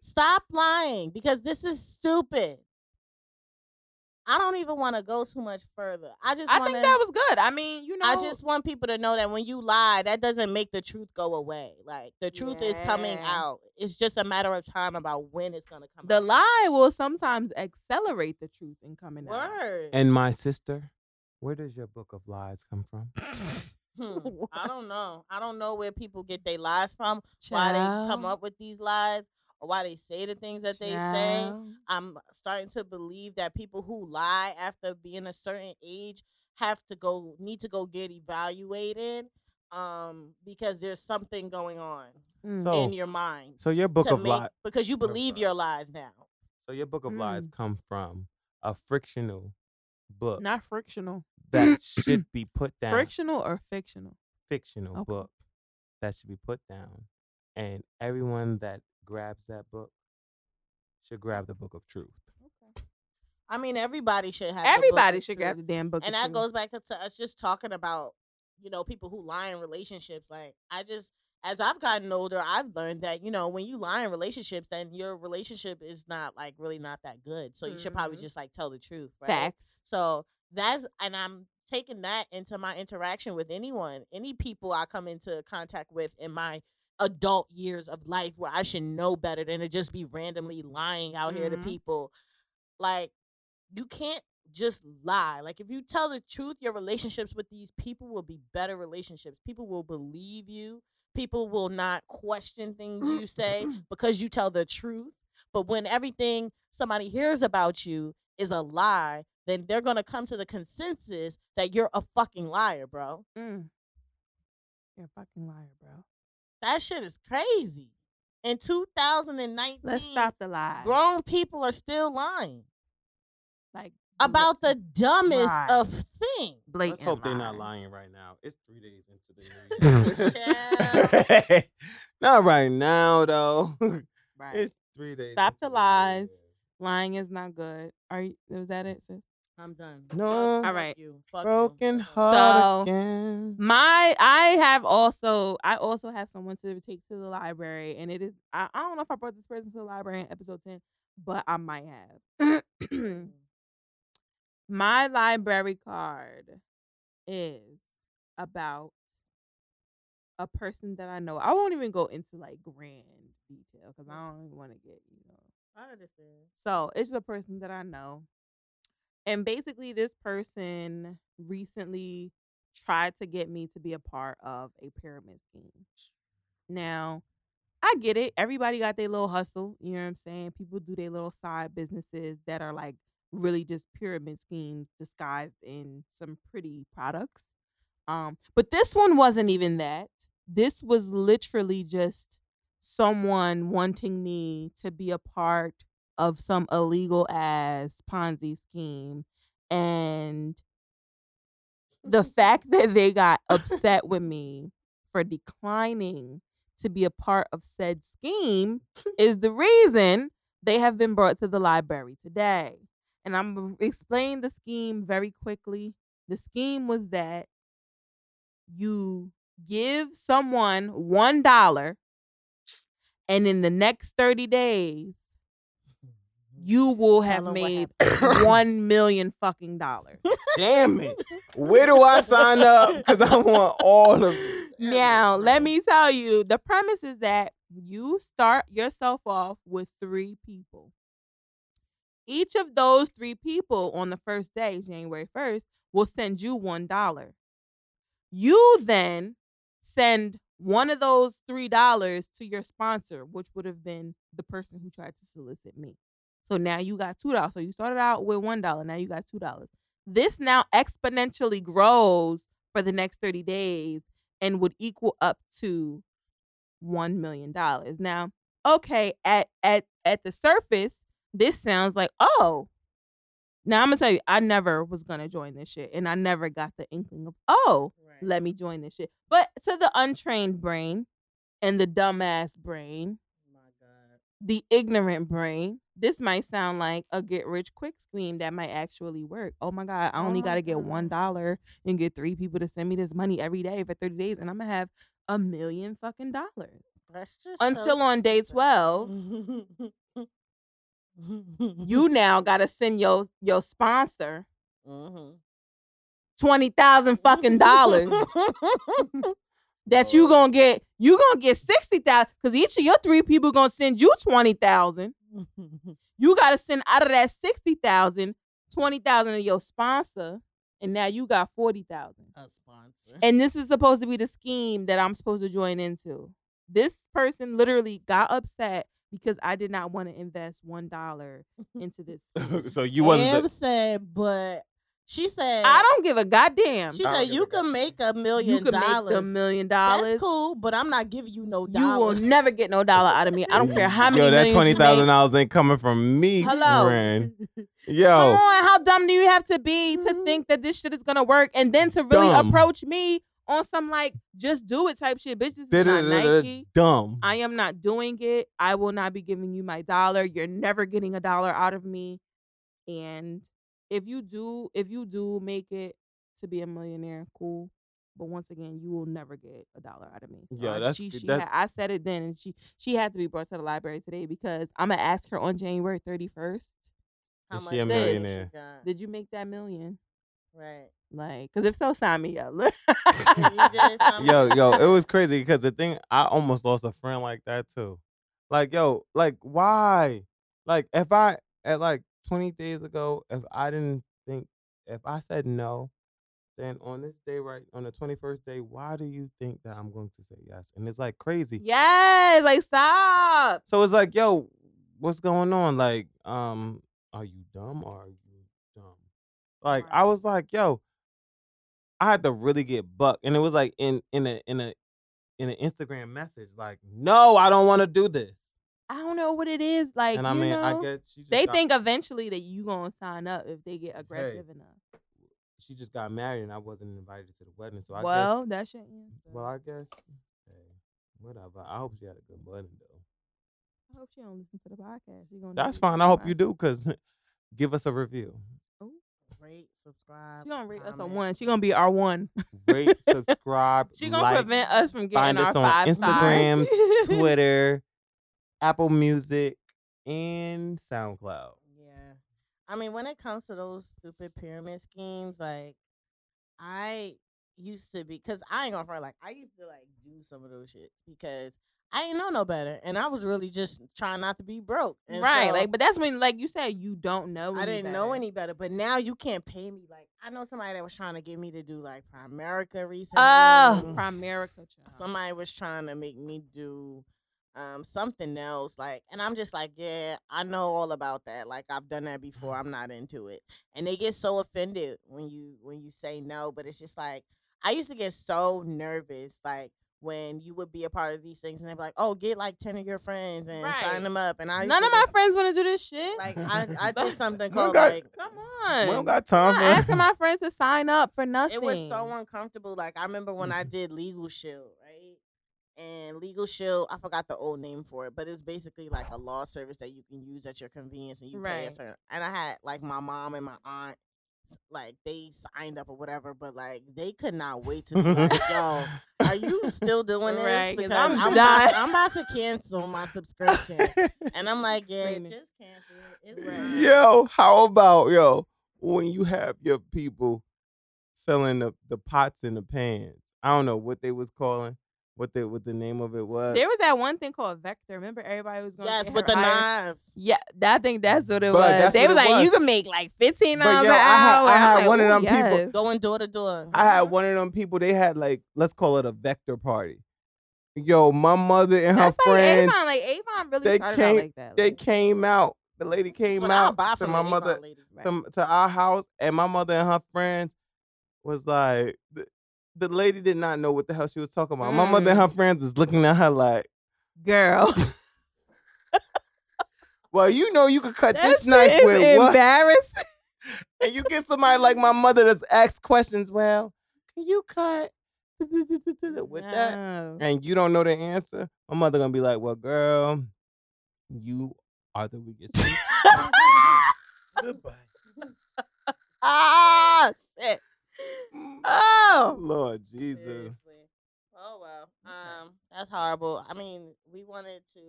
S3: Stop lying because this is stupid. I don't even want to go too much further. I just
S2: I
S3: wanna,
S2: think that was good. I mean, you know,
S3: I just want people to know that when you lie, that doesn't make the truth go away. Like the truth is coming
S2: Yeah.
S3: out. It's just a matter of time about when it's gonna come
S2: the
S3: out.
S2: lie will sometimes accelerate the truth in coming out.
S3: Word.
S1: And my sister, where does your book of lies come from?
S3: Hmm.
S2: What?
S3: I don't know. I don't know where people get their lies from, why they come
S2: Child.
S3: up with these lies, or why they say the things that they say.
S2: Child.
S3: I'm starting to believe that people who lie after being a certain age have to go need to go get evaluated um because there's something going on
S2: Mm.
S1: So- Oh.
S3: in your mind
S1: So your book
S3: to
S1: of lies.
S3: because you
S1: Book of
S3: believe
S1: Lies.
S3: your lies now
S1: So your book of lies
S2: Mm.
S1: come from a frictional book
S2: not frictional.
S1: that should be put down.
S2: Frictional or fictional?
S1: fictional
S2: Okay.
S1: book that should be put down, and everyone that grabs that book should grab the book of truth.
S3: i mean everybody should have the book
S2: Everybody
S3: of
S2: should
S3: truth.
S2: grab the damn book. of
S3: and that
S2: truth.
S3: goes back to us just talking about you know people who lie in relationships like i just as i've gotten older i've learned that you know when you lie in relationships then your relationship is not like really not that good so you should probably
S2: Mhm.
S3: just like tell the truth right
S2: facts.
S3: so that's and i'm taking that into my interaction with anyone any people i come into contact with in my adult years of life where i should know better than to just be randomly lying out here to
S2: Mhm.
S3: people like you can't just lie. Like if you tell the truth, your relationships with these people will be better relationships. People will believe you. People will not question things you say because you tell the truth. But when everything somebody hears about you is a lie, then they're going to come to the consensus that you're a fucking liar, bro.
S2: Mm. You're a fucking liar, bro.
S3: That shit is crazy.
S5: in 2019,
S2: Let's stop the lies.
S5: grown people are still lying
S2: like
S5: about the dumbest
S2: Lies.
S5: of things.
S2: blatant.
S1: Let's hope they're not
S2: lies.
S1: lying right now. It's three days into the year. not right now though.
S2: Right.
S1: it's three days.
S2: Stop
S1: into
S2: the
S1: new
S2: lies.
S1: year.
S2: Lying is not good. Are you, was that it, sis?
S5: I'm done.
S1: No
S5: Fuck
S2: right.
S5: you. Fuck you.
S1: broken
S5: Fuck you.
S1: heart
S2: So-
S1: again.
S2: My I have also I also have someone to take to the library, and it is I, I don't know if I brought this person to the library in episode ten, but I might have. My library card is about a person that I know. I won't even go into like grand detail because I don't even want to get you know
S5: I understand.
S2: So it's a person that I know. And basically, this person recently tried to get me to be a part of a pyramid scheme. Now, I get it. Everybody got their little hustle. You know what I'm saying? People do their little side businesses that are like really just pyramid schemes disguised in some pretty products. Um, but this one wasn't even that. This was literally just someone wanting me to be a part of some illegal ass Ponzi scheme. And
S5: Mm-hmm.
S2: the fact that they got upset with me for declining to be a part of said scheme is the reason they have been brought to the library today. And I'm gonna explain the scheme very quickly. The scheme was that you give someone one dollar, and in the next 30 days, you will have
S5: Mm-hmm. Tell 'em what
S2: made one million fucking dollars.
S1: Damn it. Where do I sign up? Because I want all of it.
S2: Now, let me tell you the premise is that you start yourself off with three people. Each of those three people on the first day, January 1st, will send you $1. You then send one of those $3 to your sponsor, which would have been the person who tried to solicit me. So now you got $2. So you started out with $1, now you got $2. This now exponentially grows for the next 30 days and would equal up to one million dollars. Now, okay, at at at the surface, this sounds like oh. Now I'm gonna tell you, I never was gonna join this shit, and I never got the inkling of oh,
S5: Right.
S2: let me join this shit. But to the untrained brain, and the dumbass brain,
S5: Oh My God.
S2: the ignorant brain, this might sound like a get rich quick scheme that might actually work. Oh my God, I only
S5: Oh,
S2: got to get
S5: God.
S2: $1 and get three people to send me this money every day for 30 days, and I'm going to have a million fucking dollars.
S5: That's just so
S2: Until on day
S5: stupid.
S2: 12, you now got to send your, your sponsor Mm-hmm.
S5: Mhm.
S2: 20000 fucking dollars that you going to get. you going to get 60000 because each of your three people going to send you 20000 you gotta send out of that 60,000, 20,000 of your sponsor, and now you got 40,000.
S5: A sponsor.
S2: And this is supposed to be the scheme that I'm supposed to join into. This person literally got upset because I did not want to invest one dollar into this. scheme.
S1: so you wasn't
S5: Em
S1: the,
S5: said, but she said,
S2: I don't give a goddamn.
S5: She
S1: I don't
S5: said
S1: give
S5: you
S1: a
S5: can
S1: goddamn.
S5: make a
S2: You
S5: million
S2: can make
S5: dollars.
S2: the million
S5: That's
S2: dollars.
S5: cool, but I'm not giving you no
S2: You will
S5: dollars.
S2: never get no dollar out of me. I don't care how many
S1: Yo, that
S2: millions you
S1: twenty
S2: make.
S1: thousand dollars ain't coming from me,
S2: Hello.
S1: friend.
S2: Come
S1: Yo,
S2: on, how dumb do you have to be to think that this shit is gonna work and then to really
S1: Dumb.
S2: approach me on some like just do it type shit. Bitch, this is not Nike.
S1: dumb.
S2: I am not doing it. I will not be giving you my dollar. You're never getting a dollar out of me. And if you do, if you do make it to be a millionaire, cool. But once again, you will never get a dollar out of me. So
S1: Yeah,
S2: I-
S1: that's
S2: she,
S1: good-
S2: she
S1: that-
S2: had, I said it then, and she she had to be brought to the library today because I'm gonna ask her on January 31st.
S5: How
S1: Is
S5: much
S1: she a
S5: money she
S1: millionaire?
S5: got?
S2: Did you make that million?
S5: Right.
S2: Like, cause if so, sign me up.
S5: did sign me
S1: yo, yo, it was crazy because the thing I almost lost a friend like that too. Like, yo, like why? Like if I at like twenty days ago, if I didn't think if I said no, then on this day right on the twenty first day, why do you think that I'm going to say yes? And it's like crazy.
S2: yes, like stop.
S1: So it's like, yo, what's going on? Like, um, are you dumb or are you dumb? Like, I
S2: Right.
S1: was like, yo, I had to really get bucked, and it was like in in a in a in an Instagram message like, "No, I don't want to do this."
S2: I don't know what it is. Like,
S1: and I
S2: you
S1: mean,
S2: know,
S1: I guess she just
S2: they
S1: got-
S2: think eventually that you gonna sign up if they get aggressive enough.
S1: she just got married and I wasn't invited to the wedding, so I guess
S2: well, that's your answer.
S1: Well, I guess. Hey, whatever. I hope she had a good wedding though.
S2: I hope she don't listen to the podcast. She gonna
S1: That's
S2: delete
S1: fine.
S2: this
S1: I hope
S2: part.
S1: you do, cause give us a review,
S3: Rate, subscribe.
S2: She gonna rate us a
S3: comment.
S2: one. She gonna be our one.
S1: rate, subscribe,
S2: She gonna
S1: like,
S2: prevent us from getting
S1: find
S2: our
S1: us on
S2: five
S1: Instagram,
S2: stars.
S1: Twitter, Apple Music, and SoundCloud.
S3: Yeah. I mean, when it comes to those stupid pyramid schemes, like I used to be, cause I ain't gonna front, like I used to like do some of those shit because I ain't know no better, and I was really just trying not to be broke. And
S2: right?
S3: so
S2: like, but that's when, like you said, you don't know.
S3: I
S2: any
S3: didn't know
S2: better.
S3: any better, but now you can't pay me. Like I know somebody that was trying to get me to do like Primerica recently.
S2: Oh,
S1: Mm.
S2: Primerica. Child.
S3: somebody was trying to make me do um something else like and i'm just like yeah i know all about that like i've done that before
S2: Mm-hmm.
S3: i'm not into it and they get so offended when you when you say no but it's just like i used to get so nervous like when you would be a part of these things and they'd be like oh get like 10 of your friends and
S2: Right.
S3: sign them up and i used
S2: None
S3: to
S2: of my
S3: get-
S2: friends want to do this shit.
S3: like i, I did something
S1: You
S3: called
S1: got-
S3: like
S2: come
S1: We
S2: on.
S1: don't got time
S2: I'm not
S1: for
S2: asking my friends to sign up for nothing.
S3: It was so uncomfortable. Like I remember when
S2: Mm-hmm.
S3: I did Legal Shield, right? And Legal Shield, I forgot the old name for it, but it's basically like a law service that you can use at your convenience and you pay a
S2: Right.
S3: certain. And I had like my mom and my aunt, s- like they signed up or whatever, but like they could not wait to be like, "Yo, are you still doing this?"
S2: Right, 'cause
S3: because
S2: I'm
S3: I'm, about,
S2: done.
S3: I'm about to cancel my subscription, and I'm like, "Yeah,
S2: Screaming.
S3: just cancel it. It's fine."
S1: yo, how about yo when you have your people selling the, the pots and the pans? I don't know what they was calling, what they what the name of it was.
S2: There was that one thing called Vector. Remember everybody was going.
S3: Yes,
S2: get
S3: with
S2: her
S3: the
S2: iron-
S3: knives.
S2: Yeah, that, I think that's what it
S1: But
S2: was.
S1: that's
S2: They
S1: what
S2: was
S1: it
S2: like,
S1: was.
S2: you can make like fifteen
S1: But
S2: dollars
S1: yo,
S2: an
S1: I had-
S2: hour.
S1: I
S2: I'm
S1: had
S2: like,
S1: one of
S2: "Ooh,
S1: them people-
S2: yes."
S3: Going door to door.
S1: I had one of them people. They had like let's call it a vector party. Yo, my mother and her
S2: That's like
S1: friends.
S2: Avon. Like Avon really
S1: they
S2: started out
S1: came-
S2: like that.
S1: they
S2: like-
S1: came out. The lady came
S3: Well, I'll
S1: out
S3: buy
S1: to
S3: from
S1: my
S3: the
S1: mother
S3: Avon lady.
S2: Right.
S1: to, to our house, and my mother and her friends was like, the, the lady did not know what the hell she was talking about. My mother and her
S2: Mm.
S1: friends is looking at her like,
S2: girl.
S1: well, you know, you could cut
S2: That
S1: this
S2: shit
S1: knife
S2: is
S1: with what?
S2: embarrassing.
S1: and you get somebody like my mother that's asked questions. Well, can you cut with that?
S2: No.
S1: and you don't know the answer, my mother gonna be like, "Well, girl, you are the weakest." link."
S4: Goodbye.
S2: ah, shit. Oh,
S1: Lord Jesus,
S3: Seriously. Oh well. Um, that's horrible. I mean, we wanted to.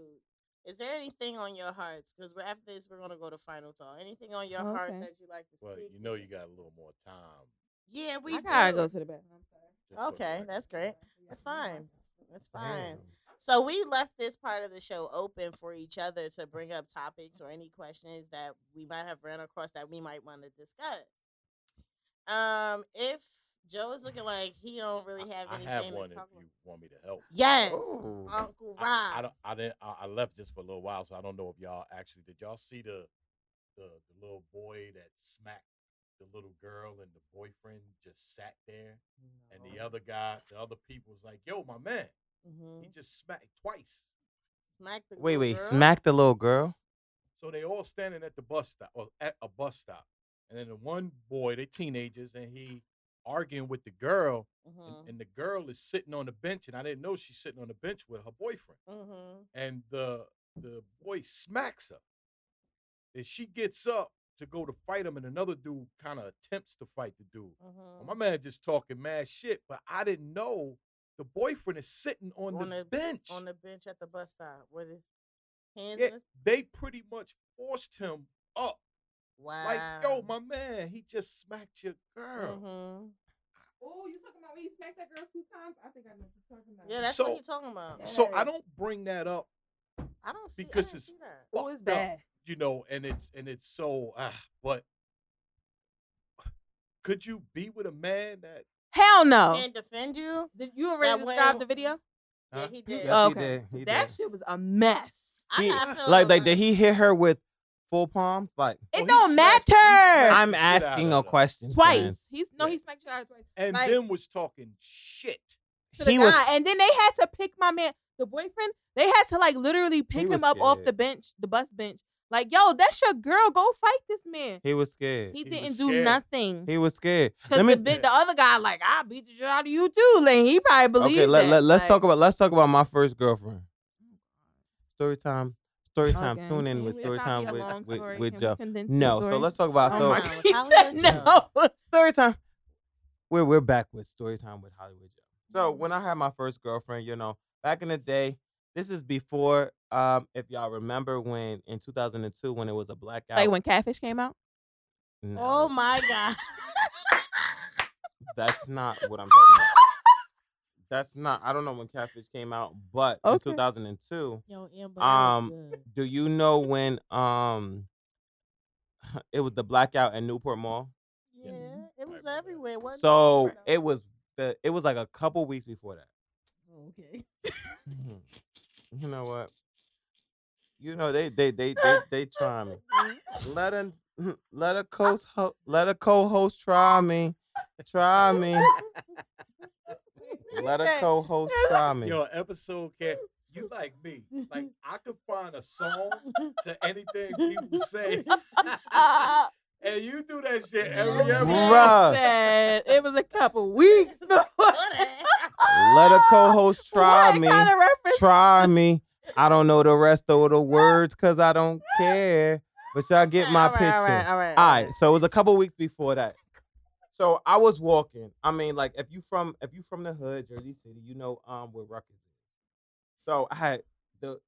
S3: Is there anything on your hearts? Because we're after this, we're gonna go to final thought. Anything on your hearts
S2: Okay.
S3: that you like to
S4: Well,
S3: speak?
S4: you know you got a little more time.
S3: Yeah, we
S2: I gotta
S3: do.
S2: go to the bathroom.
S4: just for the
S3: Okay,
S4: record.
S3: that's great. That's fine. That's fine.
S1: Damn.
S3: So we left this part of the show open for each other to bring up topics or any questions that we might have ran across that we might want to discuss. Um, if Joe is looking like he don't really have
S4: I
S3: anything
S4: have
S3: to
S4: one if
S3: talk about.
S4: you want me to help.
S3: Yes,
S1: Ooh.
S3: Uncle Rob.
S4: I, I don't. I didn't. I, I left just for a little while, so I don't know if y'all actually did. Y'all see the the, the little boy that smacked the little girl and the boyfriend just sat there, and the
S3: Oh.
S4: other guy, the other people was like, "Yo, my man,
S3: Mhm.
S4: he just smacked twice."
S3: Smack the
S1: Wait,
S3: little
S1: wait,
S3: girl.
S1: smack the little girl.
S4: So they all standing at the bus stop or at a bus stop, and then the one boy, they teenagers, and he arguing with the girl,
S3: Mhm.
S4: and, and the girl is sitting on the bench, and I didn't know she's sitting on the bench with her boyfriend.
S3: Mhm.
S4: and the the boy smacks her. And she gets up to go to fight him, and another dude kind of attempts to fight the dude.
S3: Mhm.
S4: And My man just talking mad shit, but I didn't know the boyfriend is sitting on,
S3: On
S4: the
S3: the-
S4: bench.
S3: On the bench at the bus stop with his hands
S4: Yeah,
S3: in his
S4: they pretty much forced him up.
S3: wow.
S4: Like, yo, my man, he just smacked your girl.
S3: Mhm.
S2: Oh, you talking about when you smacked that girl two times? I think I know what you're talking about.
S3: Yeah, that's
S4: So-
S3: what you're talking about.
S4: So I
S2: Yes.
S4: don't bring that up,
S3: I don't see I
S4: because
S3: didn't
S4: it's
S3: see that.
S2: Oh, it's
S4: fucked up.
S2: bad.
S4: you know, and it's and it's so ah, but could you be with a man that
S2: Hell
S5: Oh.
S2: no.
S3: Can't defend you.
S2: Did you already
S3: that way-
S2: describe the video?
S3: Yeah,
S4: Huh?
S3: he did.
S2: Oh,
S1: he
S2: okay.
S1: did. He
S2: That
S1: did.
S2: shit was a mess.
S3: I
S1: He-
S3: got feel
S1: like, like did he hit her with full palm? Like,
S2: It
S4: Well, Oh, he
S2: don't
S4: smacked- he
S2: matter.
S4: smacked
S1: I'm
S4: the shit out
S1: asking
S4: of
S1: a
S4: her.
S1: question.
S2: Twice.
S1: friends.
S2: He's no,
S4: Yeah.
S2: he smacked your ass twice.
S4: and
S2: Like-
S4: then was talking shit.
S2: to the
S1: He
S2: guy,
S1: was-
S2: and then they had to pick my man, the boyfriend. They had to like literally pick him
S1: was
S2: up off
S1: scared.
S2: the bench, the bus bench. Like, yo, that's your girl. Go fight this man.
S1: He was scared.
S2: He,
S4: He was
S2: didn't do
S4: scared.
S2: nothing.
S1: He was scared.
S2: Because
S1: Let me
S2: the, bit- the other guy, like, I beat the shit out of you too. Like, he probably believed
S1: okay. Let,
S2: that.
S1: let, let's
S2: Like, Oh,
S1: talk about let's talk about my first girlfriend. Story time. Story time.
S2: okay.
S1: Tune in
S2: Can
S1: with
S2: we-
S1: story
S2: it's not be
S1: time
S2: a
S1: with
S2: long story.
S1: with, with
S2: Can we
S1: Jeff.
S2: condense the
S1: No, so
S2: story?
S1: let's talk about
S5: Oh
S1: so
S5: my
S2: He
S5: with Hollywood
S2: said
S5: Jeff.
S2: no.
S1: story time. We're we're back with story time with Hollywood Joe. So when I had my first girlfriend, you know, back in the day, this is before um, if y'all remember when in 2002 when it was a blackout.
S2: Like when Catfish came out.
S1: No,
S5: Oh my god.
S1: that's not what I'm talking about. That's not. I don't know when Catfish came out, but
S2: Okay.
S1: in 2002,
S5: Yo, Amber.
S1: Um, do you know when um it was the blackout at Newport Mall?
S5: Yeah,
S4: Mhm.
S5: it was
S4: Right, right, right.
S5: everywhere. wasn't it?
S1: So
S5: Right.
S1: it was the it was like a couple weeks before that.
S5: Oh, Okay.
S1: Mm-hmm. You know what? You know they they they they they try me. Let a let a co ho let a co-host try me, try me.
S3: Mm-hmm.
S1: Let a co-host try me.
S4: Yo, episode cat. You like me. Like I could find a song to anything people say. and you do that shit every episode.
S1: Bruh.
S2: Said It was a couple weeks before.
S1: Let a co-host try
S2: Oh, what
S1: me,
S2: kind of reference?
S1: try me. I don't know the rest of the words because I don't care. But y'all get my picture.
S3: All right, all right,
S1: All right, so it was a couple weeks before that. So I was walking. I mean, like if you from if you from the hood, Jersey City, you know um where Ruckus is. So I had the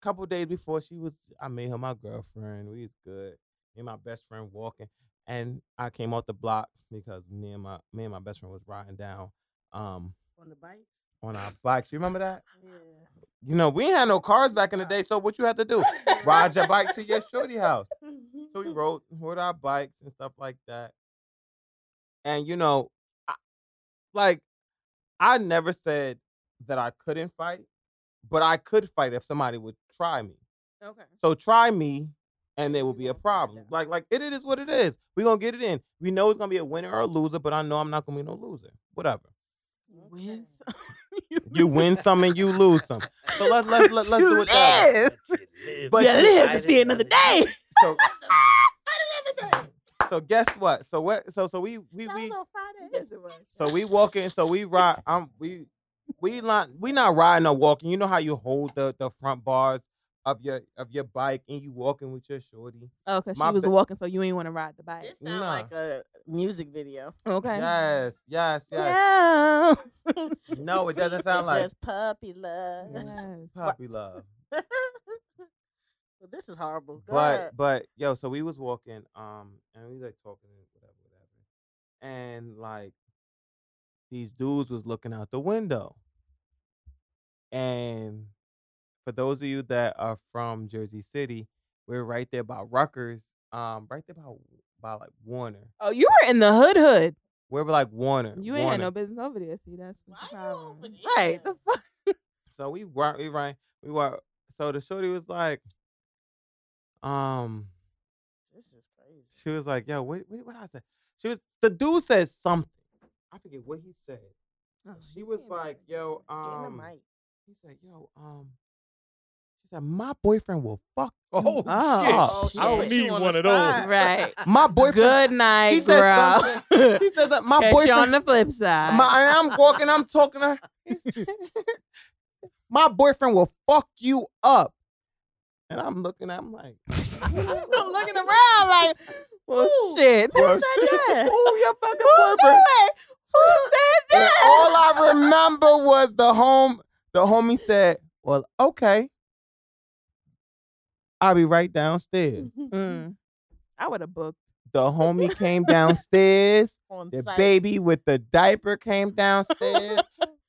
S1: couple days before she was, I made her my girlfriend. We was good. Me and my best friend walking, and I came off the block because me and my me and my best friend was riding down um
S5: On the bikes.
S1: on our bikes. You remember that?
S5: Yeah.
S1: You know we ain't had no cars back in the day, so what you had to do? Ride your bike to your shorty house. So
S3: Mm-hmm.
S1: we rode rode our bikes and stuff like that. And you know, I, like I never said that I couldn't fight, but I could fight if somebody would try me.
S2: Okay.
S1: So try me, and there will
S5: We
S1: be
S5: gonna
S1: a
S5: find
S1: problem.
S5: out.
S1: Like like it, it is what it is. We gonna get it in. We know it's gonna be a winner or a loser, but I know I'm not gonna be no loser. Whatever.
S2: Wins.
S1: You win some and you lose some. So let's let's let's, let's do it. That. way.
S2: live.
S1: But
S2: You live to see another day.
S1: so so guess what? So what? So so we we we. So we walking. So we ride. I'm we we not we not riding or walking. You know how you hold the the front bars of your of your bike and you walking with your shorty.
S2: Oh, because
S1: My
S2: she was
S1: ba-
S2: walking, so you ain't want to ride the bike.
S5: This sound
S1: Nah.
S5: like a music video.
S2: Okay.
S1: Yes, yes, yes.
S2: Yeah.
S1: No, it doesn't sound like Mm.
S5: just puppy love.
S1: puppy love.
S5: well, this is horrible. Go
S1: But but yo, so we was walking, um, and we like talking and whatever, whatever, and like these dudes was looking out the window, and for those of you that are from Jersey City, we're right there by Rutgers, um, right there by by like Warner.
S2: Oh, you were in the hood hood.
S1: We're like Warner.
S2: You ain't had
S1: Warner.
S2: no business over there. See, that's what the
S5: Why you
S2: problem.
S5: over
S2: is. Right.
S5: there?
S2: The fuck?
S1: So we were we ran we were so the shorty was like, um,
S5: This is crazy.
S1: She was like, "Yo, wait, wait, what I said?" She was the dude said something. I forget what he said.
S3: Oh,
S5: Oh,
S1: She was like, "Yo,
S5: Get in
S1: um,"
S5: the mic.
S1: he said, "Yo, um," she said, "My boyfriend will fuck you
S4: Oh,
S2: Oh,
S4: shit. I
S2: shit.
S4: don't
S5: She
S4: need
S5: on the
S4: one of
S5: spot.
S4: those.
S2: Right.
S1: my boyfriend."
S2: Good night,
S1: she
S2: girl.
S1: said something. She said that my
S2: 'Cause she on
S1: boyfriend.
S2: the flip side.
S1: my, and I'm walking. I'm talking to. her. my boyfriend will fuck you up, and I'm looking. I'm like,
S2: I'm looking around like, well,
S1: Ooh.
S2: shit. Who
S1: Well,
S2: said that?
S1: "Ooh, your fucking
S2: Who
S1: boyfriend."
S2: do it? Who said
S1: And
S2: that?
S1: all I remember was the home the homie said, Well, okay. I'll be right downstairs.
S2: Mm. I would have booked.
S1: The homie came downstairs.
S5: On
S1: The
S5: site.
S1: baby with the diaper came downstairs.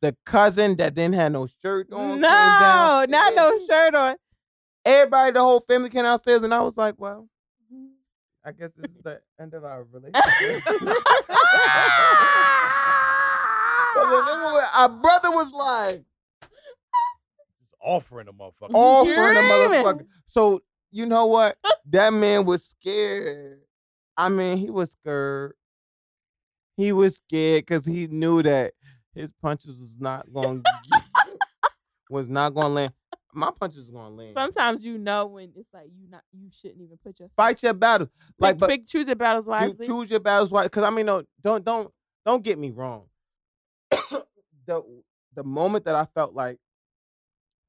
S1: the cousin that didn't have no shirt on. came
S2: No,
S1: downstairs.
S2: not no shirt on.
S1: Mm. Everybody, the whole family came downstairs, and I was like, Well, I guess this is the end of our relationship. 'Cause I remember when our brother was like,
S4: Just offering a motherfucker.
S1: all for the
S2: Dreaming.
S1: motherfucker. So you know what? that man was scared. I mean, he was scared. He was scared because he knew that His punches was not going was not going to land. My punches was going to land.
S2: Sometimes you know when it's like you not you shouldn't even put yourself.
S1: Fight your battles, like
S2: Pick-
S1: but
S2: pick- choose your battles
S1: choo-
S2: wisely.
S1: choose your battles wisely. Because I mean, no, don't don't don't get me wrong. the the moment that I felt like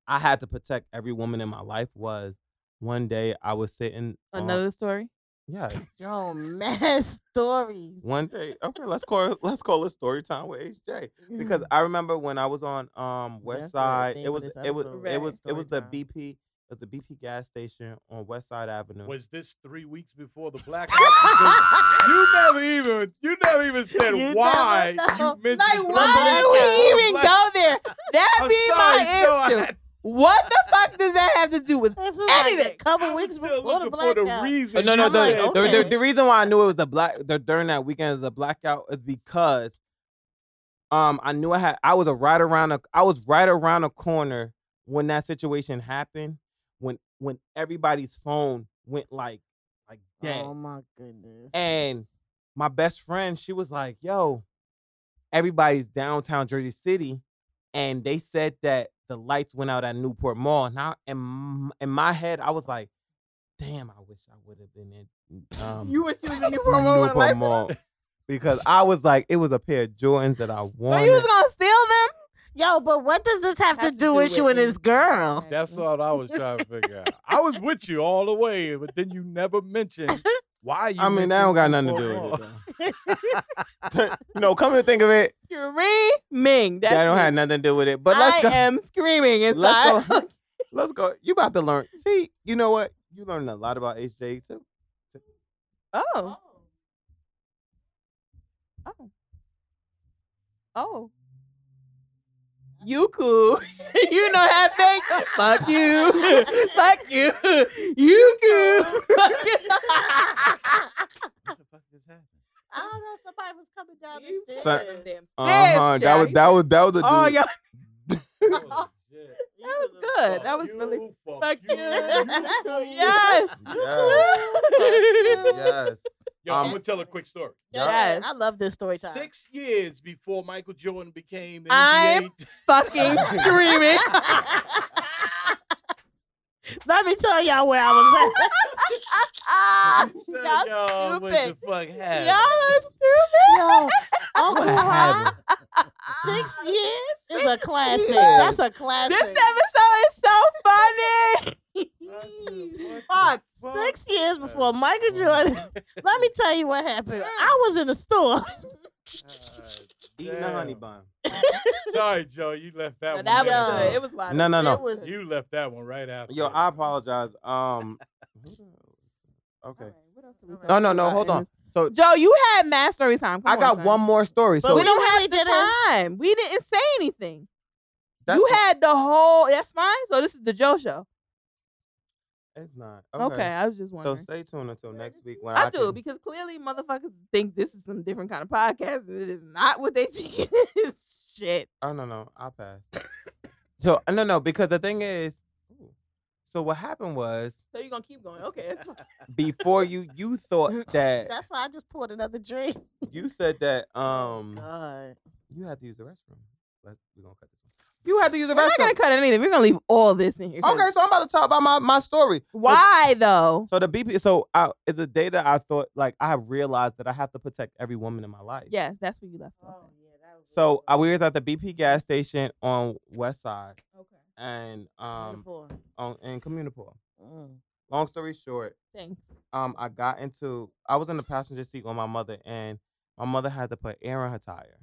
S1: I had to protect every woman in my life was one day I was sitting on-
S2: Another story.
S1: yeah.
S5: Yo, mad stories.
S1: One day, okay, let's call let's call it story time with HJ because I remember when I was on um West
S5: That's the
S1: Side,
S5: thing
S1: it
S5: with
S1: was
S5: this
S1: it was
S5: episode,
S1: it
S5: right?
S1: was it
S5: Story
S1: was the
S5: time.
S1: BP it was the BP gas station on West Side Avenue.
S4: Was this three weeks before the blackout? Because you never even you never even said
S5: You never
S4: why
S5: know.
S4: you mentioned
S2: Like,
S4: the
S2: why did
S4: blackout.
S2: we even
S4: Black-
S2: go there? That
S4: I'm
S2: be my
S4: sorry, so I
S2: issue.
S4: had-
S2: What the fuck does that have to do with?
S5: This was like
S2: Anything.
S5: a couple
S4: I was
S5: weeks
S4: still
S5: before the
S4: looking for the
S5: blackout.
S1: Uh,
S4: reason.
S1: no, no.
S4: you
S1: The,
S5: like,
S4: said
S1: the- the-
S5: okay.
S1: the reason why I knew it was the black the, during that weekend is the blackout is because um I knew I had I was a right around a, I was right around the corner when that situation happened when when everybody's phone went like like dead
S5: Oh my goodness.
S1: and my best friend she was like yo everybody's downtown Jersey City and they said that the lights went out at Newport Mall and I in, in my head I was like damn I wish I would have been in um,
S2: You wish you was in the
S1: from
S2: promo
S1: Newport Mall because I was like, it was a pair of Jordans that I
S2: But
S1: wanted.
S2: you was gonna steal them?
S5: Yo, but what does this have, to, do with you and
S2: me.
S5: this girl?
S4: That's all I was trying to figure out. I was with you all the way, but then you never mentioned why you.
S1: I mean, that don't got nothing to do with it. though. you know, come to think of it,
S2: Screaming. That's
S1: that don't
S2: me.
S1: have nothing to do with it. But let's
S2: I
S1: go.
S2: am screaming inside.
S1: Let's go. let's go. You about to learn. See, you know what? You learned a lot about HJ too.
S2: Oh. Oh. Oh. You cool. you know that thing. Fuck you. Fuck you. You cool. Fuck you.
S4: What the fuck just happened?
S5: I don't know. Somebody was coming down
S2: You
S5: the
S1: Son-
S5: stairs.
S2: fucking damn
S1: Uh-huh.
S2: fast,
S1: That was
S2: Jack.
S1: that was that was a dude.
S2: Oh, y'all.
S4: Holy shit.
S5: You
S2: That was
S5: a
S2: good. That
S4: Fuck
S2: was
S4: you,
S2: really.
S4: fuck
S2: Fuck you.
S4: you, you.
S2: Yes.
S1: Yes. yes.
S4: Yo, I'm
S1: Um,
S4: gonna tell a quick story.
S5: Yo,
S2: Yes.
S5: I love this story time.
S4: Six years before Michael Jordan became the
S2: I'm-
S4: NBA
S2: Fucking screaming.
S5: Let me tell y'all where I was at.
S2: Ah,
S4: So
S2: y'all
S4: y'all, what
S2: stupid.
S4: the fuck
S2: Y'all
S4: happened?
S5: Yo,
S2: are stupid.
S5: Uncle
S1: What
S5: High,
S1: happened?
S5: six years is a classic.
S2: years.
S5: That's a classic.
S2: This episode is so funny. Fuck.
S5: Six years before Michael Jordan. Let me tell you what happened. I was in the store.
S1: Eating a honey bun.
S4: Sorry, Joe, you left that
S2: No,
S4: one.
S2: that
S4: there,
S2: was
S5: Yeah.
S2: good.
S4: bro.
S2: It was wild.
S1: No, no,
S5: It
S1: no.
S5: was
S4: You left that one right after.
S1: Yo, I apologize. Um. Okay.
S2: Alright.
S1: No, no, no. Hold on. So
S2: Joe, you had mad story time. Come
S1: I
S2: on,
S1: got
S2: son.
S1: one more story.
S5: But
S1: So
S2: we don't
S5: really
S2: have the
S5: didn't-
S2: time. We didn't say anything.
S1: that's
S2: you had the whole. That's fine. So this is the Joe show.
S1: It's not
S2: Okay,
S1: okay.
S2: I was just
S1: So
S2: wondering.
S1: stay tuned until next week when I,
S2: I do
S1: Can,
S2: because clearly motherfuckers think this is some different kind of podcast, and it is not what they think it is. Shit.
S1: oh no no, I'll pass. so no no because the thing is, so what happened was
S2: So you're gonna keep going. Okay, that's fine.
S1: before you you thought that
S5: That's why I just poured another drink.
S1: you said
S2: Oh,
S1: that um
S5: God.
S1: you had to use the restroom. Let's we gonna cut this one. You had to use the
S2: We're not
S1: restroom.
S2: gonna cut anything. We're gonna leave all this in here. 'cause
S1: Okay, so I'm about to talk about my my story. So-
S2: Why though?
S1: So the BP. So I, it's a day that I thought like I realized that I have to protect every woman in my life.
S2: Yes, that's where you left off.
S1: So I we was at the BP gas station on West Side
S2: Okay.
S1: and um
S5: Singapore.
S1: on in Communipaw.
S5: Mm.
S1: Long story short,
S2: Thanks.
S1: um I got into I was in the passenger seat with my mother and my mother had to put air in her tire.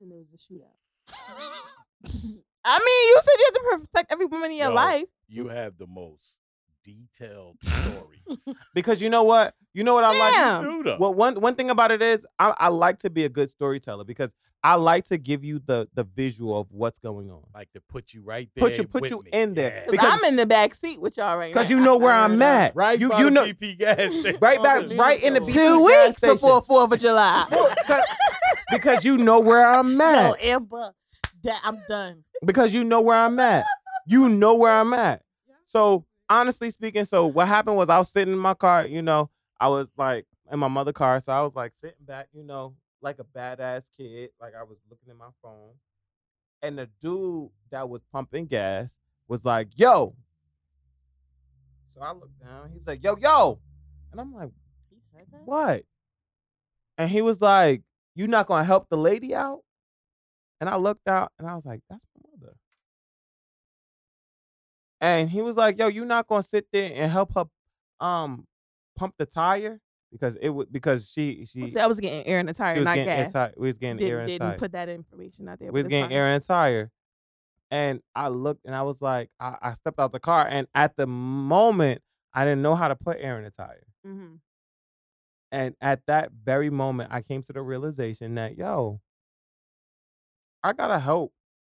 S2: And there was a shootout. I mean, you said you have to protect every woman in your
S4: Yo.
S2: life.
S4: You have the most detailed stories.
S1: Because you know what? You know what I like?
S2: Damn.
S4: Do though.
S1: Well, one one thing about it is I, I like to be a good storyteller because I like to give you the the visual of what's going on.
S4: like to put you right there.
S1: Put you- put
S4: with
S1: you
S4: me.
S1: in there.
S4: Yeah.
S2: Cause
S1: Because-
S2: I'm in the back seat with y'all right now.
S1: Because you know where I'm at.
S4: right
S1: You
S4: by
S1: you
S4: the
S1: know
S4: BP gas station.
S1: right back right in
S5: Unbelievable.
S1: the BP
S2: two
S1: gas
S2: weeks
S1: station.
S2: before Fourth of July.
S1: Well, 'cause- because you know where I'm
S5: Yo,
S1: at.
S5: Amber, that I'm done.
S1: Because you know where I'm at. You know where I'm at. So honestly speaking, so what happened was I was sitting in my car, you know, I was like in my mother car, so I was like sitting back, you know, like a badass kid. Like I was looking at my phone, and the dude that was pumping gas was like, "Yo." So I looked down. He's like, "Yo, yo," and I'm like,
S3: He said that?
S1: "What?" And he was like, "You not gonna help the lady out?" And I looked out, and I was like, "That's my mother." And he was like, "Yo, you not gonna sit there and help her, um, pump the tire because it would because she she
S2: So I was getting air in the tire,
S1: she was
S2: not
S1: getting
S2: gas.
S1: inside. We was getting air
S2: Didn't,
S1: inside.
S2: didn't put that information out there.
S1: we
S2: but
S1: was
S2: it's
S1: getting
S2: fine.
S1: air inside. And I looked and I was like, I, I stepped out the car and at the moment I didn't know how to put air in the tire.
S2: Mhm.
S1: And at that very moment, I came to the realization that yo, I gotta help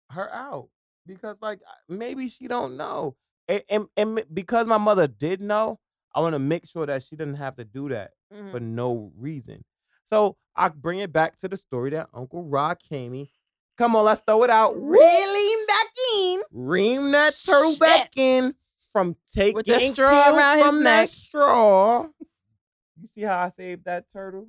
S1: her out because like I- maybe she don't know, and and, and m- because my mother did know, I want to make sure that she didn't have to do that
S2: mm-hmm.
S1: for
S2: Mm.
S1: no reason. So I bring it back to the story that Uncle Rod came in. Come on, let's throw it out. Reeling back in. Ream that turtle back in from taking
S2: the straw
S1: care
S2: around his
S1: from that
S2: neck.
S1: straw. You see how I saved that turtle?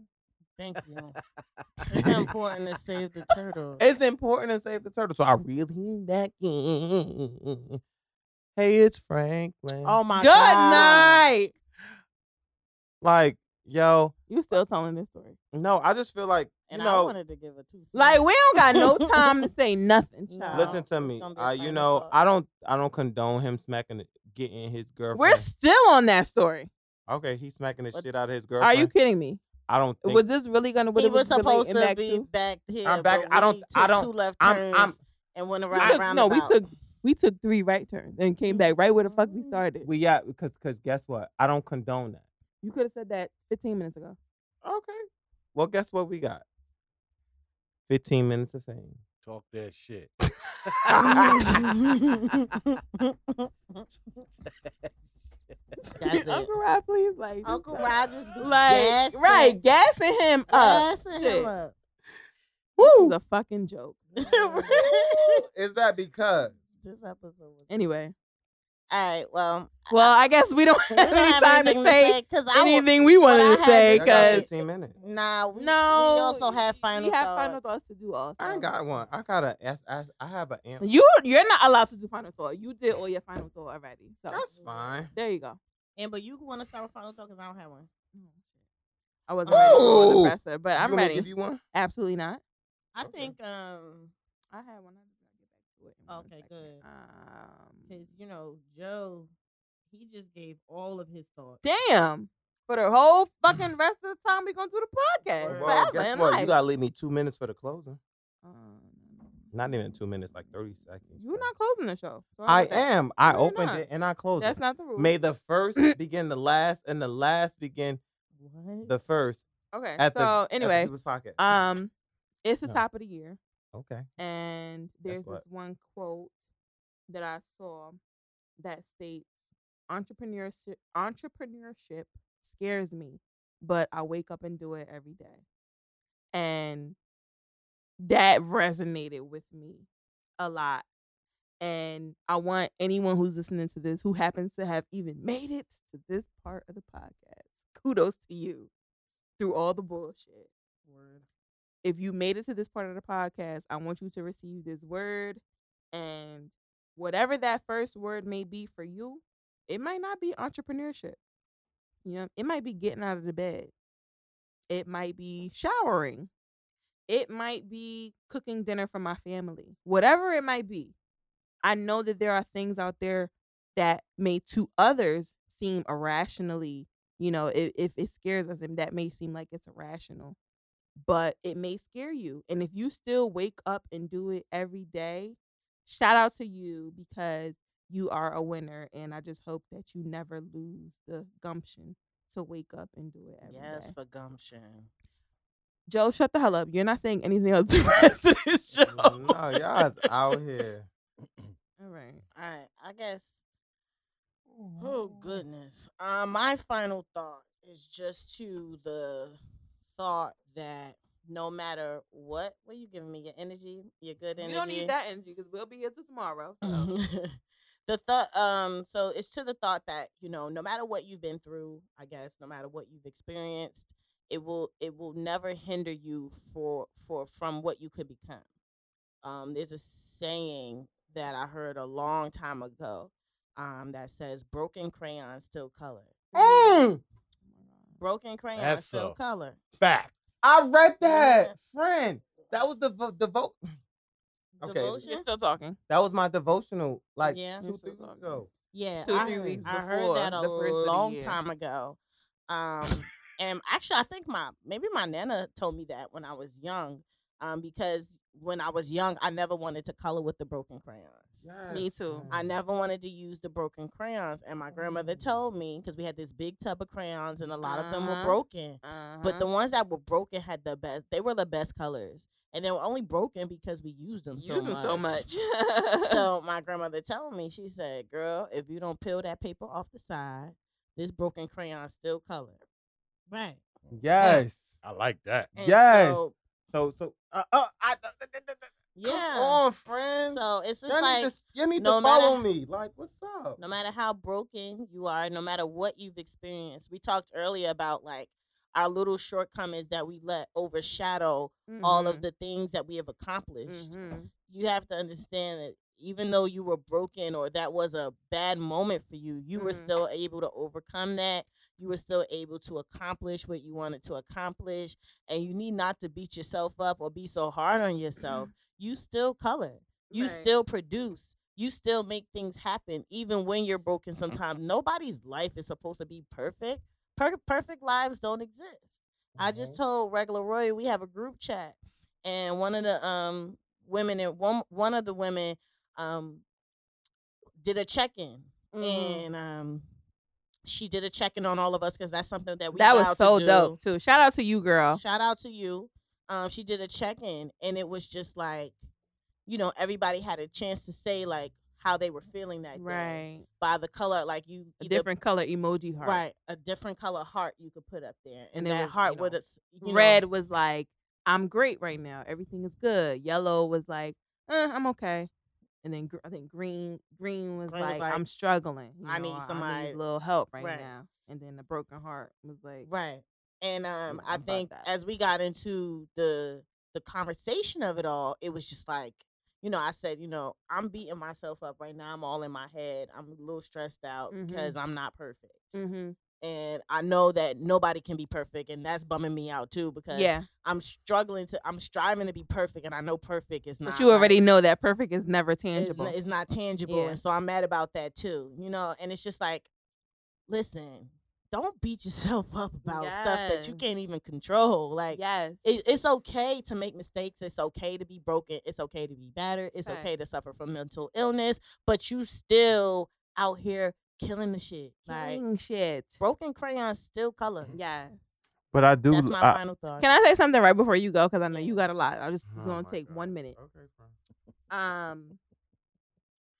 S3: Thank you. it's important to save the turtle.
S1: It's important to save the turtle. So I reel him back in. Hey, it's Franklin.
S3: Oh my
S2: Good
S3: god.
S2: night.
S1: Like, yo,
S2: You still telling this story?
S1: no, I just feel like, you
S3: And I
S1: know,
S3: wanted to give it two. cents.
S2: Like we don't got no time to say nothing,
S3: No.
S2: child.
S1: listen to
S3: it's
S1: me.
S3: gonna be a
S1: I, you
S3: fight
S1: know,
S3: about-
S1: I don't, I don't condone him smacking, the- getting his girlfriend.
S2: We're still on that story.
S1: Okay, he's smacking the
S3: What-
S1: shit out of his girlfriend.
S2: Are you kidding me?
S1: I don't think.
S2: Was this really gonna? What
S3: he
S2: it
S3: was
S2: really
S3: supposed
S2: in
S3: to
S2: back
S3: be
S2: to?
S3: back here.
S1: I'm back-
S3: but
S1: I don't-
S3: we
S1: I
S3: took
S1: don't-
S3: Two left
S1: I'm-
S3: turns
S1: I'm-
S3: and went
S2: We
S3: around.
S2: took,
S3: roundabout.
S2: no, we took we took three right turns and came back right where the fuck we started.
S1: we yeah, because because guess what? I don't condone that.
S2: you could have said that 15 minutes ago.
S1: Okay. Well, guess what we got? Fifteen minutes of fame.
S4: Talk that shit.
S3: That's it.
S2: Uncle Rob, please, like just
S3: Uncle
S2: like-
S3: Rod just be
S2: like
S3: gassing-
S2: right, gassing him up.
S3: gassing
S2: Shit.
S3: him up.
S2: This is a fucking joke.
S8: Is that because?
S3: this episode was.
S2: Anyway,
S3: All right. Well,
S2: well, I guess we don't
S3: we
S2: have
S3: don't
S2: any
S3: have
S2: time to
S3: anything
S2: say
S3: because I wa-
S2: anything we
S3: I
S2: wanted to
S3: had
S2: say
S3: to
S1: I got
S3: say-
S2: because
S1: fifteen minutes.
S3: Nah, we,
S2: no,
S3: we also have final
S2: we have
S3: thoughts.
S2: final thoughts to do also.
S1: I ain't got one. I got a. I, I, I have an amp.
S2: You you're not allowed to do final thought. You did all your final thought already. So
S1: That's fine.
S2: there you go.
S3: Amber, you want to start with final thought because I don't have one.
S1: Oh,
S2: I wasn't ready for
S1: Ooh.
S2: the presser, but
S1: You want
S2: I'm
S1: me to
S2: ready.
S1: Give you one.
S2: Absolutely not.
S3: I
S1: Okay.
S3: think um,
S2: I had one. I
S3: Okay, good.
S2: Um,
S3: cause you know Joe, he just gave all of his thoughts.
S2: damn. For the whole fucking rest of the time we gonna do the podcast.
S3: Word.
S1: Well,
S2: forever
S1: guess
S2: in
S1: what? You
S2: life.
S1: gotta leave me two minutes for the closing.
S2: Um,
S1: Not even two minutes, like thirty seconds.
S2: You're not closing the show. so
S1: I
S2: know that.
S1: am. I
S2: No, you're
S1: opened
S2: not.
S1: it and I closed
S2: That's
S1: it.
S2: not the rule.
S1: May the first begin the last, and the last begin
S3: What?
S1: the first.
S2: okay.
S1: At the-
S2: so
S1: at the
S2: anyway,
S1: People's Pocket.
S2: um, it's the
S1: No.
S2: top of the year.
S1: Okay.
S2: And there's
S1: what.
S2: this one quote that I saw that states entrepreneurship entrepreneurship scares me, but I wake up and do it every day. And that resonated with me a lot. And I want anyone who's listening to this who happens to have even made it to this part of the podcast, kudos to you through all the bullshit if you made it to this part of the podcast, I want you to receive this word. And whatever that first word may be for you, it might not be entrepreneurship. You know, it might be getting out of the bed. It might be showering. It might be cooking dinner for my family. Whatever it might be. I know that there are things out there that may to others seem irrationally, you know, if, if it scares us and that may seem like it's irrational but it may scare you. And if you still wake up and do it every day, shout out to you because you are a winner. And I just hope that you never lose the gumption to wake up and do it every day.
S3: Yes, for gumption.
S2: Joe, shut the hell up. You're not saying anything else the rest of this show.
S1: no, y'all is out here.
S2: All right.
S3: All right, I guess. Oh goodness. Uh, my final thought is just to the thought that no matter what, what you giving me your energy, your good energy. Mm-hmm.
S2: You don't need that energy because we'll be here till tomorrow. So.
S3: the thought um so it's to the thought that you know no matter what you've been through i guess no matter what you've experienced it will it will never hinder you for for from what you could become. Um, there's a saying that I heard a long time ago um, that says broken crayons still color.
S9: Mm,
S3: Broken crayons
S4: That's
S3: still
S4: a-
S3: color.
S4: Fact.
S9: I read that,
S3: Yeah.
S9: friend. That was the vo- the vote. Okay.
S3: Devotion?
S2: You're still talking.
S9: That was my devotional, like
S3: Yeah.
S9: two
S2: You're so
S9: three weeks
S2: sorry.
S9: ago.
S3: Yeah,
S2: Two,
S3: I,
S2: three weeks
S3: I
S2: before
S3: heard that a
S2: the first of the
S3: long
S2: year.
S3: time ago. Um, and actually, I think my maybe my nana told me that when I was young, um, because when I was young, I never wanted to color with the broken crayons.
S2: Me too.
S3: I never wanted to use the broken crayons, and my grandmother told me because we had this big tub of crayons, and a lot of them were
S2: Mm. Uh-huh.
S3: broken.
S2: Uh-huh.
S3: But the ones that were broken had the best; they were the best colors, and they were only broken because we used them so
S2: using
S3: much.
S2: so much.
S3: so my grandmother told me, she said, "Girl, if you don't peel that paper off the side, this broken crayon still color." Right.
S9: Yes.
S4: I like that.
S3: And
S9: Yes.
S3: So,
S9: So so uh, uh I, th- th- th- th- come
S3: yeah.
S9: on, friend.
S3: So it's just
S9: you
S3: like
S9: need to, s- you need
S3: no
S9: to follow
S3: matter-
S9: me. Like, what's up?
S3: no matter how broken you are, no matter what you've experienced, we talked earlier about like our little shortcomings that we let overshadow all of the things that we have accomplished.
S2: Mhm.
S3: You have to understand that even though you were broken or that was a bad moment for you, you were
S2: Mhm.
S3: still able to overcome that. You were still able to accomplish what you wanted to accomplish. And you need not to beat yourself up or be so hard on yourself. You still color, you
S2: Right.
S3: still produce. You still make things happen, even when you're broken. Sometimes nobody's life is supposed to be perfect. Per- perfect lives don't exist. I
S2: Mm-hmm.
S3: just told regular Roy we have a group chat, and one of the um women and one one of the women um did a check in,
S2: Mhm.
S3: and um she did a check in on all of us because that's something that we
S2: That
S3: vowed
S2: was
S3: to
S2: so
S3: do.
S2: dope too. Shout out to you, girl.
S3: Shout out to you. Um, she did a check in, and it was just like, you know, everybody had a chance to say like how they were feeling that day
S2: Right.
S3: by the color, like you
S2: A
S3: either
S2: different color emoji heart.
S3: Right, a different color heart you could put up there,
S2: And
S3: and,
S2: it
S3: that
S2: was, you
S3: heart
S2: know,
S3: would have you know,
S2: Red was like, I'm great right now. Everything is good. Yellow was like, eh, I'm okay. And then gr- I think green green was,
S3: Green was
S2: like,
S3: like,
S2: I'm struggling. You
S3: I need
S2: know, I
S3: somebody-
S2: need little help right,
S3: Right.
S2: now. And then the broken heart was like,
S3: Right. And um
S2: Mm,
S3: I
S2: about
S3: think
S2: that.
S3: as we got into the the conversation of it all, it was just like, you know, I said, you know, I'm beating myself up right now. I'm all in my head. I'm a little stressed out
S2: Mhm.
S3: because I'm not perfect.
S2: mm-hmm.
S3: And I know that nobody can be perfect and that's bumming me out too because
S2: yeah.
S3: I'm struggling to I'm striving to be perfect and I know perfect is not
S2: But you already
S3: like-
S2: know that perfect is never
S3: it's n-
S2: tangible.
S3: It's not, tangible.
S2: Yeah.
S3: And so I'm mad about that too, you know? And it's just like, listen, don't beat yourself up about stuff that you
S2: Yeah.
S3: can't even control. Like,
S2: yes.
S3: it, it's okay to make mistakes. It's okay to be broken. It's okay to be battered. It's
S2: Facts.
S3: okay to suffer from mental illness, but you still out here killing the shit. Like,
S2: Dang shit.
S3: broken crayons still color.
S2: Yeah.
S1: But I do.
S3: That's my
S1: I-
S3: final thought.
S2: Can I say something right before you go? Because I know you
S3: Yeah.
S2: got a lot. I'm just
S1: Oh
S2: gonna
S1: my
S2: take one
S1: God.
S2: minute.
S1: Okay, fine.
S2: Um,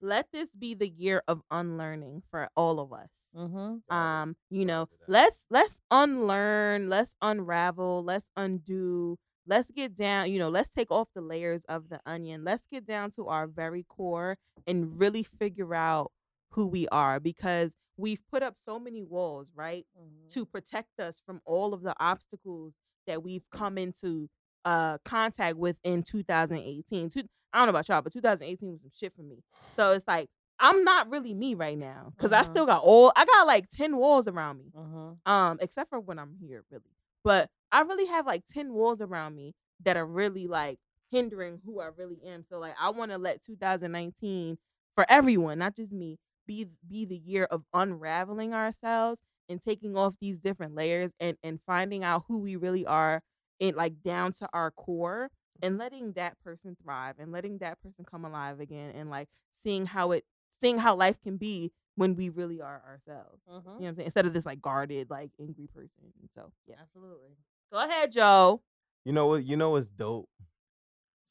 S2: let this be the year of unlearning for all of us.
S3: Mm-hmm.
S2: Um, you know,
S1: do that.
S2: let's let's unlearn, let's unravel, let's undo, let's get down. You know, let's take off the layers of the onion. Let's get down to our very core and really figure out who we are because we've put up so many walls, right?
S3: mm-hmm,
S2: to protect us from all of the obstacles that we've come into uh contact with in 2018. Two, I don't know about y'all, but 2018 was some shit for me. So it's like I'm not really me right now because I
S3: Uh-huh.
S2: still got all I got like 10 walls around me.
S3: Mm-hmm.
S2: Um except for when I'm here really. But I really have like 10 walls around me that are really like hindering who I really am. So like I want to let 2019 for everyone, not just me, be be the year of unraveling ourselves and taking off these different layers and and finding out who we really are and like down to our core and letting that person thrive and letting that person come alive again and like seeing how it seeing how life can be when we really are ourselves.
S3: Mm-hmm.
S2: You know what I'm saying? Instead of this like guarded, like angry person. So yeah.
S3: Absolutely.
S2: Go ahead, Joe.
S1: You know what? You know what's dope.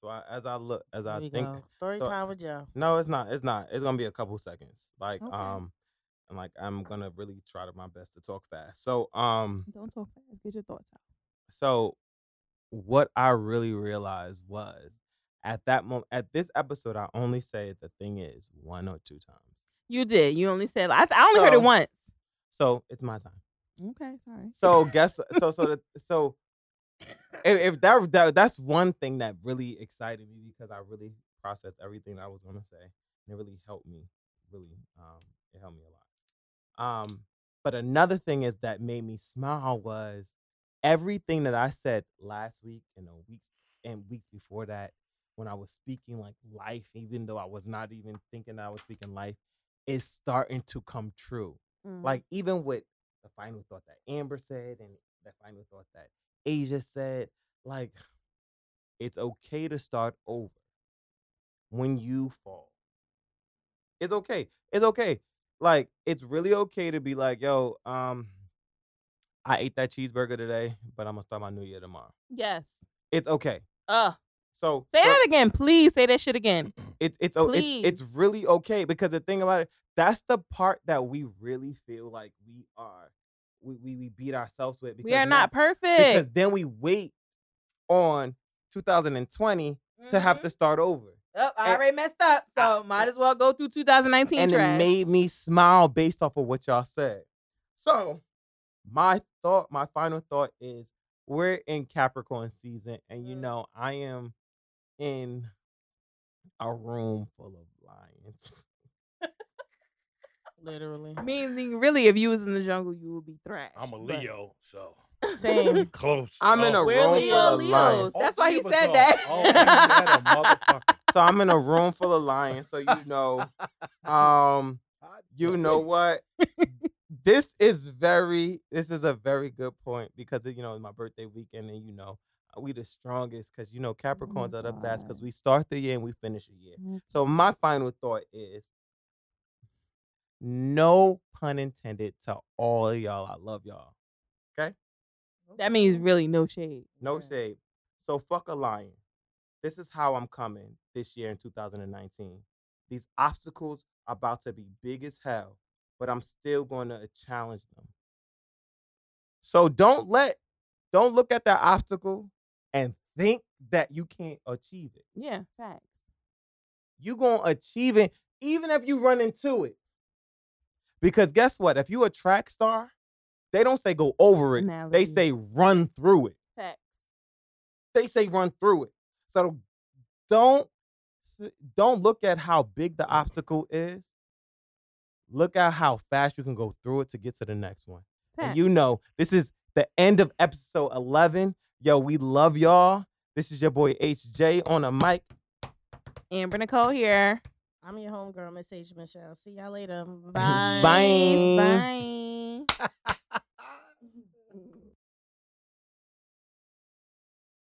S1: So I, as I look, as
S3: There
S1: I
S3: we
S1: think,
S3: go. Story
S1: so-
S3: time with Joe.
S1: no, it's not. It's not. It's gonna be a couple seconds. Like
S3: Okay.
S1: um, and like I'm gonna really try to my best to talk fast. So um,
S2: Don't talk fast. Get your thoughts out.
S1: so what I really realized was at that moment, at this episode, I only say the thing is one or two times.
S2: You did. You only said I, I only heard
S1: So-
S2: it once.
S1: So it's my time.
S2: Okay, sorry.
S1: So guess so so the, so if, if that, that that's one thing that really excited me because I really processed everything I was gonna say and it really helped me really um it helped me a lot. Um, but another thing is that made me smile was everything that I said last week and the weeks and weeks before that when I was speaking like life, even though I was not even thinking I was speaking life, is starting to come true.
S3: Mm.
S1: Like even with the final thought that Amber said and the final thought that Asia said, like it's okay to start over when you fall. It's okay. It's okay. Like it's really okay to be like, yo, um, I ate that cheeseburger today, but I'm gonna start my new year tomorrow.
S2: yes.
S1: It's okay.
S2: Uh,
S1: So
S2: say
S1: so-
S2: that again, please. Say that shit again.
S1: it's it's o- it's, it's
S2: Please.
S1: really okay because the thing about it that's the part that we really feel like we are we we, we beat ourselves with because
S2: We are
S1: now-
S2: not
S1: because
S2: perfect.
S1: then we wait on 2020 to have
S2: Mm-hmm.
S1: to start over
S2: Oh, I
S1: and-
S2: already messed up, so might as well go through 2019
S1: and it
S2: trash.
S1: made me smile based off of what y'all said so my thought my final thought is we're in capricorn season and
S2: Mm.
S1: you know i am in a room full of lions
S5: Literally.
S2: Meaning, really, if you was in the jungle, you would be thrashed.
S4: I'm a
S2: but-
S4: Leo, so
S5: Same.
S4: close. Oh,
S1: I'm in a
S5: we're
S1: room
S5: Leo
S1: full of
S5: Leos.
S1: lions.
S2: That's why he
S4: All three of us
S2: said
S4: are.
S2: that.
S4: All three of us had a motherfucker.
S1: So I'm in a room full of lions. So you know, um, you know what? This is very. This is a very good point because you know it's my birthday weekend, and you know we the strongest because you know Capricorns are the best because
S2: God.
S1: we start the year and we finish the year.
S2: Mhm.
S1: So my final thought is. No pun intended to all of y'all. I love y'all.
S2: That means really no shade.
S1: No shade. So fuck a lion. This is how I'm coming this year in 2019. These obstacles are about to be big as hell, but I'm still going to challenge them. So don't let, don't look at that obstacle and think that you can't achieve it.
S2: Yeah, facts.
S1: You're going to achieve it even if you run into it. Because guess what? If you a track star, they don't say go over it. They
S2: Analogy.
S1: say run through it
S2: Facts.
S1: they say run through it. So don't don't look at how big the obstacle is. Look at how fast you can go through it to get to the next one. And
S2: facts.
S1: you know, this is the end of episode 11. Yo, we love y'all. This is your boy HJ on a mic.
S2: Amber Nicole here.
S5: I'm your homegirl, Miss H. Michelle. See y'all later.
S1: Bye.
S2: Bye.
S4: 嗯